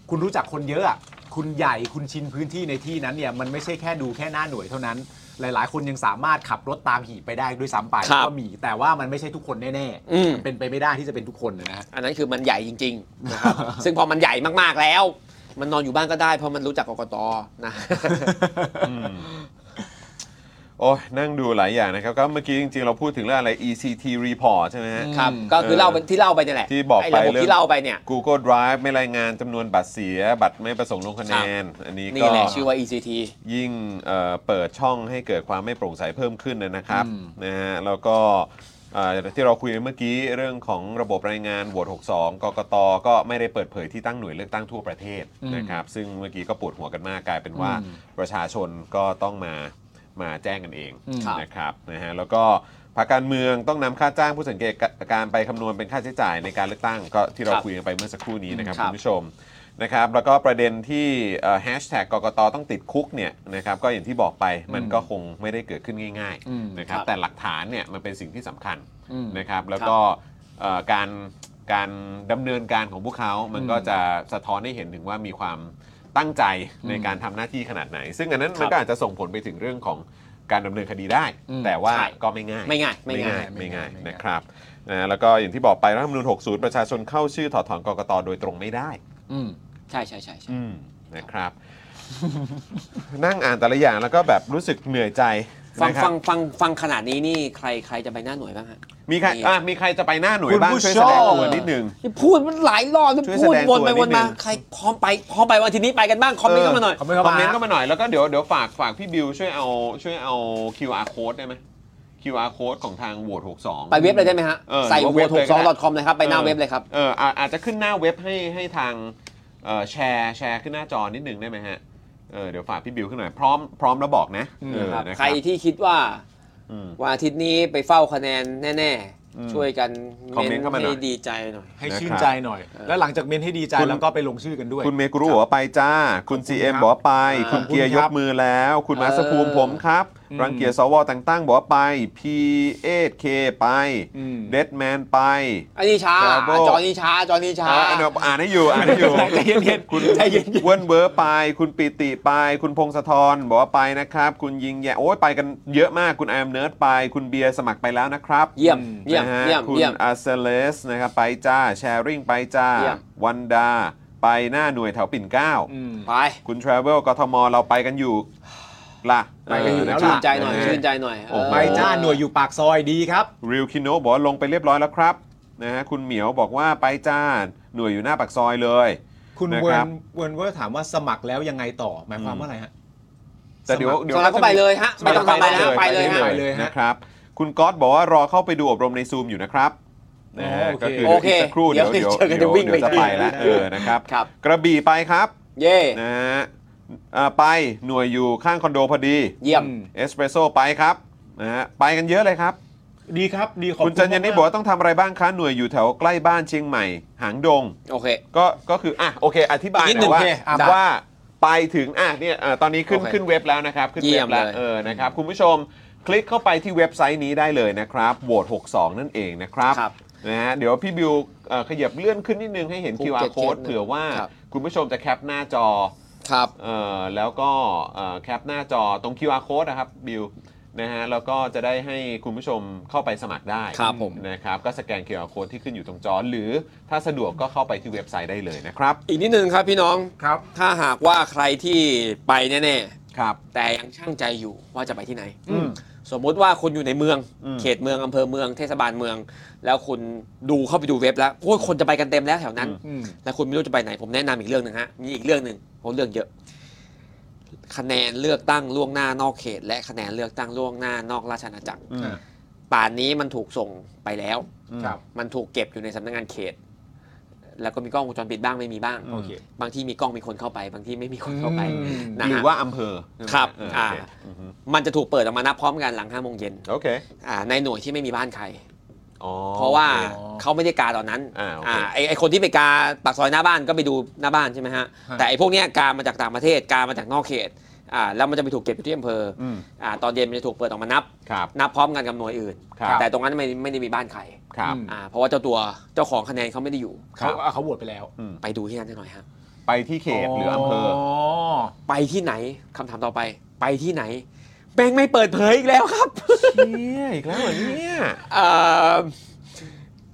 คุณรู้จักคนเยอะอะคุณใหญ่คุณชินพื้นที่ในที่นั้นเนี่ยมันไม่ใช่แค่ดูแค่หน้าหน่วยเท่านั้น หลาย ๆ คนยังสามารถขับรถตามหีบไปได้ด้วยซ้ำไป
ครับ
ก็มีแต่ว่ามันไม่ใช่ทุกคนแน่
อืม
นเป็นไปไม่ได้ที่จะเป็นทุกคนนะฮะ
อันนั้นคือมันใหญ่จริงๆ นะครับ ซึ่งพอมันใหญ่มากๆแล้ว มันนอนอยู่บ้านก็ได้เพราะมันรู้จักกกตนะ
โอ้ยนั่งดูหลายอย่างนะครับ ก็เมื่อกี้จริงๆ เราพูดถึงเรื่องอะไร ECT report ใช่ไหมฮะ
ครับ ก็คือเล่าเป็นที่เล่าไปเนี่ยแหละ
ที่บอก
ไอ้
ไประ
บบ
เรื่อง
ที่เล่าไปเนี่ย
Google Drive ไม่รายงานจำนวนบัตรเสีย บัตรไม่ประสงค์ลงคะแนน อันนี้
นี่
ก็
แหละชื่อว่า ECT
ยิ่งเอ่อเปิดช่องให้เกิดความไม่โปร่งใสเพิ่มขึ้นนะครับ
อืม
นะฮะแล้วก็เอ่อที่เราคุยเมื่อกี้เรื่องของระบบรายงานโหวต62กกตก็ไม่ได้เปิดเผยที่ตั้งหน่วยเลือกตั้งทั่วประเทศนะครับซึ่งเมื่อกี้ก็ปวดหัวกันมากกลายเป็นว่าประชาชนก็ต้องมามาแจ้งกันเอง
อืม
นะครับนะฮะแล้วก็พรรคการเมืองต้องนำค่าจ้างผู้สังเกตการไปคำนวณเป็นค่าใช้จ่ายในการเลือกตั้งก็ที่เรา
ครับ
คุยกันไปเมื่อสักครู่นี้นะครับ
ครับ
คุณผู้ชมนะครับแล้วก็ประเด็นที่แฮชแท็กกกตต้องติดคุกเนี่ยนะครับก็อย่างที่บอกไปมันก็คงไม่ได้เกิดขึ้นง่าย
อืม
ๆนะครับ
ครับ
แต่หลักฐานเนี่ยมันเป็นสิ่งที่สำคัญ
อืม
นะครับแล้วก็เอ่อการการดำเนินการของพวกเขา มันก็จะสะท้อนให้เห็นถึงว่ามีความตั้งใจในการทำหน้าที่ขนาดไหน ซึ่งอันนั้น
ครับ
มันก็อาจจะส่งผลไปถึงเรื่องของ การดำเนินคดีได้
อืม
แต่ว่า
ใช่
ก็ไม่ง่าย
ไม่ง่ายไม่ง่าย
ไม่ง่าย
ไม่ง่าย
นะครับนะแล้วก็อย่างที่บอกไปรัฐธรรมนูญ60 ประชาชนเข้าชื่อถอดถอนกกตโดยตรงไม่ได้
อืม
ใช่ใช่ใช่ใช่
นะครับ นั่งอ่านแต่ละอย่างแล้วก็แบบรู้สึกเหนื่อยใจ
ฟัง
นะครับ
ฟังฟังฟังขนาดนี้นี่ใครใครจะไปหน้าหน่วยบ้างฮะ
มีใคร
มี
อ่ะมีใครจะไปหน้าหน่วย
คุณ
บ้าง
ผู้
ช่วยแสดง
ชม
ตัวนิดนึง
นี่พูดมันหลายรอบแล้ว
ช่วย
พูด
แสดง
วนไป
ตัว
วน
นิดนึ
มาง ใครพร้อมไปพร้อมไปวันอาทีนี้ไปกันบ้างคอมเมนต์เข้ามาหน่อย
คอมเมนต์
คอ
เข้ามา
มเมนต์เข้ามาหน่อยแล้วก็เดี๋ยวเดี๋ยวฝากฝากพี่บิวช่วยเอาช่วยเอา QR code ได้ไหม QR code ของทางโหวต62
ไปเว็บเลยได้ไหมฮะ
เออ
ใส่
หรือว่า
โหว
เว็
ต
บ
ห
เลย
ก
ก็
สอง
ได้
คอมเลยครับ ไปหน้าเว็บเลยครับ
เอออาอาจจะขึ้นหน้าเว็บให้ให้ทางเอ่อแชร์แชร์ขึ้นหน้าจอนิดนึงได้ไหมฮะเออเดี๋ยวฝากพี่บิวขึ้นหน่อย พร้อมพร้อมแล้วบอกนะเออนะ
ใครที่คิดว่า
อืม
วันอาทิตย์นี้ไปเฝ้าคะแนนแน่
อืม
ๆ ช่วยกัน
คอมเมนต์เข้ามาหน่อย
ให้ดีใจหน่อย
ให้ชื่นใจหน่อย แล้วหลังจากเมนให้ดีใจ
คุณ
แล้วก็ไปลงชื่อกันด้วย
คุณเมกุรุบอกว่าไปจ้า คุณ CM บอกว่าไป
ขอบคุณ
คุณเกียร์ย
ครั
ก
บ
มือแล้ว คุณ
เออ
มาสภูมิผมครับ รังเกียจสวแต่งตั้งบอกว่าไป P8K ไป
อืม
เดดแมนไป
อันนี้ช้า
ครับผม
จอนี้ช้า จอนี้ช้า
อ่ะอ่านอ่านให้อยู่อ่านให้ อยู่
ใจเย็นๆ
คุณ
ใจเย็นๆ
เวิร์นเวอร์ไป คุณปิติไป คุณพงศธรบอกว่าไปนะครับ คุณยิงแย่โอ้ยไปกันเยอะมากคุณไอเอมเนิร์ดไป คุณเบียร์สมัครไปแล้วนะครับ
เยี่ยมเยี่ยม
นะฮะ
เยี่ยม
คุณ
เยี่ยม
อาเซเลสนะครับไปจ้าแชร์ริงไปจ้า
เยี่ยม
วันดา ไปหน้าหน่วยแถวปิ่นเกล้า
อืม
ไป
คุณทราเวลกทมเราไปกันอยู่ล่ะ
ไปกันอยู่แล้ว
เะค
ชื่
รับ
นใจหน่อย
เออ
ชื่นใจหน่อย
โอ้โห
เออ
ไปจ้าหน่วยอยู่ปากซอยดีครับ
ริวคิโนบอกว่าลงไปเรียบร้อยแล้วครับนะฮะคุณเหมียวบอกว่าไปจ้าหน่วยอยู่หน้าปากซอยเลย
คุณ
นะ
เวิ
ครับ
ร์นเวิร์นเวิร์นถามว่าสมัครแล้วยังไงต่อหมายความว่าอะไรฮะ
แต่เดี๋ยว
เดี๋
เดี๋
ย
ยว ว
เราก็ไปเลยฮะ ไม่ต้องทำอะไรแล้วไปเลยฮะ
ไปเลยฮะ
นะครับ คุณก๊อตบอกว่ารอเข้าไปดูอบรมในซูมอยู่นะครับนะฮะ
โอเค
ก็คือเดี๋ยว
โอเค
อีกสักครู่เดี๋ยวเดี๋ยวว
เดี๋ยเจอกัน
เดี๋ยว
จะวิ่งไป
เดี๋ยวจะไปแล้วเออนะครับ
ครับ
กระบี่ไปครับ
เย่
นะฮะอ่าไปหน่วยอยู่ข้างคอนโดพอดี
เยี่ยม
อืม
เอสเปรสโซไปครับนะฮะไปกันเยอะเลยครับ
เ
ดีครับ ดีขอบคุ
คุณ
ณ
จันยันนี่
มๆ
บอกว่าต้องทำอะไรบ้างคะหน่วยอยู่แถวใกล้บ้านเชียงใหม่ หางดง
โอเค
ก็ก็คืออ่ะโอเค อธิบาย
นิด
ห
หนึ่
น่อยว่า
งโอเคอ่ะได้
ว่าไปถึงอ่ะเนี่ยอ่ะตอนนี้ขึ้น
โอเค
ขึ้นเว็บแล้วนะครับ ขึ้น
เยี่
เว็
ย
บ
ม
แล้ว
เลย
เออนะครับคุณผู้ชมคลิกเข้าไปที่เว็บไซต์นี้ได้เลยนะครับโหวต62 นั่นเองนะครับ
ครับ
นะฮะเดี๋ยวพี่บิวเอ่อขยับเลื่อนขึ้นนิดนึงให้เห็น
ภูเก็ต
QR
เขียน
code เผื่อว่า
ครับ
คุณผู้ชมจะแคปหน้าจอ
ครับ
เอ่อแล้วก็เอ่อแคปหน้าจอตรง QR code นะครับบิวนะฮะแล้วก็จะได้ให้คุณผู้ชมเข้าไปสมัครได้
ครับผม
นะครับก็สแกน QR code ที่ขึ้นอยู่ตรงจอ หรือถ้าสะดวกก็เข้าไปที่เว็บไซต์ได้เลยนะครับ
อีกนิดนึงครับพี่น้อง
ครับ
ถ้าหากว่าใครที่ไปแน่
ครับ
ๆ แต่ยังช่างใจอยู่ว่าจะไปที่ไหน
อืม
สมมติว่าคุณอยู่ในเมือง
อืม
เขตเมืองอำเภอเมืองเทศบาลเมือง แล้วคุณดูเข้าไปดูเว็บแล้วโอ้ยคนจะไปกันเต็มแล้วแถวนั้น
อื
อืม
แล้วคุณไม่รู้จะไปไหนผมแนะนำอีกเรื่องหนึ่งฮะมีอีกเรื่องหนึ่งผมเรื่องเยอะ คะแนนเลือกตั้งล่วงหน้านอกเขต และคะแนนเลือกตั้งล่วงหน้านอกราชอาณาจักร
อืม
ป่านนี้มันถูกส่งไปแล้ว
ครับ
มันถูกเก็บอยู่ในสำนักงานเขต แล้วก็มีกล้องวงจรปิดบ้างไม่มีบ้าง
โอเค
บางที่มีกล้องมีคนเข้าไป บางที่ไม่มีคนเข้าไป
อืม
นะฮะ
หรือว่าอำเภอ
ครับ
เออ
อ่า
โอเคอือฮึ
มันจะถูกเปิดออกมานับพร้อมกันหลังห้าโมงเย็น
โอเค
อ่าในหน่วยที่ไม่มีบ้านใคร
อ๋อ
เพราะว่าเขาไม่ได้กาตอนนั้น
อ่าโอเค
ไอไอคนที่ไปกาปากซอยหน้าบ้านก็ไปดูหน้าบ้านใช่ไหมฮะ
ฮะ
แต่ไอพวกเนี้ยกามาจากต่างประเทศกามาจากนอกเขตอ่าแล้วมันจะไปถูกเก็บอยู่ที่อำเภอ
อืม
อ่าตอนเย็นมันจะถูกเปิดออกมานับ
ครับ
นับพร้อมกันกับหน่วยอื่น
ครับ
แต่ตรงนั้นไม่ไม่ได้มีบ้านใคร
ครับ
อืม
อ่าเพราะว่าเจ้าตัวเจ้าของคะแนนเขาไม่ได้อยู่
เขาเขาโหวตไปแล้ว
ไปดูที่นั่นได้หน่อยฮะ
ไปที่เขตหรืออำเภอ
ไปที่ไหนคำถามต่อไป ไปที่ไหนแบงค์ไม่เปิดเผยอีกแล้วครับ
เนี่ยอีกแล้วเหรอเนี่ย
เอ่อ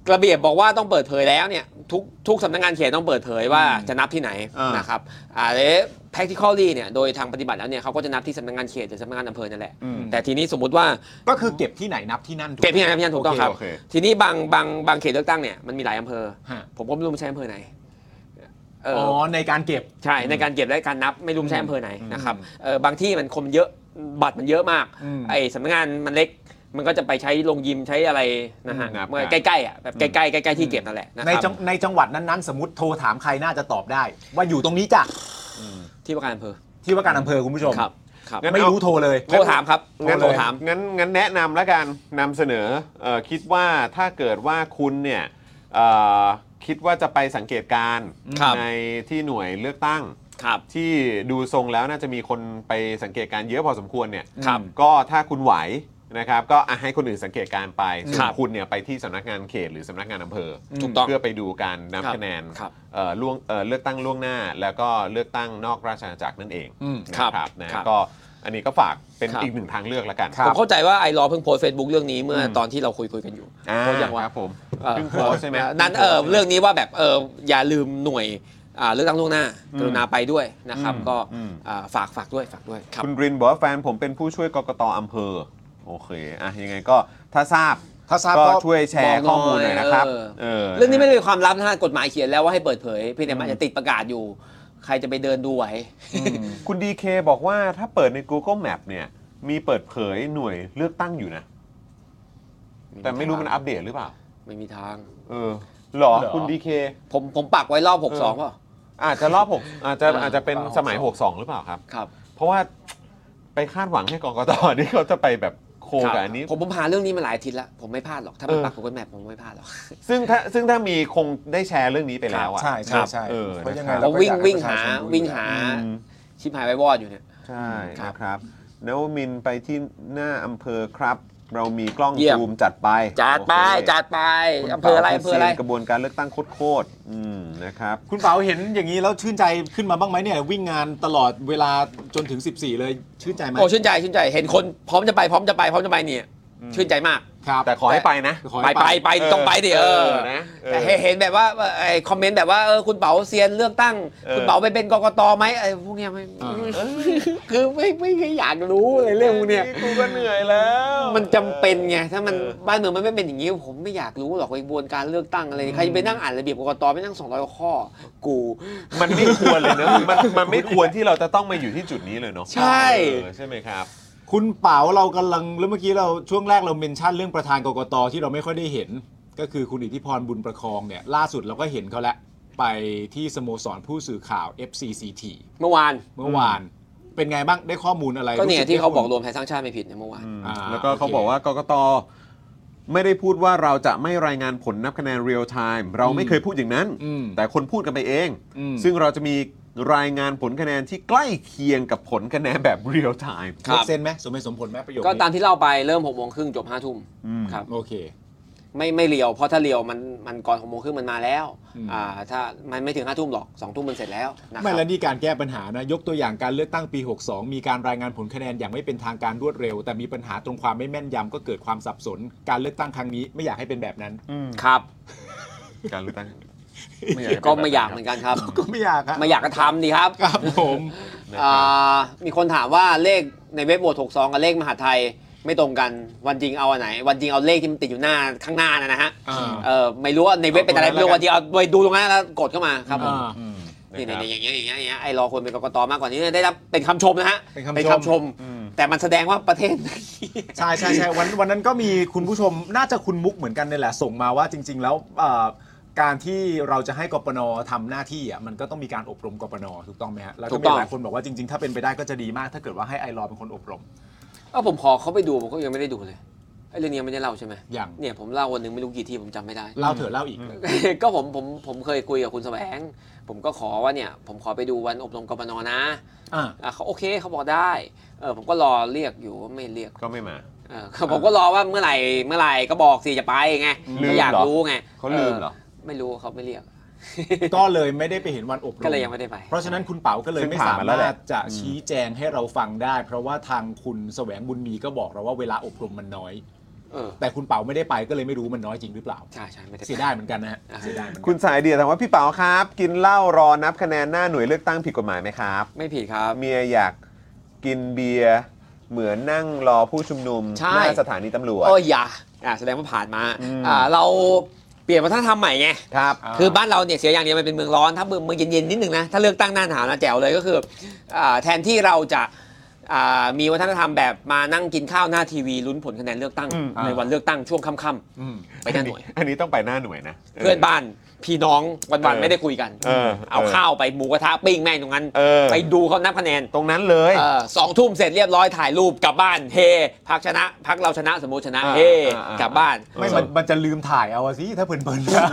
กระเบียบบอกว่าต้องเปิดเผยแล้วเนี่ยทุกทุกสำนักงานเขตต้องเปิดเผยว่าจะนับที่ไหน
อ่าน
นะครับอ่าและ practically เนี่ยโดยทางปฏิบัติแล้วเนี่ยเขาก็จะนับที่สำนักงานเขตหรือสำนักงานอำเภอนั่นแหละ แต่ทีนี้สมมุติว่า
ก็คือเก็บที่ไหนนับที่นั่นถู
เขตพี่นายพี่นันถูกต้องครับ
โอเค
ทีนี้บางบางบางเขตเลือกตั้งเนี่ยมันมีหลายอำเภอ
ฮะ
ผมก็ไม่รู้มันใช่อำเภอไหนเออ
อ๋อ
อ
ในการเก็บ
ใช่ในการเก็บและการนับไม่รู้มันใช่อำเภอไหนนะครับ
อืม
เออบางที่มันคนเยอะบัตรมันเยอะมาก
อืม
ไอ้สำนักงานมันเล็ก มันก็จะไปใช้โรงยิมใช้อะไรนะฮะ
อืมนับ
เมื่อใกล้ๆอ่ะแบบใกล้ๆใกล้ๆที่เก็บนั่นแหละนะค
ใน
รับ
จังในจังหวัดนั้นๆ สมมติโทรถามใครน่าจะตอบได้ ว่าอยู่ตรงนี้จ้ะ
ที่ประการอำเภอ
ที่ว่าการอำเภอคุณผู้ชม
ครับครับ
งั้น
ไม่รู้โทรเลย
โทรถามครับ
งั้น
โทรถาม
งั้นงั้นแนะนำแล้วกันนำเสนอเอ่อคิดว่าถ้าเกิดว่าคุณเนี่ยเอ่อคิดว่าจะไปสังเกตการณ์
ครับ
ในที่หน่วยเลือกตั้ง
ครับ
ที่ดูทรงแล้วน่าจะมีคนไปสังเกตการณ์เยอะพอสมควรเนี่ย
ครับ
ก็ถ้าคุณไหวนะครับก็อ่ะให้คนอื่นสังเกตการณ์ไปส่ว
ครั
น
บ
คุณเนี่ยไปที่สำนักงานเขตหรือสำนักงานอำเภอ
ถูกต้อง
เพื่อไปดูการนับ
ครับ
คะแนน
ครับ
เอ่อล่วงเอ่อเลือกตั้งล่วงหน้า แล้วก็เลือกตั้งนอกราชอาณาจักรนั่นเอง
อืม
นะครับ นะครับ ก็อันนี้ก็ฝากเป็น
ครับ
อีกหนึ่งทางเลือกละกัน
ครั
ผ
บ
มเข้าใจว่าไอรอเพิ่งโพสเฟซบุ๊กเรื่องนี้เมื่ออตอนที่เราคุยคุยกันอยู่
อ่า
โพสต์ยังวะ
ครับผม
เอ่อ
เพิ่งโพสต์ใช่ไหม
นั้นเออเรื่องนี้ว่าแบบเอออย่าลืมหน่วยอ่าเลือกตั้งล่วงหน้ากรุณาไปด้วยนะครับ ก็อ่าฝากฝากด้วยฝากด้วยครับ
คุณรินบอกว่าแฟนผมเป็นผู้ช่วยกกตอำเภอโอเคอ่ะยังไงก็ถ้าทราบ
ถ้าทราบ
ก็
ก็
ช่วยแชร์ข้อมูลหน่อยนะครับ
บอกหน่อย
เออ
เรื่องนี้ไม่ได้เป็นความลับนะฮะกฎหมายเขียนแล้วว่าให้เปิดเผยเพี่เนี่ยงแต่มันอาจจะติดประกาศอยู่ ใครจะไปเดินดูไหว
คุณดีเคบอกว่าถ้าเปิดใน Google Map เนี่ย มีเปิดเผยหน่วยเลือกตั้งอยู่นะ แต่ไม่รู้มันอัปเดตหรือเปล่า
ไม่มีทาง
เออหรอ
หรอ
คุณดีเค
ผมผมปักไว้รอบ 62ป่ะ
อาจจะรอบหกอาจจะ
เอออ
อาจจะเป็นสมัย 62 หรือเปล่าครับ
ครับ
เพราะว่าไปคาดหวังให้กกต นี่เขาจะไปแบบโคกับอันนี้
ผมผมหาเรื่องนี้มาหลายอาทิตย์แล้วผมไม่พลาดหรอกถ้ามัน
เออ
ปักกับกฎหมายผมไม่พลาดหรอก
ซึ่งถ้าซึ่งถ้ามีคงได้แชร์เรื่องนี้ไปแล้วอ่ะ
ใช่ใช่ใช่
เออ
เพราะยังไง
นะครับ
เรา
เรา
ก็
วิ่
อง ยกใ
วิ่งหา
ประชชนรู้
วิ่ง
อยู่
หา
แล้ว
อืม
ชิบหายไว้วอดอยู่เนี่ย
ใช่
ครับ
นะครับนวมินทร์ไปที่หน้าอำเภอครับ เรามีกล้อง
เยี่ยม
ซูมจัดไป
จัดไป
โอเค
จัดไป
คุณ
อำเภออะไร
ปา
อำเภออะไร
ซีนกระบวนการเลือกตั้งโคตรๆอืมนะครับ
คุณเป๋าเห็นอย่างนี้แล้วชื่นใจขึ้นมาบ้างไหมเนี่ย วิ่งงานตลอดเวลาจนถึง 14 เลยชื่นใจไหม
โอ้ชื่นใจชื่นใจเห็นคนพร้อมจะไปพร้อมจะไปพร้อมจะไปเนี่ย ชื่นใจมาก
ครับ
แต่ขอให้ไปนะ
ขอ
ไป
ให้
ไป
ไป
ไป
เออ
ต้องไปดิเออ
เออนะเออ
แต่เห็นแบบว่าเอ่อไอ้คอมเมนต์แบบว่าเออคุณเป๋าเซียนเลือกตั้ง
เออ
คุณเป๋าไปเป็นกกตไหมไอ้พวกเนี้ยไม่
เอ
คือไม่ไม่เคยอยากรู้เลยเรื่องพวกเนี้ย
กูก็เหนื่อยแล้ว
มันจำเป็นไงถ้ามัน
เออ
บ้านเมืองมันไม่เป็นอย่างนี้ ผมไม่อยากรู้หรอกไอ้กระบวนการเลือกตั้งอะไรใครจะไปนั่งอ่านระเบียบกกตไปนั่งสองร้อยข้อ กู
มันไม่ควรเลยนะมันมันไม่ควรที่เราจะต้องมาอยู่ที่จุดนี้เลยเนาะ
ใช่
เออใช่ไหมครับ
คุณเป๋าเรากำลังแล้วเมื่อกี้เราช่วงแรกเราเมนชั่นเรื่องประธานกกตที่เราไม่ค่อยได้เห็น ก็คือคุณอิทธิพรบุญประคองเนี่ยล่าสุดเราก็เห็นเขาแล้วไปที่สโมสรผู้สื่อข่าว FCCT
เมื่อวาน
เมื่อวานเป็นไงบ้างได้ข้อมูลอะไร
ก็เนี่ย
รู้สึ
ที่เขาบอกร
ลง
วมไทยสร้างชาติไม่ผิดเนี่ยเมื่อวาน
อ่า
แล้วก็
โอเค
เขาบอกว่ากกต ไม่ได้พูดว่าเราจะไม่รายงานผลนับคะแนนเรียลไทม์เราไม่เคยพูดอย่างนั้น
อืม
แต่คนพูดกันไปเอง
อืม
ซึ่งเราจะมีรายงานผลคะแนนที่ใกล้เคียงกับผลคะแนนแบบเรียลไทม์
ครับ
เซ็นไหมสมเหตุสมผลไหมประโยคนี้
ก็ตามที่เล่าไปเริ่มหกโมงครึ่งจบห้าทุ่ม
อืม
ครับ
โอเค
ไม่ไม่เลียวเพราะถ้าเลียวมันมันก่อนหกโมงครึ่งมันมาแล้ว
อืม
อ่าถ้ามันไม่ถึงห้าทุ่มหรอกสองทุ่มมันเสร็จแล้วนะค
ไม่
รับ
แล้วนี่การแก้ปัญหานะ ยกตัวอย่างการเลือกตั้งปี 62 มีการรายงานผลคะแนนอย่างไม่เป็นทางการรวดเร็ว แต่มีปัญหาตรงความไม่แม่นยำก็เกิดความสับสน การเลือกตั้งครั้งนี้ไม่อยากให้เป็นแบบนั้น
ครับ
การเลือกตั้ง
ก็ไม่อยากเหมือนกันครับ
ก็ไม่อยากครับ
ไม่อยากก็ทำดีครับ
ครับผม
อ่ามีคนถามว่าเลขในเว็บโหวตกสองกับเลขมหาไทยไม่ตรงกันวันจริงเอาอันไหน วันจริงเอาเลขที่มันติดอยู่หน้าข้างหน้านะนะฮะ
อ่า
เออไม่รู้ว่าในเว็บเป็นอะไรไม่รู้วันจริงเอาไปดูตรงนั้นแล้วกดเข้ามาครับผม
อ่า
นี่ๆอย่างเงี้ยอย่างเงี้ยอย่างเงี้ยไอ้รอคนเป็นกกตมากกว่านี้ได้รับเป็นคำชมนะฮะ
เป็นคำชม
มแต่มันแสดงว่าประเทศ
ใช่ใช่ใช่วันวันนั้นก็มีคุณผู้ชมน่าจะคุณมุกเหมือนกันเนี่ยแหละ ส่งมาว่าจริง ๆ แล้วเอ่อการที่เราจะให้กปนทำหน้าที่อ่ะมันก็ต้องมีการอบรมกปนถูกต้องไหมฮะแล้ว
ถู
ก็
ก
มี
ต้อง
หลายคนบอกว่าจริง ๆ ถ้าเป็นไปได้ก็จะดีมาก ถ้าเกิดว่าให้ไอรอเป็นคนอบรม
เออผมขอเขาไปดูผมก็ยังไม่ได้ดูเลยไอ้เรื่องนี้ยังไม่ได้เล่าใช่ไหม
ยัง
เนี่ยผมเล่าวันหนึ่งไม่รู้กี่ที่ผมจำไม่ได้
เล่าเถอะเล่าอีก
ก็ผมผมผมเคยคุยกับคุณแสวง ผมก็ขอว่าเนี่ยผมขอไปดูวันอบรมกปนนะ
อ่า
อ่ะเขาโอเคเขาบอกได้เออผมก็รอเรียกอยู่ว่าไม่เรียก
ก็ไม่มา
เอ อผมก็รอว่าเมื่อไหร่เมื่อไหร่ก็บอกสิจะไปไง
ลืม
ก็อยาก
เหรอ
รู้ไง
เขาลืมเหรอ
ไม่รู้เขาไม่เรียก
ก็เลยไม่ได้ไปเห็นวันอบรม
ก็เลยยังไม่ได้ไป
เพราะฉะนั้นคุณเป๋าก็เลย
ซึ่ง
ไม่
ผ่าน
สา
มาแล้วแห
มาร
ละ
ถจะชี้แจงให้เราฟังได้ เพราะว่าทางคุณแสวงบุญมีก็บอกเราว่าเวลาอบรมมันน้อย
เออ
แต่คุณเป๋าไม่ได้ไปก็เลยไม่รู้มันน้อยจริงหรือเปล่า
ใช่ใช่ไม่ได้ไป
เสียดายเหมือนกันนะฮะ
อ่า
เสียดายเหมือน
คุ
กั
ณ
น
สายเดียถามว่าพี่เป๋าครับ กินเหล้ารอนับคะแนนหน้าหน่วยเลือกตั้งผิดกฎหมายไหมครับ
ไม่ผิดครับ
เมียอยากกินเบียร์เหมือนนั่งรอผู้ชุมนุม
ใช่
หน้าสถานีตำรวจ
โอ้ยอย่าอ่ะแสดงว่าผ่านมา
อืม
อ่าเราเปลี่ยนวัฒนธรรมใหม่ไง
ครับ
คือบ้านเราเนี่ยเสียอย่างเดียวมันเป็นเมืองร้อน ถ้าเมืองเมืองเย็นๆนิดหนึ่งนะ ถ้าเลือกตั้งหน้าหนาวนะแจ๋วเลยก็คืออาแทนที่เราจะอ่ามีวัฒนธรรมแบบมานั่งกินข้าวหน้าทีวีลุ้นผลคะแนนเลือกตั้ง
อืม
ในวันเลือกตั้งช่วงค่ำ
อืม
ๆไปหน้าหน่วย
อันนี้ต้องไปหน้าหน่วยนะ
เพื่อนบ้านพี่น้องวันๆไม่ได้คุยกัน
เออ
เอาข้าวไปหมูกระทะปิ้งแม่งตรงนั้น
เออ
ไปดูเขานับคะแนน
ตรงนั้นเลย
เออสองทุ่มเสร็จเรียบร้อยถ่ายรูปกลับบ้านเฮพักชนะพักเราชนะสมมติชนะ
อ่า
เฮ
อ่าอ่าก
ลับบ้าน
ไม่มันมันจะลืมถ่ายเอาอะสิถ้าเพลินๆนะ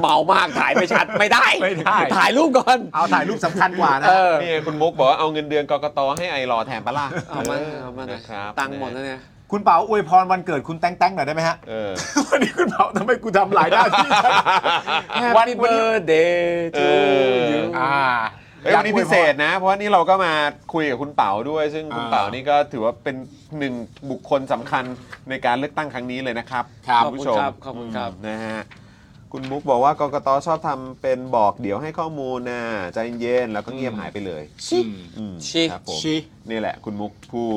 เมามากถ่ายไม่ชัดไม่ได้
ไม่ได้
ถ่ายรูปก่อน
เอาถ่ายรูปสำคัญกว่านะ
เออ
นี่คุณมุกบอกว่าเอาเงินเดือนกกตให้ไอรอแทนปะล่ะ
เอามาเอามาหน่อย
นะครับ
ตังค์หมดแล้วเนี่ย
คุณเป๋าอวยพรวันเกิดคุณแตงแตงหน่อยได้ไหมฮะ
เออ
วันนี้คุณเป๋าทำไมกูทำหลายหน้าที่จัง
Happy birthday to
เอ
you
อ
อ่า
เอ้ยวันนี้พิเศษนะ เพราะว่านี่เราก็มาคุยกับคุณเป๋าด้วย ซึ่งคุณเป๋านี่ก็ถือว่าเป็นหนึ่งบุคคลสำคัญในการเลือกตั้งครั้งนี้เลยนะครับ
ครับ
ณผู้ชม
ขอบคุณครับขอบคุณครับ
นะฮะคุณมุกบอกว่ากกตชอบทำเป็นบอกเดี๋ยวให้ข้อมูลนะใจเย็นแล้วก็เงียบหายไปเลย
ชิ
อืม
ชิ
ครับผม
ชิ
นี่แหละ คุณมุกผู้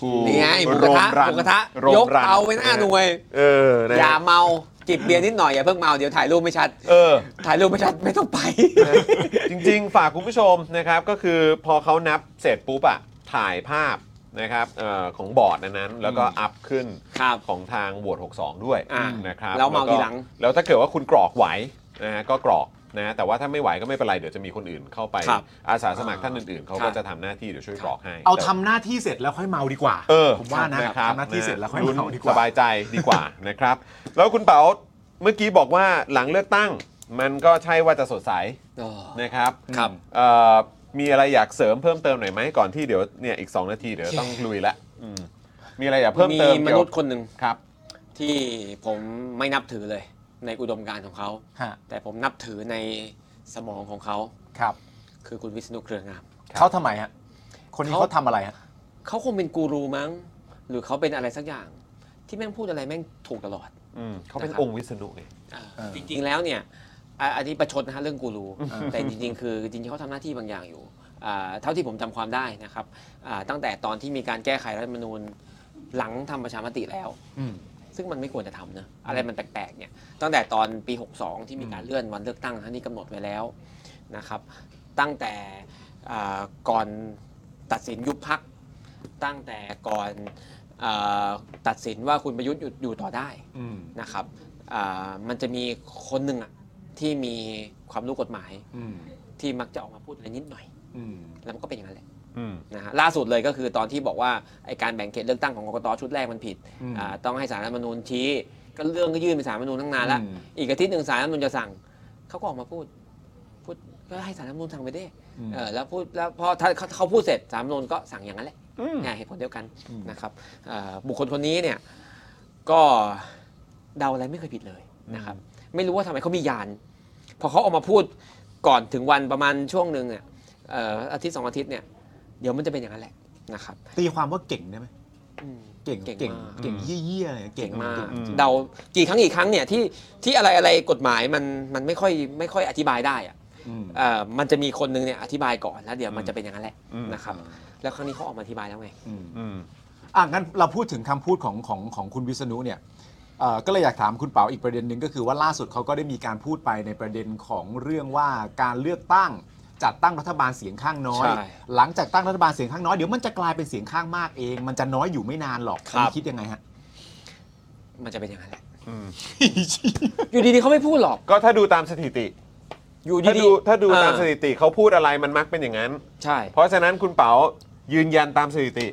ผู้
นี่ไงหมูกระทะ
รั
หมูกระทะ
โรม
ยก
รัน
เอาไว้หน้าหน่วย
เออนะ
อย่าเมาจิบเบียร์นิดหน่อยอย่าเพิ่งเมาเดี๋ยวถ่ายรูปไม่ชัด
เออ
ถ่ายรูปไม่ชัดไม่ต้องไป
นะ จริงๆ ฝากคุณผู้ชมนะครับก็คือพอเขานับเสร็จปุ๊บอะถ่ายภาพนะครับเอ่อของบอร์ดอันนั้น แล้วก็อัพขึ้น
ครับ
ของทางโหวต62 ด้วย
อ่า
นะครับ
แล้วเมา
ก็
ทีหลัง
แล้วถ้าเกิดว่าคุณกรอกไหวนะฮะก็กรอกนะแต่ว่าถ้าไม่ไหวก็ไม่เป็นไร เดี๋ยวจะมีคนอื่นเข้าไป
ครับ
อาสาสมัครท่านอื่นๆ เขา
ครั
ก็
บ
จะทำหน้าที่เดี๋ยวช่วยกรอกให้
เอาทำหน้าที่เสร็จแล้วค่อยเมาดีกว่า
เออ
ผมว่านะครับ ทำหน้าที่เสร็จแล้วค่อย
ลุ้น
เมาดีก
ส
ว่า
บายใจดีกว่า นะครับแล้วคุณเป๋าเมื่อกี้บอกว่าหลังเลือกตั้ง มันก็ใช่ว่าจะสดใส
อ๋อ
นะครับ
ครับ
เอ่อมีอะไรอยากเสริมเพิ่มเติมหน่อยไหมก่อนที่เดี๋ยวเนี่ยอีก 2 นาทีเดี๋ยวต้องลุยละอืมมีอะไรอยากเพิ่ม
มี
เติม
ม
เกี่ยว
นุษย์คนหนึ่ง
ครับ
ที่ผมไม่นับถือเลย ในอุดมการณ์ของเขา
ฮะ
แต่ผมนับถือในสมองของเขา
ครับ
คือคุณวิษณุเครืองาม
เขาทำไมฮะ คนนี้
เขา
เขาทำอะไรฮะ
เขาคงเป็นกูรูมั้ง หรือเขาเป็นอะไรสักอย่าง ที่แม่งพูดอะไรแม่งถูกตลอด
อืมเขาเป็น
นะครับ
องค์วิษณุไง
อ่า
เออ
จริงๆ แล้วเนี่ยอ่าอันนี้ประชดนะฮะเรื่องกูรู
เออ
แต่จริงๆ คือจริงๆเขาทำหน้าที่บางอย่างอยู่อ่าเท่าที่ผมจำความได้นะครับอ่าตั้งแต่ตอนที่มีการแก้ไขรัฐธรรมนูญหลังทำประชามติแล้ว
อืม
ซึ่งมันไม่ควรจะทำนะอะไรมันแปลกๆเนี่ยตั้งแต่ตอนปี 62 ที่มีการเลื่อนวันเลือกตั้งท่านนี่กำหนดไว้แล้วนะครับตั้งแต่อ่าก่อนตัดสินยุบพัก ตั้งแต่ก่อนอ่าตัดสินว่าคุณประยุทธ์อยู่อยู่ต่อได้
อืม
นะครับอ่ามันจะมีคนหนึ่งอะที่มีความรู้กฎหมาย
อืม
ที่มักจะออกมาพูดอะไรนิดหน่อย
อืม
แล้วมันก็เป็นอย่างนั้นแหละ
อืม
นะฮะล่าสุดเลยก็คือตอนที่บอกว่าไอการแบ่งเขตเลือกตั้งของกกตชุดแรกมันผิด
อืม
อ่าต้องให้สารรัฐธรรมนูญชี้ ก็เรื่องก็ยื่นไปสารรัฐธรรมนูญตั้งนานแล้ว
อืม
อีกอาทิตย์หนึ่งสารรัฐธรรมนูญจะสั่งเขาก็ออกมาพูดพูดก็ให้สารรัฐธรรมนูญสั่งไปดิเออแล้วพูดแล้วพอถ้าเขาเขาพูดเสร็จสารรัฐธรรมนูญก็สั่งอย่างนั้นแหละเนี่ยเหตุผลเดียวกันนะครับเอ่อบุคคลคนนี้เนี่ยก็เดาอะไรไม่เคยผิดเลยนะครับ ไม่รู้ว่าทำไมเขามียาน พอเขาออกมาพูดก่อนถึงวันประมาณช่วงหนึ่งเนี่ยเอ่ออาทิตย์สองอาทิตย์เนี่ยเดี๋ยวมันจะเป็นอย่างนั้นแหละนะครับ
ตีความว่าเก่งได้ไหม
อืม
เก่ง
เก่ง
เก่ง
มาก
เก่งเยี่ยๆอะไร
เก่งมาก
จริงๆ
เดากี่ครั้งกี่ครั้งเนี่ยที่ที่อะไรอะไรกฎหมายมันมันไม่ค่อยไม่ค่อยอธิบายได้อะเอ่อมันจะมีคนนึงเนี่ยอธิบายก่อนแล้วเดี๋ยวมันจะเป็นอย่างนั้นแหละ
อืม
นะครับแล้วครั้งนี้เขาออกมาอธิบายแล้วไง
อืม
อ่ะงั้นเราพูดถึงคำพูดของของของคุณวิษณุเนี่ยเอ่อก็เลยอยากถามคุณเป๋าอีกประเด็นหนึ่งก็คือว่าล่าสุดเขาก็ได้มีการพูดไปในประเด็นของเรื่องว่าการเลือกตั้งจัดตั้งรัฐบาลเสียงข้างน้อย
ใช่
หลังจากตั้งรัฐบาลเสียงข้างน้อยเดี๋ยวมันจะกลายเป็นเสียงข้างมากเอง มันจะน้อยอยู่ไม่นานหรอก
ครับ
ณคิดยังไงฮะ
มันจะเป็นอย่างนั้นแหละ
อืม
อยู่ดีๆเขาไม่พูดหรอก
ก็ถ้าดูตามสถิติ
อยู่
ถ้า
ดี
ดู
ๆ
ถ้าดู
เออ
ตามสถิติเขาพูดอะไรมันมักเป็นอย่างนั้น
ใช่
เพราะฉะนั้นคุณเป๋ายืนยันตามสถิติ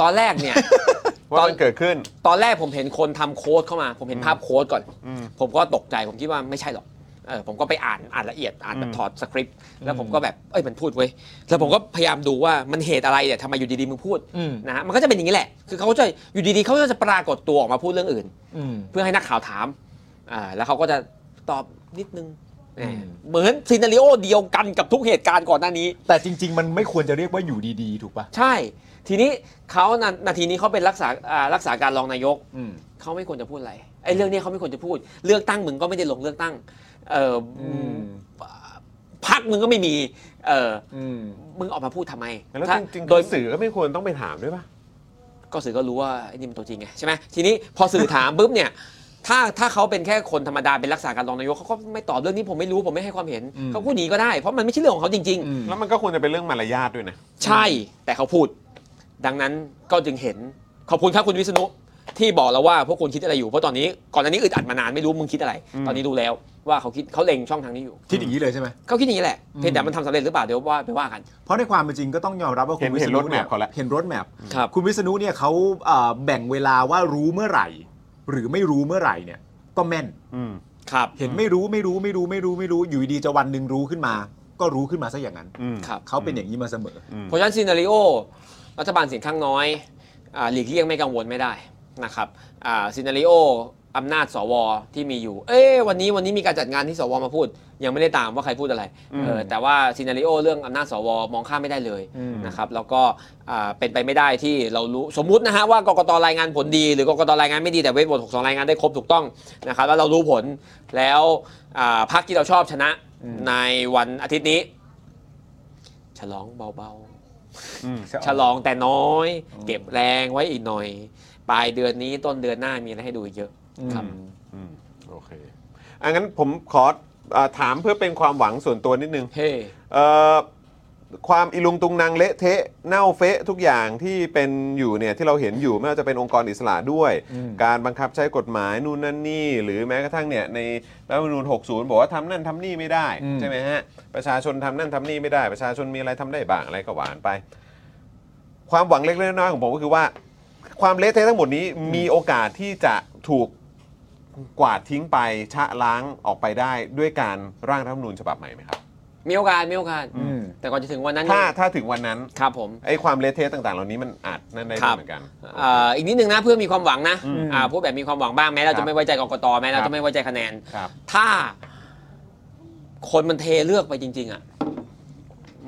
ตอนแรกเนี่ย
ว่า
ตอน
มันเกิดขึ้น
ตอนแรกผมเห็นคนทำโค้ดเข้ามา ผมเห็นภาพโค้ดก่อน ผมก็ตกใจผมคิดว่าไม่ใช่หรอกเออผมก็ไปอ่านอ่านละเอียดอ่านแบบถอดสคริปต์แล้วผมก็แบบเอ้ยมันพูดเว้ยแล้วผมก็พยายามดูว่ามันเหตุอะไรเนี่ยทำไมอยู่ดีๆมึงพูด
อืม
นะฮะมันก็จะเป็นอย่างนี้แหละ คือเขาจะอยู่ดีๆเขาก็จะปรากฏตัวออกมาพูดเรื่องอื่น
อืม
เพื่อให้นักข่าวถามอ่าแล้วเขาก็จะตอบนิดนึง
อืม
เหมือนซีนารีโอเดียวกันกับทุกเหตุการณ์ก่อนหน้านี้
แต่จริง ๆ มันไม่ควรจะเรียกว่าอยู่ดีๆ ถูกปะ
ใช่ ทีนี้เขานานาทีนี้เขาเป็นรักษาอ่ารักษาการรองนายก
อืม
เขาไม่ควรจะพูดอะไรไอ้เรื่องเนี้ยเขาไม่ควรจะพูด เลือกตั้งมึงก็ไม่ได้ลงเลือกตั้ง เอออ
ม
พักมึงก็ไม่มี เออ
อืม
มึงออกมาพูดทำไม
แล้ว
ถ้า
จริง
โดย
ๆสื่อก็ไม่ควรต้องไปถามด้วยป่ะ
ก็สื่อก็รู้ว่าไอ้นี่มันตัวจริงไงใช่ไหมทีนี้พอสื่อถามปุ๊บเนี่ย ถ้าถ้าเขาเป็นแค่คนธรรมดาเป็นรักษาการรองนายกเขาก็ไม่ตอบเรื่องนี้ผมไม่รู้ผมไม่ให้ความเห็น
อืม
เขาพูดหนีก็ได้เพราะมันไม่ใช่เรื่องของเขาจริง
อืม
แล้วมันก็ควรจะเป็นเรื่องมารยาทด้วยนะ
ๆ ใช่แต่เขาพูด ดังนั้นก็จึงเห็นขอบคุณครับคุณวิษณุที่บอกเราว่าพวกคุณคิดอะไรอยู่เพราะตอนนี้ก่อนอันนี้อึดอัดมานานไม่รู้มึงคิดอะไร ตอนนี้รู้แล้วว่าเขาคิดเขาเล็งช่องทางนี้อยู่
คิดอย่างนี้เลยใช่ไหม
เขาคิดอย่างนี้แหละ เพียงแต่มันทำสำเร็จหรือเปล่า เดี๋ยวว่าไปว่ากัน
เพราะในความเป็นจริงก็ต้องยอมรับว่า
เห็น
คุณวิ
เห็
ษ
น
ณุ
roadmap
เนี่ย
เขาละ
เห็นรถแมพ
ครับ
คุณวิษณุเนี่ยเขาเอ่อแบ่งเวลาว่ารู้เมื่อไหร่ หรือไม่รู้เมื่อไหร่เนี่ยก็แม่น
อืม
ครับ
เห็นไม่รู้ไม่รู้ไม่รู้ไม่รู้ไม่รู้อยู่ดีๆจะวันหนึ่งรู้ขึ้นมา ก็รู้ขึ้นมาซะอย่างนั้น
อืม
ครับ
เขาเป็นอย่างนี้มาเสมอ
เพราะฉะนั้นซีนารีโอรัฐบาลเสียงข้างน้อยอ่าหลีกเลี่ยงไม่กังวลไม่ได้นะครับอ่าซีนารีโออำนาจสวที่มีอยู่ เอ๊ะวันนี้วันนี้มีการจัดงานที่สวมาพูด ยังไม่ได้ตามว่าใครพูดอะไรเออแต่ว่าซีนารีโอเรื่องอำนาจสวมองข้ามไม่ได้เลยนะครับแล้วก็อ่าเป็นไปไม่ได้ที่เรารู้สมมุตินะฮะว่ากกตรายงานผลดีหรือกกตรายงานไม่ดีแต่เวทบท62รายงานได้ครบถูกต้องนะครับแล้วเรารู้ผลแล้วอ่าพรรคที่เราชอบชนะในวันอาทิตย์นี้ ฉลองเบาๆ ฉลองแต่น้อย เก็บแรงไว้อีกหน่อย ปลายเดือนนี้ต้นเดือนหน้ามีอะไรให้ดูอีกเยอะครับ
อืมโอเคอังั้นผมขอเอ่อถามเพื่อเป็นความหวังส่วนตัวนิดนึง
เฮ้
เอ่อความอิลุงตุงนางเละเทะเน่าเฟะทุกอย่างที่เป็นอยู่เนี่ยที่เราเห็นอยู่ไม่ว่าจะเป็นองค์กรอิสระด้วย การบังคับใช้กฎหมายนู่นนั่นนี่ หรือแม้กระทั่งเนี่ยในรัฐธรรมนูญ60 บอกว่าทำนั่นทำนี่ไม่ได้
อืม
ใช่ไหมฮะ ประชาชนทำนั่นทำนี่ไม่ได้ ประชาชนมีอะไรทำได้บ้างอะไรก็หวานไป ความหวังเล็กๆน้อยๆของผมก็คือว่า ความเละเทะทั้งหมดนี้มีโอกาสที่จะถูก กวาดทิ้งไปชะล้างออกไปได้ด้วยการร่างรัฐธรรมนูญฉบับใหม่ไหมครับ
มีโอกาสมีโอกาส
อืม
แต่ก่อนจะถึงวันนั้น
ถ้าถ้าถึงวันนั้น
ครับผม
ไอ้ความเละเทะต่างๆ เหล่านี้มันอาจนั่นได้ด้วยเหมือนกัน
อ่าอีกนิดนึงนะเพื่อมีความหวังนะอ่าพูดแบบมีความหวังบ้างแม้เรา
ครั
จะ
บ
ไม่ไว้ใจกกตแม้เรา
ครับ
จะไม่ไว้ใจคะแนน
ครับ
ถ้าคนมันเทเลือกไปจริง ๆอ่ะ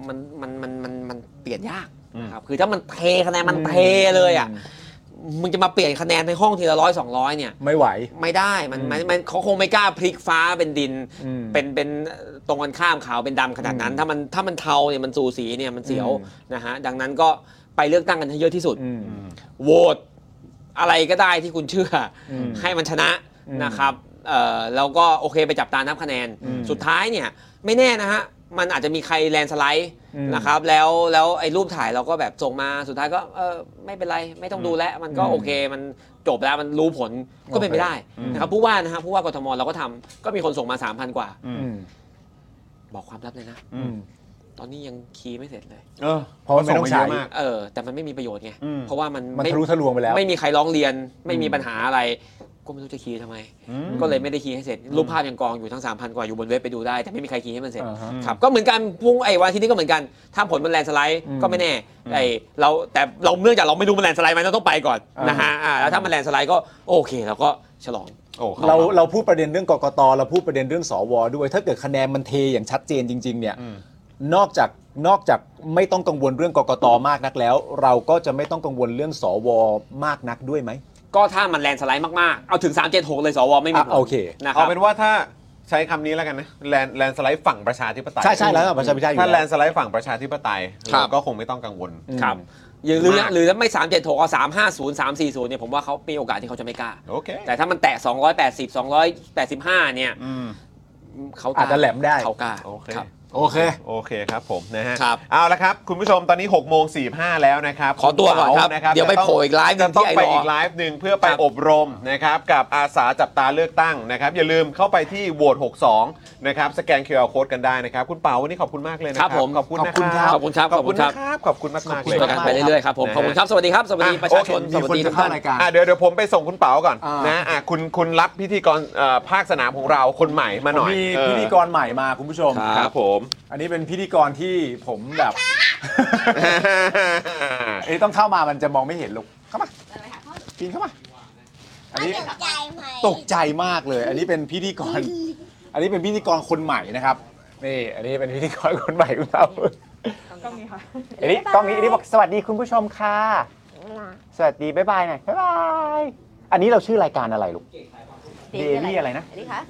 มันมันมันมันมันเปลี่ยนยากนะครับคือถ้ามันเทคะแนนมันเทเลยอ่ะมึงจะมาเปลี่ยนคะแนนในห้องทีละร้อยสองร้อยเนี่ย
ไม่ไหว
ไม่ได้มันมันมันเขาคงไม่กล้าพลิกฟ้าเป็นดิน
อืม
เป็นเป็นตรงกันข้ามขาวเป็นดำขนาดนั้น ถ้ามันถ้ามันเทาเนี่ยมันสูสีเนี่ยมันเสียว
อืม
นะฮะดังนั้นก็ไปเลือกตั้งกันให้เยอะที่สุด
อืม
โหวตอะไรก็ได้ที่คุณเชื่ออ
ม
ให้มันชนะ
อืม
นะครับเอ่อแล้วก็โอเคไปจับตานับคะแนน
อืม
สุดท้ายเนี่ยไม่แน่นะฮะ มันอาจจะมีใครแลนด์สไลด์
อืม
นะครับแล้วแล้วไอ้รูปถ่ายเราก็แบบส่งมาสุดท้ายก็เออไม่เป็นไรไม่ต้องดูแลวมันก็
อืม
โอเค มันจบแล้วมันรู้ผลก็เป็นไป
โอเค
ได้นะครับผู้ว่านะฮะผู้ว่ากทมเราก็ทำก็มีคนส่งมา 3,000 กว่า
อืม
บอกความลับเลยนะ
อืม
ตอนนี้ยังคีย์ไม่เสร็จเลย
เออ
เพราะมันไม่ต้องใช้
เยอะมาก
เออแต่มันไม่มีประโยชน์ไง
อืม
เพราะว่ามัน
มัน
ไม่
ทะลุทะลวงไปแล้ว
ไม่มีใครร้องเรียนไม่มี
อืม
ปัญหาอะไร ก็ไม่รู้จะคีย์ทำไม
อืม
ก็เลยไม่ได้คีย์ให้เสร็จ รูปภาพยังกองอยู่ทั้ง 3,000 กว่าอยู่บนเว็บไปดูได้ แต่ไม่มีใครคีย์ให้มันเสร็จ
อ่าฮะ
ครับก็เหมือนกันพรุ่งไอ้วันอาที่นี้ก็เหมือนกัน ถ้าผลมันแลนด์สไลด์
อืม
ก็ไม่แน่ไอ้เราแต่เราเนื่องจากเราไม่รู้มันแลนด์สไลด์ไหมเราต้องไปก่อน
อ่าน
นะฮะอ่าแล้วถ้ามันแลนด์สไลด์ก็โอเคเราก็ฉลอง
โอ้คบ
เราเราพูดประเด็นเรื่องกกตเราพูดประเด็นเรื่องสวด้วย ถ้าเกิดคะแนนมันเทอย่างชัดเจนจริง ๆ เนี่ยนอกจากนอกจากไม่ต้องกังวลเรื่องกกตมากนักแล้ว เราก็จะไม่ต้องกังวลเรื่องสวมากนักด้วยไหม
ก็ถ้ามันแลนด์สไลด์มากๆ เอาถึง 376 เลยสวไม่มี
อ่ะโอเค
นะค
เอา
รับ
เป็นว่าถ้าใช้คำนี้แล้วกันนะแลนแลนสไลด์ฝั่งประชาธิปไตย
ใช่ใช่แล้วประชาธิปไตยอยู่
ถ้า
แล้ว
แลนสไลด์ฝั่งประชาธิปไตย
ครับ
เราก็คงไม่ต้องกังวล
ครับหรือหรือ
มาก
หรือถ้าไม่ 376 เอา 350 340 เนี่ยผมว่าเขามีโอกาสที่เขาจะไม่กล้า
โอเค
แต่ถ้ามันแตะ 280 285 เนี่ย
อืม
เขาก
อาจจะแหลมได้
เขากล้า
โอเค
รับ
โอเค
โอเคครับผมนะฮะ
ครับ
เอาละครับ คุณผู้ชมตอนนี้6กโมงสีแล้วนะครับ
ขอตัวก่อนครับ
ณา
เดี๋ยวไป
จะต้อง
โผล่อีกไลฟ์หนึ่
จะ
งที่
ต้องไป
ไอรอว์
อีกไลฟ์หนึ่งเพื่อไป
ครับ
อบรมนะครับกับอาสาจับตาเลือกตั้งนะครับอย่าลืมเข้าไปที่โหวต62นะครับสแกน QR Code กันได้นะครับ คุณเปาวันนี้ขอบคุณมากเลยนะครับ
ครับผม
ขอบคุณนะ
ขอบคุณครับ
ข
ข
อ
อ
บบ
คุ
คุณ
ณ
นะ
ครั
ครั
บ
บขอบคุณมากมากๆ
คุ
เลย ย
กันไปเรื่อยๆครับผมขอบคุณครับ สวัสดีครับ สวัสดีประชาชน
โอเค
สวัสดี
มีคน
ทุกท่าน
เข้ารายการ
อ่ะเดี๋ยวเดี๋ยวผมไปส่งคุณเปาก่อน
อ่าน
นะอ่ะคุณคุณรับพิธีกรเอ่อภาคสนามของเราคนใหม่มาหน่อย
มี
เออ
พิธีกรใหม่มาคุณผู้ชม
ครับ
ครับผม
อันนี้เป็นพิธีกรที่ผมแบบ เอ้ยต้องเข้ามามันจะมองไม่เห็นลูกเข้ามาปีนเข้ามาอันนี้
ตกใจไหม
ตกใจมากเลย อันนี้เป็นพิธีก ร อันนี้เป็นพิธีกรคนใหม่นะครับ นี่ อันนี้เป็นพิธีกรคนใหม่ของเรากล้องนี้ค่ะ อันนี้กล้องนี้ อันนี้บอกสวัสดีคุณผู้ชมค่ะ สวัสดี บ๊ายบายหน่อย บ๊ายบาย อันนี้เราชื่อรายการอะไรลูก เดลี่อะไรนะ
นี่คะ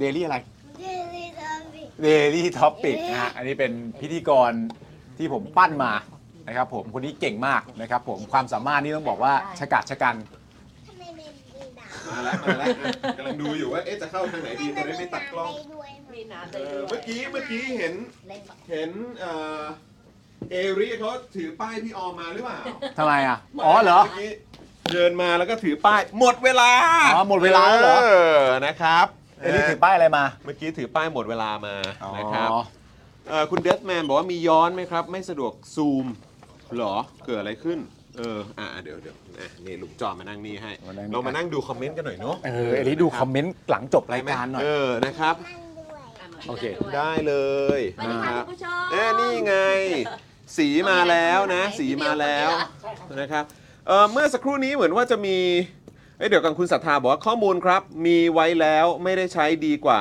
เดลี่อะไร
เดลิซอมบี้
เดลี่ท็อปิกนะฮะ อันนี้เป็นพิธีกรที่ผมปั้นมานะครับผม คนนี้เก่งมากนะครับผม ความสามารถนี่ต้องบอกว่าชะกาจชะกัน
ทำไมมีดาบ
มาแล้วมาแล้วกำลังดูอยู่ว่าเอ๊ะจะเข้าทางไหนดีจะได้ไม่ตัดกล้อง
ด้วยไหมมีน้ำ
เออเมื่อกี้เมื่อกี้เห็น
เล่น
เห็นเอ่อเอริเขาถือป้ายพี่ออมมาหรือเปล่า
ทำไมอ่ะ อ๋อเหรอ
มื่กี้เดินมาแล้วก็ถือป้ายหมดเวลา
อ๋อหมดเวลาแล้วเหรอ
อนะครับ
เดลี่ถือป้ายอะไรมา
เมื่อกี้ถือป้ายหมดเวลามา
อ๋อ
นะครับเอ่อคุณเดสแมนบอกว่ามีย้อนไหมครับ ไม่สะดวกซูมเหรอเกิดอะไรขึ้นเอออ่ะเดี๋ยวเดี๋ยวอ่ะนี่ลุงจอมมานั่งนี่ให้
มานั่งนี่
เรามานั่งดูคอมเมนต์กันหน่อยเนาะ
เออเอลิดูคอมเมนต์หลังจบรายการหน่อย
เออนะครับ
นั่งด้วย
โอเค
ได้เลย
สวัสดี
นะค
ค่ะ
รับ
คุณผู้ชม
เอ้ยนี่ไง สีมาแล้วนะ
ไหน
สีมาแล้ว
พี่
นะครับเอ่อเมื่อสักครู่นี้เหมือนว่าจะมีเอ้ยเดี๋ยวกันคุณศรัทธาบอกว่าข้อมูลครับ มีไว้แล้วไม่ได้ใช้ดีกว่า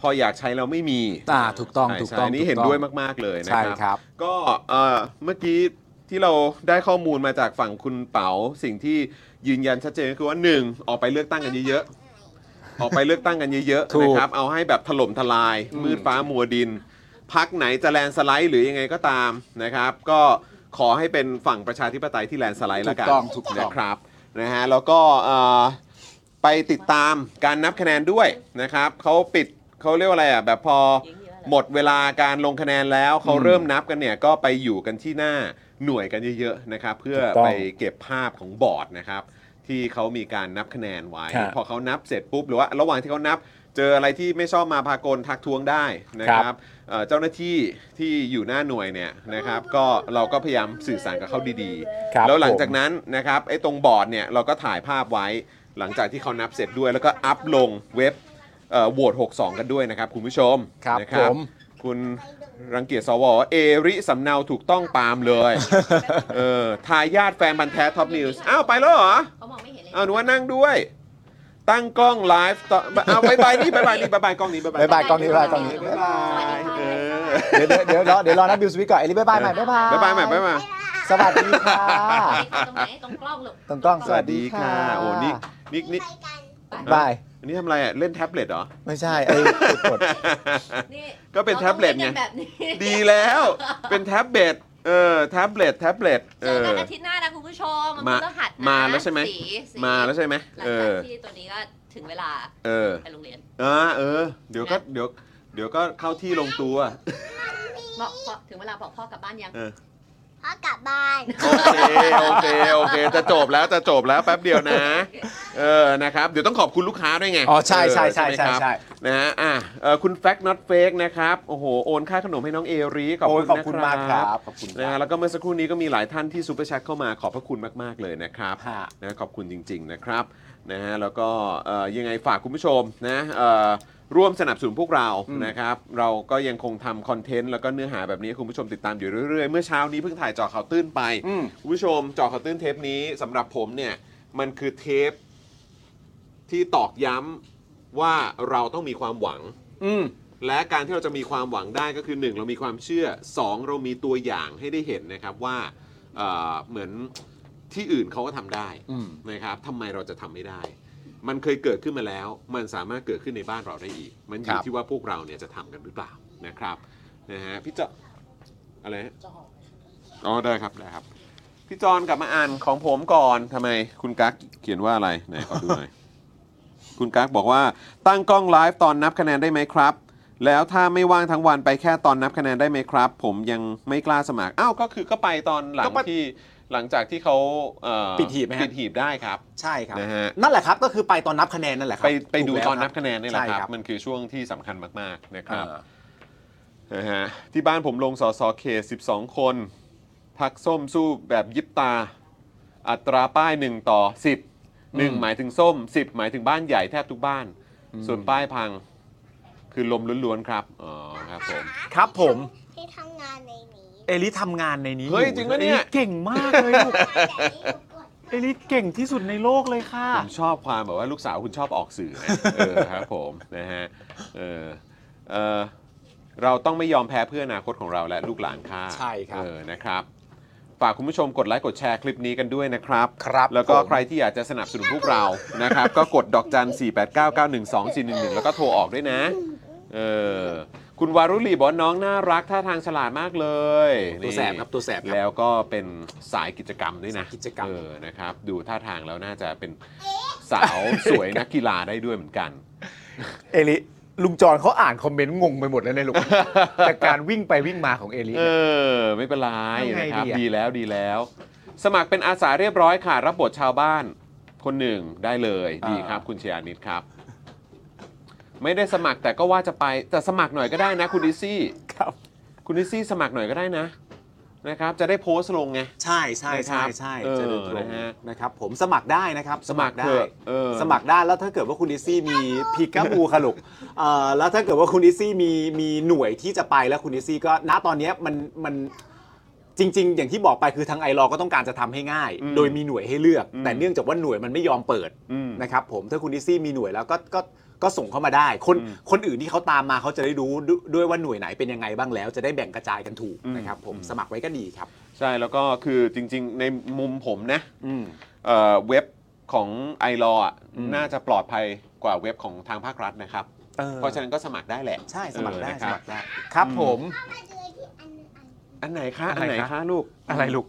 พออยากใช้แล้วไม่มี
อ่าถูกต้อง
ใช่
ถูกต้อง
ใช่นนี้
ถูก
เห็น
ต้อง
ด้วยมาก ๆ เลยนะ
ใช่
ครับ
ครับ
ก็เอ่อเมื่อกี้ที่เราได้ข้อมูลมาจากฝั่งคุณเป๋าสิ่งที่ยืนยันชัดเจนก็คือว่าหนึ่งออกไปเลือกตั้งกันเยอะๆ ออกไปเลือกตั้งกันเยอะๆ
ถูก
นะครับเอาให้แบบถล่มทลาย มืดฟ้ามัวดิน พักไหนจะแลนสไลด์หรือยังไงก็ตามนะครับ ก็ขอให้เป็นฝั่งประชาธิปไตยที่แลนสไลด์
ถู
ละ
ก
กัน
ต้องถูกต้อง
นะครับนะฮะแล้วก็เอ่อไปติดตามการนับคะแนนด้วยนะครับเขาปิดเขาเรียกว่าอะไรอ่ะแบบพอ หมดเวลาการลงคะแนนแล้วเขาเริ่มนับกันเนี่ยก็ไปอยู่กันที่หน้าหน่วยกันเยอะๆนะครับเพื่อ
ถูกต้อง
ไปเก็บภาพของบอร์ดนะครับ ที่เขามีการนับคะแนนไว้
ครับ
พอเขานับเสร็จปุ๊บหรือว่าระหว่างที่เขานับ เจออะไรที่ไม่ชอบมาพากลทักท้วงได้นะค
ค
รั
รั
บบ เอ่อเจ้าหน้าที่ที่อยู่หน้าหน่วยเนี่ยนะครับ ก็เราก็พยายามสื่อสารกับเขาดี
ครับ
ๆ แล้วหลังจาก
ผม
นั้นนะครับไอ้ตรงบอร์ดเนี่ยเราก็ถ่ายภาพไว้ หลังจากที่เขานับเสร็จด้วย แล้วก็อัพลงเว็บเอ่อโหวต62 กันด้วยนะครับคุณผู้ชม
ครับ
นะ
ผม
คุณรังเกียจสวเอริสำเนาถูกต้องตามเลย เออทายาทแฟนบันธุ์แท้ท็อปนิวส์อ้าว ไปแล้วเหรอ
เขามองไม่เห็นเลย
อ้าวหนูว่านั่งด้วย ตั้งกล้องไลฟ์ต่อเอาบายบายนี่บายบายนี่บายบายกล้องนี้บายบาย
บ๊ายบายกล้องนี้บ๊ายบายกล้องนี้
บายบายเออ
เดี๋ยวเดี๋ยวเดี๋ยวรอเดี๋ยวรอนับบิวสวิกก่อนเอลิบายบายใหม่บ๊ายบาย
บายบายใหม่บายบาย
สวัสดีค่ะ
ตรงไหนตรงกล้องหรอ
ตรงกล้อง
สวัสดีค่ะ โอ้นี่นี่นี่
ไปกัน
บาย
อันนี้ทำอะไรอ่ะ เล่นแท็บเล็ตเหรอ
ไม่ใช่ไอ้กด
นี่
ก็เป็นแท็บเล็ตไง
ราต้องล่นกันแบบนี้
ดีแล้วเป็นแท็บเล็ตเออแท็บเล็ตแท็บเล็ต
เจ
เอ
อ
อ
กันอาทิตย์หน้านะคุณผู้ชมน
มา
พฤหัสนะ
มาแล้วใช่ไหม
สีสี
มาแล้วใช่ไหม
หลัง
เอ
จาก
อ
ที่ตัวนี้ก็ถึงเวลา
เออ
ไปโรงเรียน
อ่าเออเดี๋ยวก็เดี๋ยวเดี๋ยวก็เข้าที่ลงตัว
บอกพ่อถึงเวลาบอกพ่อกลับบ้านยัง
เออ
พอกลับบ้าน
โอเคโอเคโอเคจะจบแล้วจะจบแล้วแป๊บเดียวนะ เออนะครับเดี๋ยวต้องขอบคุณลูกค้าด้วยไง
อ๋อใช่ใช่ใช่
เออไหมครับ
ใช่ใช่
นะฮะอ่ะเออคุณ Fact Not Fake นะครับโอ้โหโอนค่าขนมให้น้องเอรีขอบ
โอ้
คุ
ย
ณ
ขอบคุณ
นะ
มากครับขอบคุณค
นะ
รั
ฮะ
บ
แล้วก็เมื่อสักครู่นี้ก็มีหลายท่านที่ซูเปอร์แชทเข้ามาขอบพระคุณมากๆเลยนะครับ
ฮะ
นะขอบคุณจริง ๆ นะครับ นะฮะแล้วก็เอ่อยังไงฝากคุณผู้ชมนะเอ่อร่วมสนับสนุนพวกเรานะครับ เราก็ยังคงทำคอนเทนต์แล้วก็เนื้อหาแบบนี้ให้คุณผู้ชมติดตามอยู่เรื่อยๆ เมื่อเช้านี้เพิ่งถ่ายเจอข่าวตื้นไป
อืม
คุณผู้ชมเจอข่าวตื้นเทปนี้สำหรับผมเนี่ย มันคือเทปที่ตอกย้ำว่าเราต้องมีความหวัง
อืม
และการที่เราจะมีความหวังได้ก็คือ 1 เรามีความเชื่อ 2 เรามีตัวอย่างให้ได้เห็นนะครับว่าเอ่อเหมือนที่อื่นเขาก็ทำได้นะครับทำไมเราจะทำไม่ได้ มันเคยเกิดขึ้นมาแล้ว มันสามารถเกิดขึ้นในบ้านเราได้อีก มันอ
ค
ยู่
รับ
ที่ว่าพวกเราเนี่ยจะทำกันหรือเปล่านะครับนะฮะพี่เจาอะไรฮะอ๋อได้ครับได้ครับ พี่จอนกลับมาอ่านของผมก่อนทำไมคุณกั๊กเขียนว่าอะไรไหนขอดูหน่อย คุณกั๊กบอกว่าตั้งกล้องไลฟ์ตอนนับคะแนนได้ไหมครับ แล้วถ้าไม่ว่างทั้งวันไปแค่ตอนนับคะแนนได้ไหมครับ ผมยังไม่กล้าสมัครอ้าวก็คือก็ไปตอนหลัง
ก็ไป
ที่หลังจากที่เขาเอ่อ
ปิดหีบไหมฮะ
ปิดหีบได้ครับ
ใช่ครับ
นะฮะ
นั่นแหละครับก็คือไปตอนนับคะแนนนั่นแหละครั
ไปไปดู
ถูกแล้ว
ตอนนับคะแนนนี่แหละค
ใช่
รับ มันคือช่วงที่สำคัญมากๆนะครับ
เออ
นะฮะที่บ้านผมลงสอสอเขต12 คนพักส้มสู้แบบยิบตา อัตราป้าย 1 ต่อ 10 1 หมายถึงส้ม 10 หมายถึงบ้านใหญ่แทบทุกบ้าน ส่วนป้ายพังคือลมล้วนๆครับ อ๋อครับผม
ครับผม
ที่ทำงานในนี้
เอลิทำงานในนี้
เฮ้ยจริงปะเนี่ย
อลิเก่งมากเลยลูก
แต่นี่หนูกด
เอลิเก่งที่สุดในโลกเลยค่ะ
ผมชอบความแบบว่าลูกสาวคุณชอบออกสื่อนะ เออครับผมนะฮะเออเออเราต้องไม่ยอมแพ้เพื่ออนาคตของเราและลูกหลานค่ะ
ใช่ครับ
เออนะครับฝากคุณผู้ชมกดไลค์กดแชร์คลิปนี้กันด้วยนะครับ
ครับ
แล้วก็
ผม
ใครที่อยากจะสนับสนุนพวกเรา นะครับ ก็กดดอกจัน 4 8 9 9 1 2 4 1 1 แล้วก็โทรออกด้วยนะ เออ คุณวารุลีบอกว่าน้องน่ารักท่าทางฉลาดมากเลย
ตัวแสบครับตัวแสบ
นี่
ค
แล้
รับ
วก็เป็นสายกิจกรรมด้วยนะ
สายกิจกรรม
เออ นะครับ ดูท่าทางแล้วน่าจะเป็นสาวสวยนักกีฬาได้ด้วยเหมือนกัน
เอลิลุงจอนเขาอ่านคอมเมนต์งงไปหมดแล้วในยลูก แต่การวิ่งไปวิ่งมาของเอลิ
เออ ไม่เป็นไร
เอาไง
นะครับ
ดีอะ
ดีแล้วดีแล้ว สมัครเป็นอาสาเรียบร้อยค่ะ รับบทชาวบ้านคนหนึ่งได้เลยดีครับ คุณเชียานิดครับ ไม่ได้สมัครแต่ก็ว่าจะไปแต่สมัครหน่อยก็ได้นะคุณดิซี่
ครับ
คุณดิซี่สมัครหน่อยก็ได้นะนะครับ จะได้โพสต์ลงไง
ใช่ใช่ใช่ใช่
เออ
จะเดินตรง
นะฮะ
นะครับ ผมสมัครได้นะครับสมัครได้
เถอะเออ
สมัครได้แล้วถ้าเกิดว่าคุณดิซี่มี พิกาบูค่ะลูกเอ่อแล้วถ้าเกิดว่าคุณดิซี่มีมีหน่วยที่จะไปแล้วคุณดิซี่ก็ณตอนเนี้ยมันมันจริง ๆ อย่างที่บอกไปคือทางไอรอก็ต้องการจะทำให้ง่าย
อืม
โดยมีหน่วยให้เลือก
อืม
แต่เนื่องจากว่าหน่วยมันไม่ยอมเปิด
อืม
นะครับผมถ้าคุณดิซี่มีหน่วยแล้วก็ก็ก็ส่งเข้ามาได้ คน
อืม
คนอื่นที่เขาตามมาเขาจะได้รู้ดด้วยว่าหน่วยไหนเป็นยังไงบ้างแล้ว จะได้แบ่งกระจายกันถูก
อืม
นะครับผม
อืม
สมัครไว้ก็ดีครับ
ใช่แล้วก็คือจริง ๆ ในมุมผมนะเอ่อเว็บของไอรออ่ะ
อืม
น่าจะปลอดภัยกว่าเว็บของทางภาครัฐนะครับ เพราะฉะนั้นก็สมัครได้แหละ
ใช่สมัครได้
เออนะ
ส
ครับ
มัครได้ครับ
อืม
ผม
มาเจอที่อันนึงอั
อั
น
นไหนคะ
อั
อัน
น
ไห
ไห
น
นคะ
คะลูก
อะไรลูก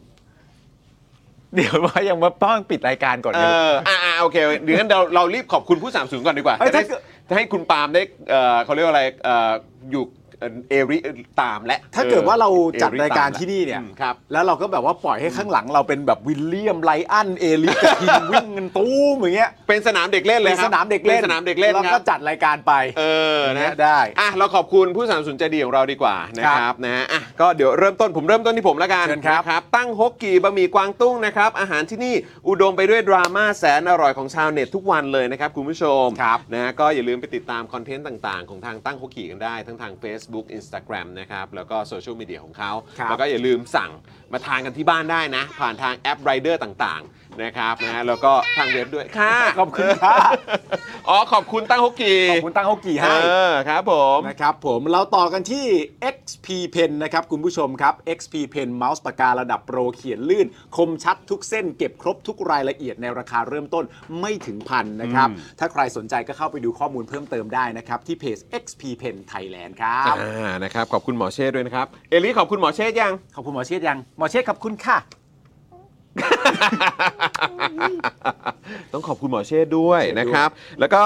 เดี๋ยวว่ายังมาป้องปิดรายการก่อน
เอ
เลย
ออ่าอ่าโอเคเดี๋ยวงั้นเราเรารีบขอบคุณผู้สามสูงก่อนดีกว่า
เอ้ย
จะได้
ถ้าเกิด
จะให้คุณปาล์มได้เอ่อเขาเรียกว่าอะไรเอ่ออยู่เอ่อเอริตามและ
ถ้าเกิดว่าเรา
ออ
จัดรายการ
ตมและ
ที่นี่เนี่ย
อืมครับ
แล้วเราก็แบบว่าปล่อยให้ข้างหลังเราเป็นแบบวิลเลียมไลอันเอลิกบทีมวิ่งกันตู้มอย่างเงี้ย
เป็นสนามเด็กเล่นเลย
เป็น
ครับ
สนามเด็กเล่น
ป็สนามเด็กเล่น
แล้ว
ค
ก็
รับ
จัดรายการไป
เออนะ
ได้
อ่ะเราขอบคุณผู้สนับสนุนใจดีของเราดีกว่านะค
ครั
รับบ นะฮะอ่ะก็เดี๋ยวเริ่มต้นผมเริ่มต้นที่ผมละกัน
เชิญครับ
นะครับ ตั้งฮกกีบะหมี่กวางตุ้งนะครับ อาหารที่นี่อุดมไปด้วยดราม่าแสนอร่อยของชาวเน็ตทุกวันเลยนะครับ คุณผู้ชม
ครับ
นะฮะก็อย่าลืมไปติดตามคอนเทนต์ต่าง ๆ ของทางตั้งโคขี่กันได้ ทั้งทาง Facebook Instagram นะครับ แล้วก็โซเชียลมีเดียของเขา
ครับ
แล้วก็อย่าลืมสั่งมาทานกันที่บ้านได้นะ ผ่านทางแอปไรเดอร์ต่างๆ นะครับนะฮะแล้วก็ทางเว็บด้วยค่ะ
ขอบคุณค่ะ
อ๋อขอบคุณตั้งฮกกี่
ขอบคุณตั้งเฮากี่ให้
เออครับผม
นะครับผมเราต่อกันที่ XP Pen นะครับคุณผู้ชมครับ XP Pen เมาส์ปากการะดับโปรเขียนลื่น คมชัดทุกเส้นเก็บครบทุกรายละเอียดในราคาเริ่มต้นไม่ถึงพันนะครับ ถ้าใครสนใจก็เข้าไปดูข้อมูลเพิ่มเติมได้นะครับ ที่เพจ XP Pen Thailand ครับ
อ่านะครับ ขอบคุณหมอเชษฐ์ด้วยนะครับ เอลิขอบคุณหมอเชษฐ์ยัง
ขอบคุณหมอเชษฐ์ยัง หมอเชษฐ์ขอบคุณค่ะ
ต้องขอบคุณหมอเชษฐ์ด้วยนะครับ แล้วก็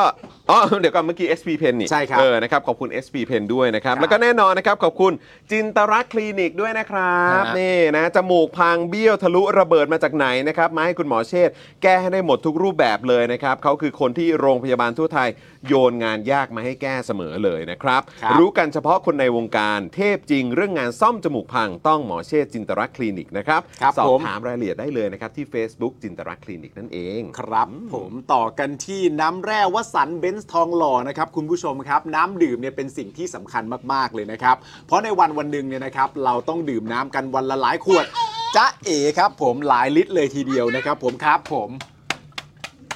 อ๋อเดี๋ยวก่อนเมื่อกี้ SP Pen นี่
ใช่ครับ
เออนะครับขอบคุณ SP Pen ด้วยนะครับ
ครับ
แล้วก็แน่นอนนะครับ ขอบคุณจินตรักษณ์คลินิกด้วยนะครับ
ฮะ
นี่นะจมูกพังเบี้ยวทะลุระเบิดมาจากไหนนะครับ มาให้คุณหมอเชษฐ์แก้ให้ได้หมดทุกรูปแบบเลยนะครับเขาคือคนที่โรงพยาบาลทั่วไทยโยนงานยากมาให้แก้เสมอเลยนะครับ
ครับ
รู้กันเฉพาะคนในวงการเทพจริง เรื่องงานซ่อมจมูกพังต้องหมอเชษฐ์จินตรักษณ์คลินิกนะครับ
ครับ
สอบ
ผม
ถามรายละเอียดได้เลยนะครับที่ Facebook จินต ตรักษณ์คลินิกนั่นเอง
ครับผมต่อกันที่น้ำแร่วสันเบนซ์ทองหล่อนะครับคุณผู้ชมครับ น้ำดื่มเนี่ยเป็นสิ่งที่สำคัญมากๆเลยนะครับ เพราะในวันวันหนึ่งเนี่ยนะครับ เราต้องดื่มน้ำกันวันละหลายขวดจ๊ะเอ๋ครับผมหลายลิตรเลยทีเดียวนะครับ ผมครับผม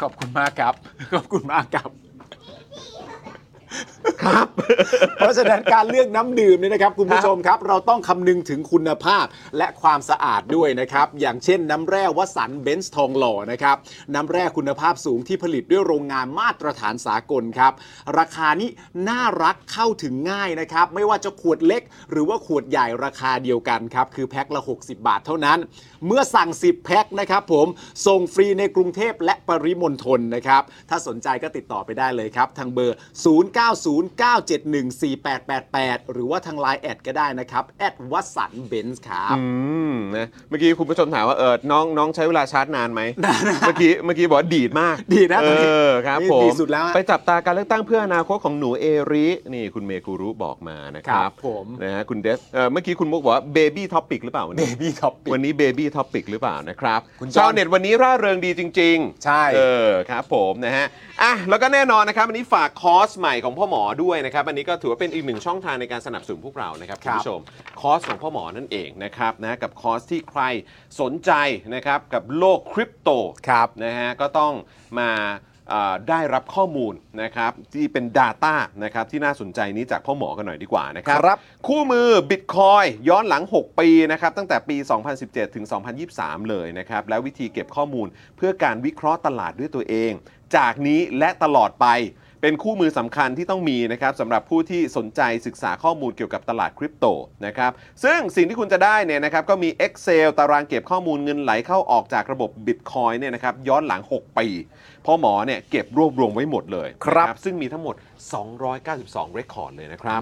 ขอบคุณมากครับ ขอบคุณมากครับ ครับ เพราะฉะนั้นการเลือกน้ำดื่มเนี่ยนะครับคุณผู้ชมครับ เราต้องคำนึงถึงคุณภาพและความสะอาดด้วยนะครับ อย่างเช่นน้ำแร่วสันเบนซ์ทองหล่อนะครับ น้ำแร่คุณภาพสูงที่ผลิตด้วยโรงงานมาตรฐานสากลครับ ราคานี้น่ารักเข้าถึงง่ายนะครับ ไม่ว่าจะขวดเล็ก หรือว่าขวดใหญ่ราคาเดียวกันครับ คือแพ็คละ 60 บาทเท่านั้น เมื่อสั่ง 10 แพ็คนะครับผมส่งฟรีในกรุงเทพและปริมณฑลนะครับ ถ้าสนใจก็ติดต่อไปได้เลยครับ ทางเบอร์ 0909714888 หรือว่าทางไลน์แอดก็ได้นะครับแอดวัสันเบนซ์ครับ
อืมนะเมื่อกี้คุณผู้ชมถามว่าเออน้องน้องใช้เวลาชาร์จนานไหมเมื่อกี้เมื่อกี้บอกว่าดีดมาก
ดีดนะ
เอ
ตอนนี้
อครับ
นี่
ผม
ดีสุดแล้วอะ
ไปจับตาการเลือกตั้งเพื่ออนาคตของหนูเอรินี่คุณเมกูรุบอกมานะค
ครั
รับบ
ผม
นะฮะคุณเดฟเออเมื่อกี้คุณมุกบอกว่าเบบี้ท็อปิกหรือเปล่าวันนี้
Baby topic
วันนี้เบบี้ท็อปิกหรือเปล่านะครับ
คุณจอน
ชาวเน็ตวันนี้ร่าเริงดีจริงๆ
ใช่
เออครับผมนะฮะอ่ะแล้วก็แน่นอนนะครับวันนี้ฝากคอร์สใหม่ของพ่อหมอด้วยนะครับอันนี้ก็ถือว่าเป็นอีกหนึ่งช่องทางในการสนับสนุนพวกเรานะครับ
ครับ
คุณผู้ชมคอร์สของพ่อหมอนั่นเองนะครับนะกับคอร์สที่ใครสนใจนะครับกับโลกคริปโต
ครับ
นะฮะก็ต้องมาเอ่อได้รับข้อมูลนะครับที่เป็น Data นะครับที่น่าสนใจนี้จากพ่อหมอกันหน่อยดีกว่านะครับ
ครับ
คู่มือ Bitcoin ย้อนหลัง 6 ปีนะครับตั้งแต่ปี 2017 ถึง 2023 เลยนะครับและวิธีเก็บข้อมูลเพื่อการวิเคราะห์ตลาดด้วยตัวเอง จากนี้และตลอดไป เป็นคู่มือสำคัญที่ต้องมีนะครับสำหรับผู้ที่สนใจศึกษาข้อมูลเกี่ยวกับตลาดคริปโตนะครับซึ่งสิ่งที่คุณจะได้เนี่ยนะครับก็มี Excel ตารางเก็บข้อมูลเงินไหลเข้าออกจากระบบ Bitcoin เนี่ยนะครับย้อนหลัง 6 ปีพ่อหมอเนี่ยเก็บรวบรวมไว้หมดเลย
ครับ
นะซึ่งมีทั้งหมด 292 เรคคอร์ดเลยนะครับ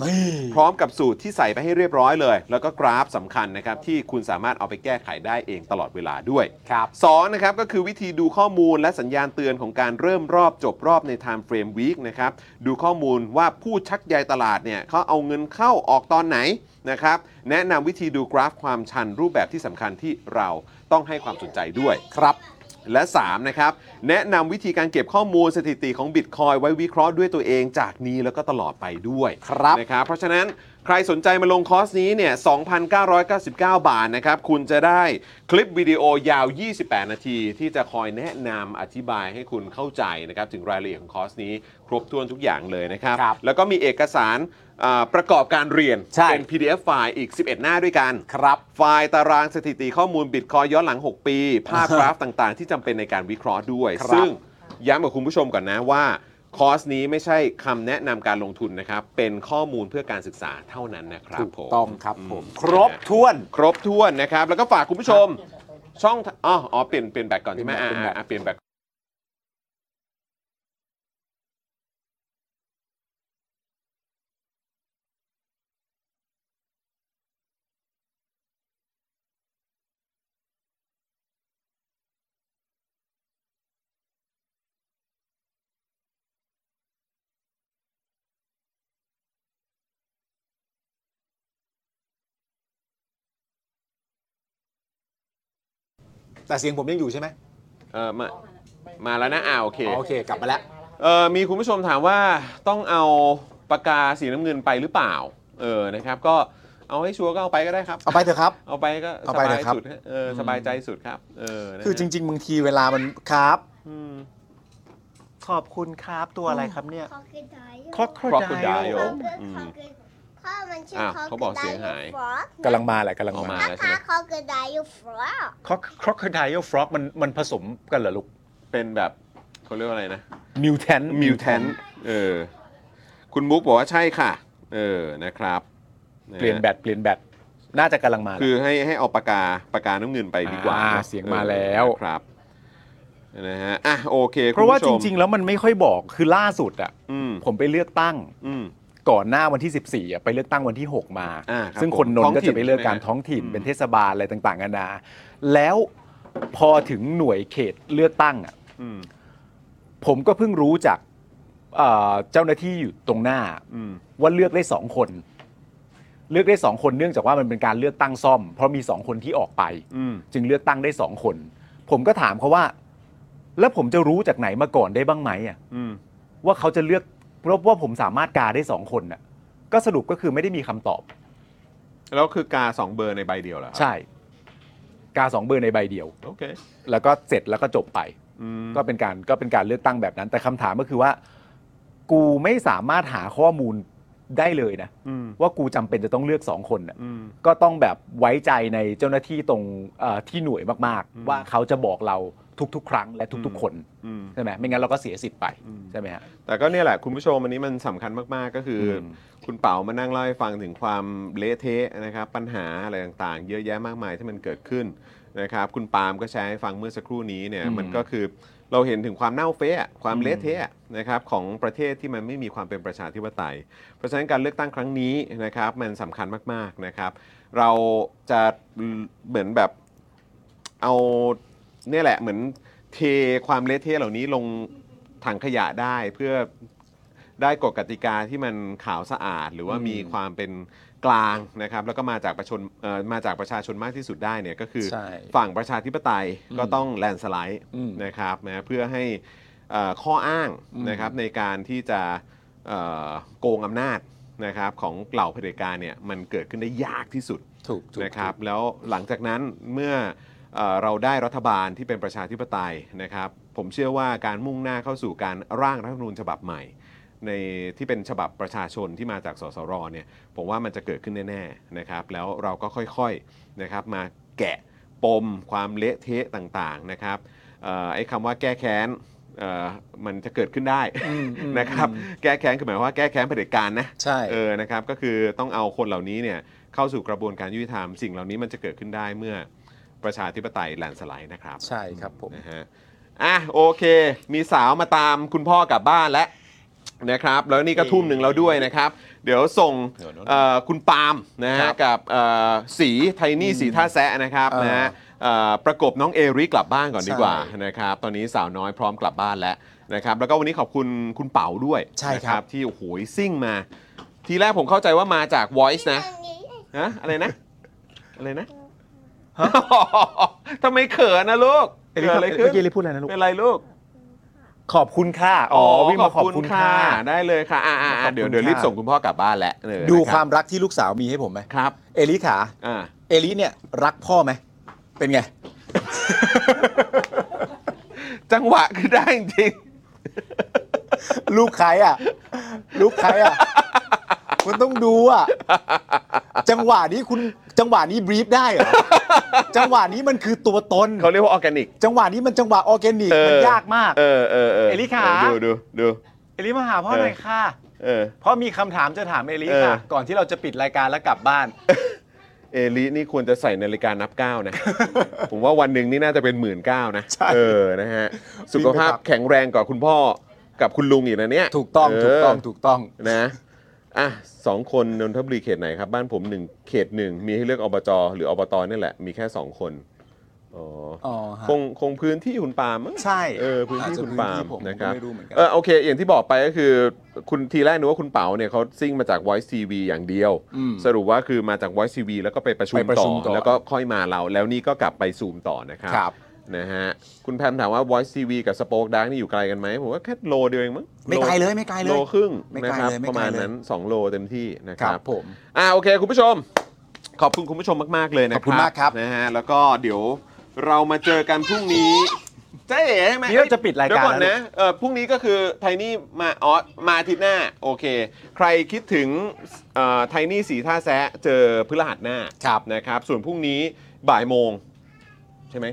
พร้อมกับสูตรที่ใส่ไปให้เรียบร้อยเลย แล้วก็กราฟสำคัญนะครับที่คุณสามารถเอาไปแก้ไขได้เองตลอดเวลาด้วย
ครับ
สองนะครับก็คือวิธีดูข้อมูลและสัญญาณเตือนของการเริ่มรอบจบรอบใน Time Frame Week นะครับดูข้อมูลว่าผู้ชักใยตลาดเนี่ยเขาเอาเงินเข้าออกตอนไหนนะครับแนะนำวิธีดูกราฟความชันรูปแบบที่สำคัญที่เราต้องให้ความสนใจด้วย
ครับ
และ 3 นะครับ แนะนำวิธีการเก็บข้อมูลสถิติของ Bitcoin ไว้วิเคราะห์ด้วยตัวเองจากนี้แล้วก็ตลอดไปด้วย
ครับ
นะครับเพราะฉะนั้นใครสนใจมาลงคอร์สนี้เนี่ย 2,999 บาทนะครับ คุณจะได้คลิปวิดีโอยาว 28 นาที ที่จะคอยแนะนำอธิบายให้คุณเข้าใจนะครับ ถึงรายละเอียดของคอร์สนี้ครบถ้วนทุกอย่างเลยนะครับ
ครับ
แล้วก็มีเอกสารอ่าประกอบการเรียน
ใช่
เป็น PDF ไฟล์อีก 11 หน้าด้วยกัน
ครับ
ไฟล์ตารางสถิติข้อมูลบิตคอยย้อนหลัง 6 ปี ภาพกราฟต่างๆ ที่จำเป็นในการวิเคราะห์ด้วย
ครับ
ซึ่งย้ำกับคุณผู้ชมก่อนนะว่า คอร์สนี้ไม่ใช่คำแนะนำการลงทุนนะครับ เป็นข้อมูลเพื่อการศึกษาเท่านั้นนะครับ
ถูก
ผม
ต้องครับผม
อืม
ครบถ้วน
ครบถ้วนนะครับ แล้วก็ฝากคุณผู้ชม ช่องทางอ๋ออ๋อเปลี่ยนเปลี่ยนแบตก่อนใช่ไหมอ่าอ่าอ่าเปลี่ยนแบต
แต่เสียงผมยังอยู่ใช่ไหม
เออมามาแล้วนะอ่าโอเค
อ๋อโอเค กลับมาแล้ว
เออมีคุณผู้ชมถามว่าต้องเอาปากกาสีน้ำเงินไปหรือเปล่าเออนะครับ ก็เอาให้ชัวร์ก็เอาไปก็ได้ครับ
เอาไปเถอะครับ
เอาไปก็ส
เอาไป
บา
เถ
ย
อะครับ
สุดฮะเออสบายใจสุดครับ เออนะ
คือจ
ฮะ
ริง ๆบางทีเวลามันครับ
อืม
ขอบคุณครับตัวอะไรครับเนี่ย
คอกระดาย
ครอกโครได
Crocodile
พ่อ
อืม
พ่อมันชื่อ
อ่ะ
คอกระดาย
เขาบอกเสียงหาย
ฟรอก
กำลังมาแหละกำลัง
เอามา
มา
แล้วใช่
พ่อ
ไหม
คอกระดายฟร
ค
อก
รอกครอกไดฟรอกมันมันผสมกันเหรอลูก
เป็นแบบเขาเรียกว่าอะไรนะ
มิวแทน
มิวแทนเออ คุณมุกบอกว่าใช่ค่ะ เออนะครับะฮะ
เปลี่ยนแบตเปลี่ยนแบตน่าจะกำลังมาแหละ
คือให้ให้เอาปากกาปากกาน้ำเงินไปดีกว่า
อ่า
นะ
เสียงมาแล้ว
เออนะครับนะฮะอ่ะโอเค
เพราะว่าจริง
ๆ
ๆ แล้วมันไม่ค่อยบอกคือล่าสุดอ่ะ
อืม
ผมไปเลือกตั้ง
อืม
ก่อนหน้าวันที่ 14อ่ะไปเลือกตั้งวันที่ 6 มา
อ่าครับ
ซึ่งคนนนท์ก็จะไปเลือกการ
ผมท้
ท้
อ
อง ง
ถิ่
ถิ่
น
น
ใช่ไหม
เป็นเทศบาลอะไรต่างๆนานาแล้วพอถึงหน่วยเขตเลือกตั้งอ่ะ
อืม
ผมก็เพิ่งรู้จากเอ่อเจ้าหน้าที่อยู่ตรงหน้า
อืม
ว่าเลือกได้สองคน เลือกได้สองคนเนื่องจากว่ามันเป็นการเลือกตั้งซ่อม เพราะมีสองคนที่ออกไป
อืม
จึงเลือกตั้งได้สองคน ผมก็ถามเขาว่า แล้วผมจะรู้จากไหนมาก่อนได้บ้างไหมอ่ะ
อืม
ว่าเขาจะเลือกรบว่าผมสามารถกาได้สองคนน่ะก็สรุปก็คือไม่ได้มีคำตอบ
แล้วคือกาสองเบอร์ในใบเดียวเหรอครับ
ใช่ กาสองเบอร์ในใบเดียว
โอเค
แล้วก็เสร็จแล้วก็จบไป
อืม
ก็เป็นการก็เป็นการเลือกตั้งแบบนั้น แต่คำถามก็คือว่า กูไม่สามารถหาข้อมูลได้เลยนะ
อืม
ว่ากูจำเป็นจะต้องเลือกสองคนน่ะ
อืม
ก็ต้องแบบไว้ใจในเจ้าหน้าที่ตรงเอ่อที่หน่วยมาก
อืม
ๆ ว่าเขาจะบอกเราทุกๆ ครั้งและทุกๆ คน
อืม
ใช่ไหมไม่งั้นเราก็เสียสิทธิ์ไป
อืม
ใช่ไหมฮะ
แต่ก็เนี่ยแหละคุณผู้ชมอันนี้มันสำคัญมาก ๆ ก็คืออ
ม
คุณเป๋ามานั่งเล่าให้ฟังถึงความเละเทะนะครับ ปัญหาอะไรต่างๆ เยอะแยะมากมายที่มันเกิดขึ้นนะครับ คุณปาล์มก็แชร์ให้ฟังเมื่อสักครู่นี้เนี่ยมันก็คือเราเห็นถึงความเน่าเฟะอะความเละเทะนะครับของประเทศที่มันไม่มีความเป็นประชาธิปไตย เพราะฉะนั้นการเลือกตั้งครั้งนี้นะครับมันสำคัญมากๆนะครับ เราจะเหมือนแบบเอาเนี่ยแหละเหมือนเทความเละเทะเหล่านี้ลงถังขยะได้เพื่อได้กฎกติกาที่มันขาวสะอาด หรือว่ามีความเป็นกลางนะครับแล้วก็มาจากประชาชนเอ่อมาจากประชาชนมากที่สุดได้เนี่ยก็คือ
ใช่
ฝั่งประชาธิปไตยก็ต้องแลนสไลด์
อืม
นะครับนะเพื่อให้เอ่อข้ออ้างนะครับในการที่จะ เอ่อโกงอำนาจนะครับของเหล่าเผด็จการเนี่ยมันเกิดขึ้นได้ยากที่สุด
ถูกถูก
นะครับ แล้วหลังจากนั้นเมื่อเอ่อเราได้รัฐบาลที่เป็นประชาธิปไตยนะครับ ผมเชื่อว่าการมุ่งหน้าเข้าสู่การร่างรัฐธรรมนูญฉบับใหม่ ในที่เป็นฉบับประชาชนที่มาจากสสรเนี่ยผมว่ามันจะเกิดขึ้นแน่ๆนะครับแล้วเราก็ค่อยๆนะครับมาแกะปมความเละเทะต่างๆนะครับเอ่อไอ้คำว่าแก้แค้นเอ่อมันจะเกิดขึ้นได้ นะครับแก้แค้นคือหมายความว่าแก้แค้นเผด็จการนะ
ใช่
เออนะครับก็คือต้องเอาคนเหล่านี้เนี่ยเข้าสู่กระบวนการยุติธรรมสิ่งเหล่านี้มันจะเกิดขึ้นได้เมื่อประชาธิปไตยแลนด์สไลด์นะครับ
ใช่ครับผม
นะฮะอ่ะโอเค มีสาวมาตามคุณพ่อกลับบ้านแล้วนะครับ แล้วนี่ก็ทุ่มหนึ่งแล้วด้วยนะครับ เดี๋ยวส่งเอ่อคุณปาล์มนะฮะกับเอ่อสีไทนี่สีท่าแซะนะครับ
เออ
นะฮะเอ่อประกบน้องเอริกลับบ้านก่อนดีกว่านะครับตอนนี้สาวน้อยพร้อมกลับบ้านแล้ว นะครับแล้วก็วันนี้ขอบคุณคุณเป๋าด้วย
ใช่ครับ
นะที่โอ้โหซิ่งมา ทีแรกผมเข้าใจว่ามาจาก Voice นะ
อันนี้
ฮะอะไรนะ อะไรนะฮะ ทำไมเขินนะลูก
เอลิ
เกิดอะไรขึ้น
เมื่อกี้เอลิพูดอะไรนะลูก
เป็นไรลูก
ขอบคุณค่ะอ๋อวิ่งมาขอบคุณค่ะ
ได้เลยค่ะอ่าอ่าอ่าเดี๋ยว
ขอบคุณ
เดี๋ยวรีบ
ค่ะ
ส่งคุณพ่อกลับบ้านแหละเออ
ดู
นะ
ค
รั
วา
บ
มรักที่ลูกสาวมีให้ผมไหม
ครับ
เอลิขา
อ่า
เอลิเนี่ยรักพ่อไหมเป็นไง
จังหวะคือได้จริง
ลูกใครอ่ะ ลูกใครอ่ะ คุณต้องดูอ่ะ จังหวะนี้คุณจังหวะนี้บรีฟได้เหรอ จังหวะนี้มันคือตัวตน
ๆเขาเรียกว่าออร์แกนิก
จังหวะนี้มันจังหวะออร์แกนิก
เออ
มันยาก
ยากมาก
เออเออเออ
เอลิค่ะ
ดูดูดู
เอลิมาหาพ่อหน่อยค่ะ
เออ
เพราะมีคำถามจะถามเอลิค่ะ
เออ
ก่อนที่เราจะปิดรายการแล้วกลับบ้าน
เอลินี่ควรจะใส่นาฬิกานับก้าวนะ ผมว่าวันหนึ่งนี่น่าจะเป็นหมื่นเก้านะ
ใช่
เออ นะฮะ สุขภาพ
วิ่งไปพัก
แข็งแรงกว่าคุณพ่อกับคุณลุงอีกนะเนี่ย
ถูกต้อง
เ
ถูกต้อง ถูกต้อง
นะ อ่ะสองคนนนทบุรีเขตไหนครับ บ้านผมหนึ่งเขตหนึ่งมีให้เลือกอบจหรืออบตนี่แหละ มีแค่สองคน อ๋ออ
อ๋อฮะ
คงคงพื้นที่คุณปาล์มมั้ง
ใช่
เออพื้นที่
อจจะ
คุณปาล์ม
พื้นที่ผม
นะครับ
ก็ไม่รู้เหมือนกัน
เออโอเค อย่างที่บอกไปก็คือ คุณทีแรกนึกว่าคุณเป๋าเนี่ยเขาซิ่งมาจาก Voice TV อย่างเดียว
อืม
สรุปว่าคือมาจาก Voice TV แล้วก็ไปประชุม
ไปประ
ต่
ชุ
อ
มต่อ
แล้วก็ค่อยมาเรา แล้วนี่ก็กลับไปซูมต่อนะครับ
ครับ
นะฮะคุณแพมถามว่า Voice TV กับ Spoke Dark นี่อยู่ไกลกันไหมผมว่าแค่โลเดียวเองมั้ง
ไม่ไกลเลยไม่ไกลเลย
โลครึ่ง
ไม่ไกล
นะค
เลย
รับ
ไม่
ประ
ไกลเลย
มาณนั้น 2 โลเต็มที่นะค
ครั
รั
บบ ผม
อ่าโอเค คุณผู้ชม ขอบคุณคุณผู้ชมมาก ๆ เลยนะครับ
ขอบคุณมากครับ
นะฮะแล้วก็เดี๋ยวเรามาเจอกันพรุ่งนี้เจ๊เอ๋ใช่ไหม
นี่เราจะปิดรายการ
เดี๋ยวก่อน
แล้ว
นะเออพรุ่งนี้ก็คือไทนี่มาอ๋อมาอาทิตย์หน้า โอเค ใครคิดถึงไทนี่สีท่าแซะเจอพฤหัสหน้า
ครับ
นะครับ ส่วนพรุ่งนี้บ่ายโมง ใช่ไหม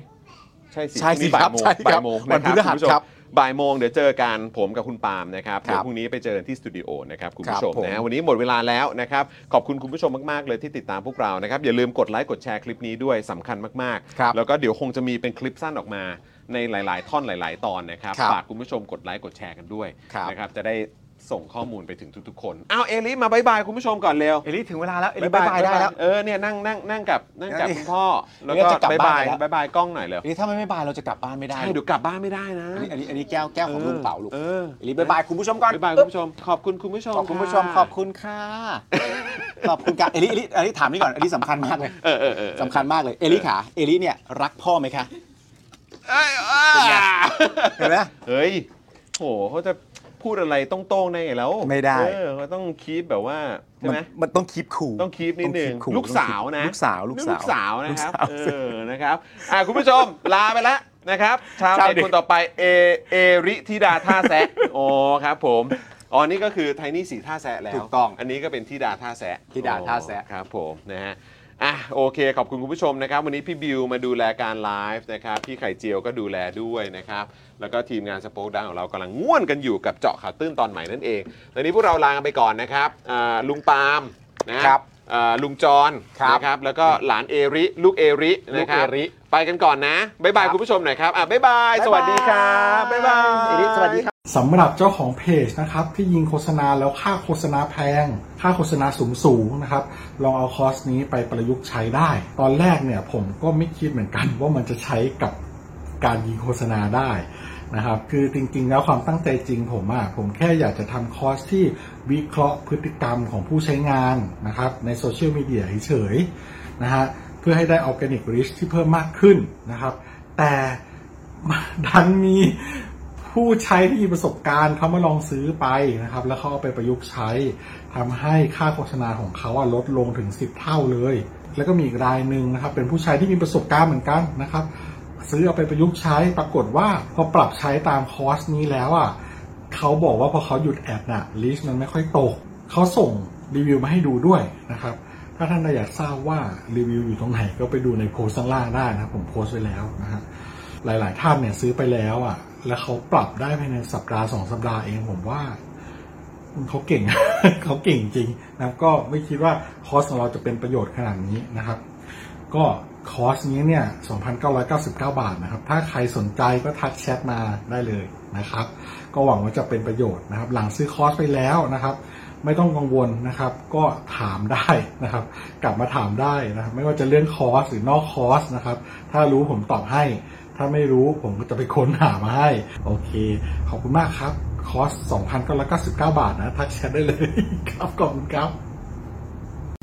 ใช่สิ
ใช่
พง
สิ
นี้บ่ายโมง
ครับใช่ค
บ่า
รับ
ยโมง
วั
นะ
น
ค
พฤ
รับ
หั
คุณ
ส
ผู้ชม
ครับ
บ่ายโมงเดี๋ยวเจอกันผมกับคุณปาล์มนะครับ
ครับ
เดี๋ยวพรุ่งนี้ไปเจอกันที่สตูดิโอนะครับคุณ
ครั
ผู้
บ
ชม
ผม
นะ วันนี้หมดเวลาแล้วนะครับ ขอบคุณคุณผู้ชมมาก ๆ เลยที่ติดตามพวกเรานะครับ อย่าลืมกดไลค์กดแชร์คลิปนี้ด้วยสำคัญมาก
ครับ
ๆ แล้วก็เดี๋ยวคงจะมีเป็นคลิปสั้นออกมาในหลาย ๆ ท่อนหลาย ๆ ตอนนะครับ
ครับ
ฝากคุณผู้ชมกดไลค์กดแชร์กันด้วย
ครับ
นะครับจะได้ส่งข้อมูลไปถึงทุก ๆ คนอ้าวเอลิมาบายบายคุณผู้ชมก่อนเร็ว
เอลิถึงเวลาแล้วเอลิ
บ๊ายบาย
บ๊ายบายได้แล้ว
เออเนี่ยนั่งนั่งนั่งกับนั่งกับ
นี่
คุณพ่อ แล้ว
เนี่
ก็
ยจะกลับบ
าย
บ้า
บาน ย
แล้ว
บายบายกล้องหน่อยเร็ว
นี่ถ้ามันไม่บายเราจะกลับบ้านไม่ได้
ใช่เดี๋ยวกลับบ้านไม่ได้นะ
อันนี้อันนี้อันนี้แก้วแก้วของลุงเป๋าลูก
เออ
เอลิบายบายคุณผู้ชมก่อน
บายบายคุณผู้ชม ขอบคุณคุณผู้ชม
ขอบคุณ
ะ
ผู้ชมขอบคุณค่ะขอบคุณค่ะเอลิเอลิเอลิถามนี่ก่อนเอลิสำคัญมากเลย
เออเออเออ
สำคัญมากเลยเอลิขาเอลิเนี่ยรักพ่อไหมคะ
เอ้ยอ้า
เป็นไง
เห็นไหม
เฮ้ยโหเขาจะพูดอะไรต้องโต้งๆได้ไงแล้ว
ไม่ได้
เออเขาต้องคีปแบบว่าใช่
มัน
ไหม
มันต้องคีบขู่
ต้องคีปนิดหนึ่ง
ต้องคีป cool
ลูกสาวนะ
ลูกสาวลูกสาว
ลูกสาวนะครับ
ลูกสาว
เออนะครับอ่ะคุณผู้ชม ลาไปแล้วนะครับชาว
ชาว
เน็ต
เน็ต
คนต่อไปเอเอริธิดาท่าแซะโอ้ครับผมอ๋อนี่ก็คือไทนี่สีท่าแซะแล้ว
ถูกต้อง
อันนี้ก็เป็นธิดาท่าแซะ
ธิดาท่าแซะ
โอ้ครับผมนะฮะอ่ะโอเค ขอบคุณคุณผู้ชมนะครับ วันนี้พี่บิวมาดูแลการไลฟ์นะครับพี่ไข่เจียวก็ดูแลด้วยนะครับ แล้วก็ทีมงานสป็อคดังของเรากำลังง่วนกันอยู่กับเจาะข่าวตื้นตอนใหม่นั่นเองตอนนี้พวกเราลากันไปก่อนนะครับอ่าลุงปาล์มนะครับ อ่าลุงจร
ครับ
นะครับ แล้วก็หลานเอริ ลูกเอรินะครับ
ลูกเอริ
ไปกันก่อนนะ บ๊ายบาย
ครับ
คุณผู้ชมหน่อยครับอ่ะบ๊ายบาย
บ๊ายบาย
สวัสดีครับ บ๊ายบาย
เอริสวัสดีครับ
สำหรับเจ้าของเพจนะครับที่ยิงโฆษณาแล้วค่าโฆษณาแพง ค่าโฆษณาสูงสูงๆนะครับลองเอาคอร์สนี้ไปประยุกต์ใช้ได้ ตอนแรกเนี่ยผมก็ไม่คิดเหมือนกัน ว่ามันจะใช้กับการยิงโฆษณาได้นะครับคือจริง ๆ แล้วความตั้งใจจริงผมอะผมแค่อยากจะทำคอร์สที่วิเคราะห์พฤติกรรมของผู้ใช้งานนะครับในโซเชียลมีเดียเฉยๆนะฮะเพื่อให้ได้ออร์แกนิกริชที่เพิ่มมากขึ้นนะครับ แต่ดันมีผู้ใช้ที่มีประสบการณ์เขามาลองซื้อไปนะครับ แล้วเขาเอาไปประยุกต์ใช้ทำให้ค่าโฆษณาของเขาอะลดลงถึง 10 เท่าเลย แล้วก็มีอีกรายหนึ่งนะครับ เป็นผู้ใช้ที่มีประสบการณ์เหมือนกันนะครับ ซื้อเอาไปประยุกต์ใช้ปรากฏว่าพอปรับใช้ตามคอร์สนี้แล้วอ่ะเขาบอกว่าพอเขาหยุดแอดน่ะลิสต์มันไม่ค่อยตกเขาส่งรีวิวมาให้ดูด้วยนะครับ ถ้าท่านอยากทราบว่ารีวิวอยู่ตรงไหนก็ไปดูในโพสต์ข้างล่างได้นะครับผมโพสต์ไว้แล้วนะฮะหลาย ๆ ท่านเนี่ยซื้อไปแล้วอ่ะ แล้วเขาปรับได้ภายในสัปดาห์สองสัปดาห์เองผมว่าเขาเก่ง เขาเก่งจริงนะครับก็ไม่คิดว่าคอร์สของเราจะเป็นประโยชน์ขนาดนี้นะครับ ก็คอร์สนี้เนี่ย 2,999 บาทนะครับ ถ้าใครสนใจก็ทักแชทมาได้เลยนะครับ ก็หวังว่าจะเป็นประโยชน์นะครับ หลังซื้อคอร์สไปแล้วนะครับ ไม่ต้องกังวลนะครับ ก็ถามได้นะครับ กลับมาถามได้นะครับ ไม่ว่าจะเรื่องคอร์สหรือนอกคอร์สนะครับ ถ้ารู้ผมตอบให้ ถ้าไม่รู้ผมก็จะไปค้นหามาให้ โอเค ขอบคุณมากครับ คอร์ส 2,999 บาทนะทักแชทได้เลยครับขอบคุณครับ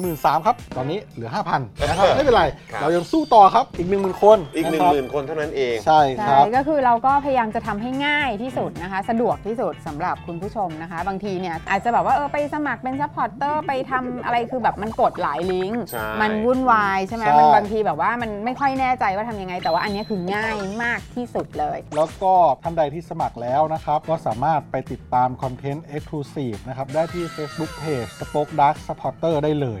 1 3ื่นครับ ตอนนี้เหลือ 5,000นะครับ ไม่เป็นไร
ครับ
เรายังสู้ต่อครับอีก 1 0,000 คน
อีก1
ะครับ
0,000 คนเท่านั้นเอง
ใช่ค
ใช่
รับ
ก็คือเราก็พยายามจะทำให้ง่ายที่สุดนะคะ สะดวกที่สุดสำหรับคุณผู้ชมนะคะ บางทีเนี่ยอาจจะแบบว่าเออไปสมัครเป็นซัพพอร์ตเตอร์ไปทำอะไรคือแบบมันกดหลายลิงก์
ใช่
มันวุ่นวายใช่ไหม
ใช่
มันบางทีแบบว่ามันไม่ค่อยแน่ใจว่าทำยังไง แต่ว่าอันเนี้ยคือง่ายมากที่สุดเลย
แล้วก็ท่านใดที่สมัครแล้วนะครับ ก็สามารถไปติดตามคอนเทนต์ Exclusive นะครับ ได้ที่ Facebook Page Spoke Dark Supporter ได้เลย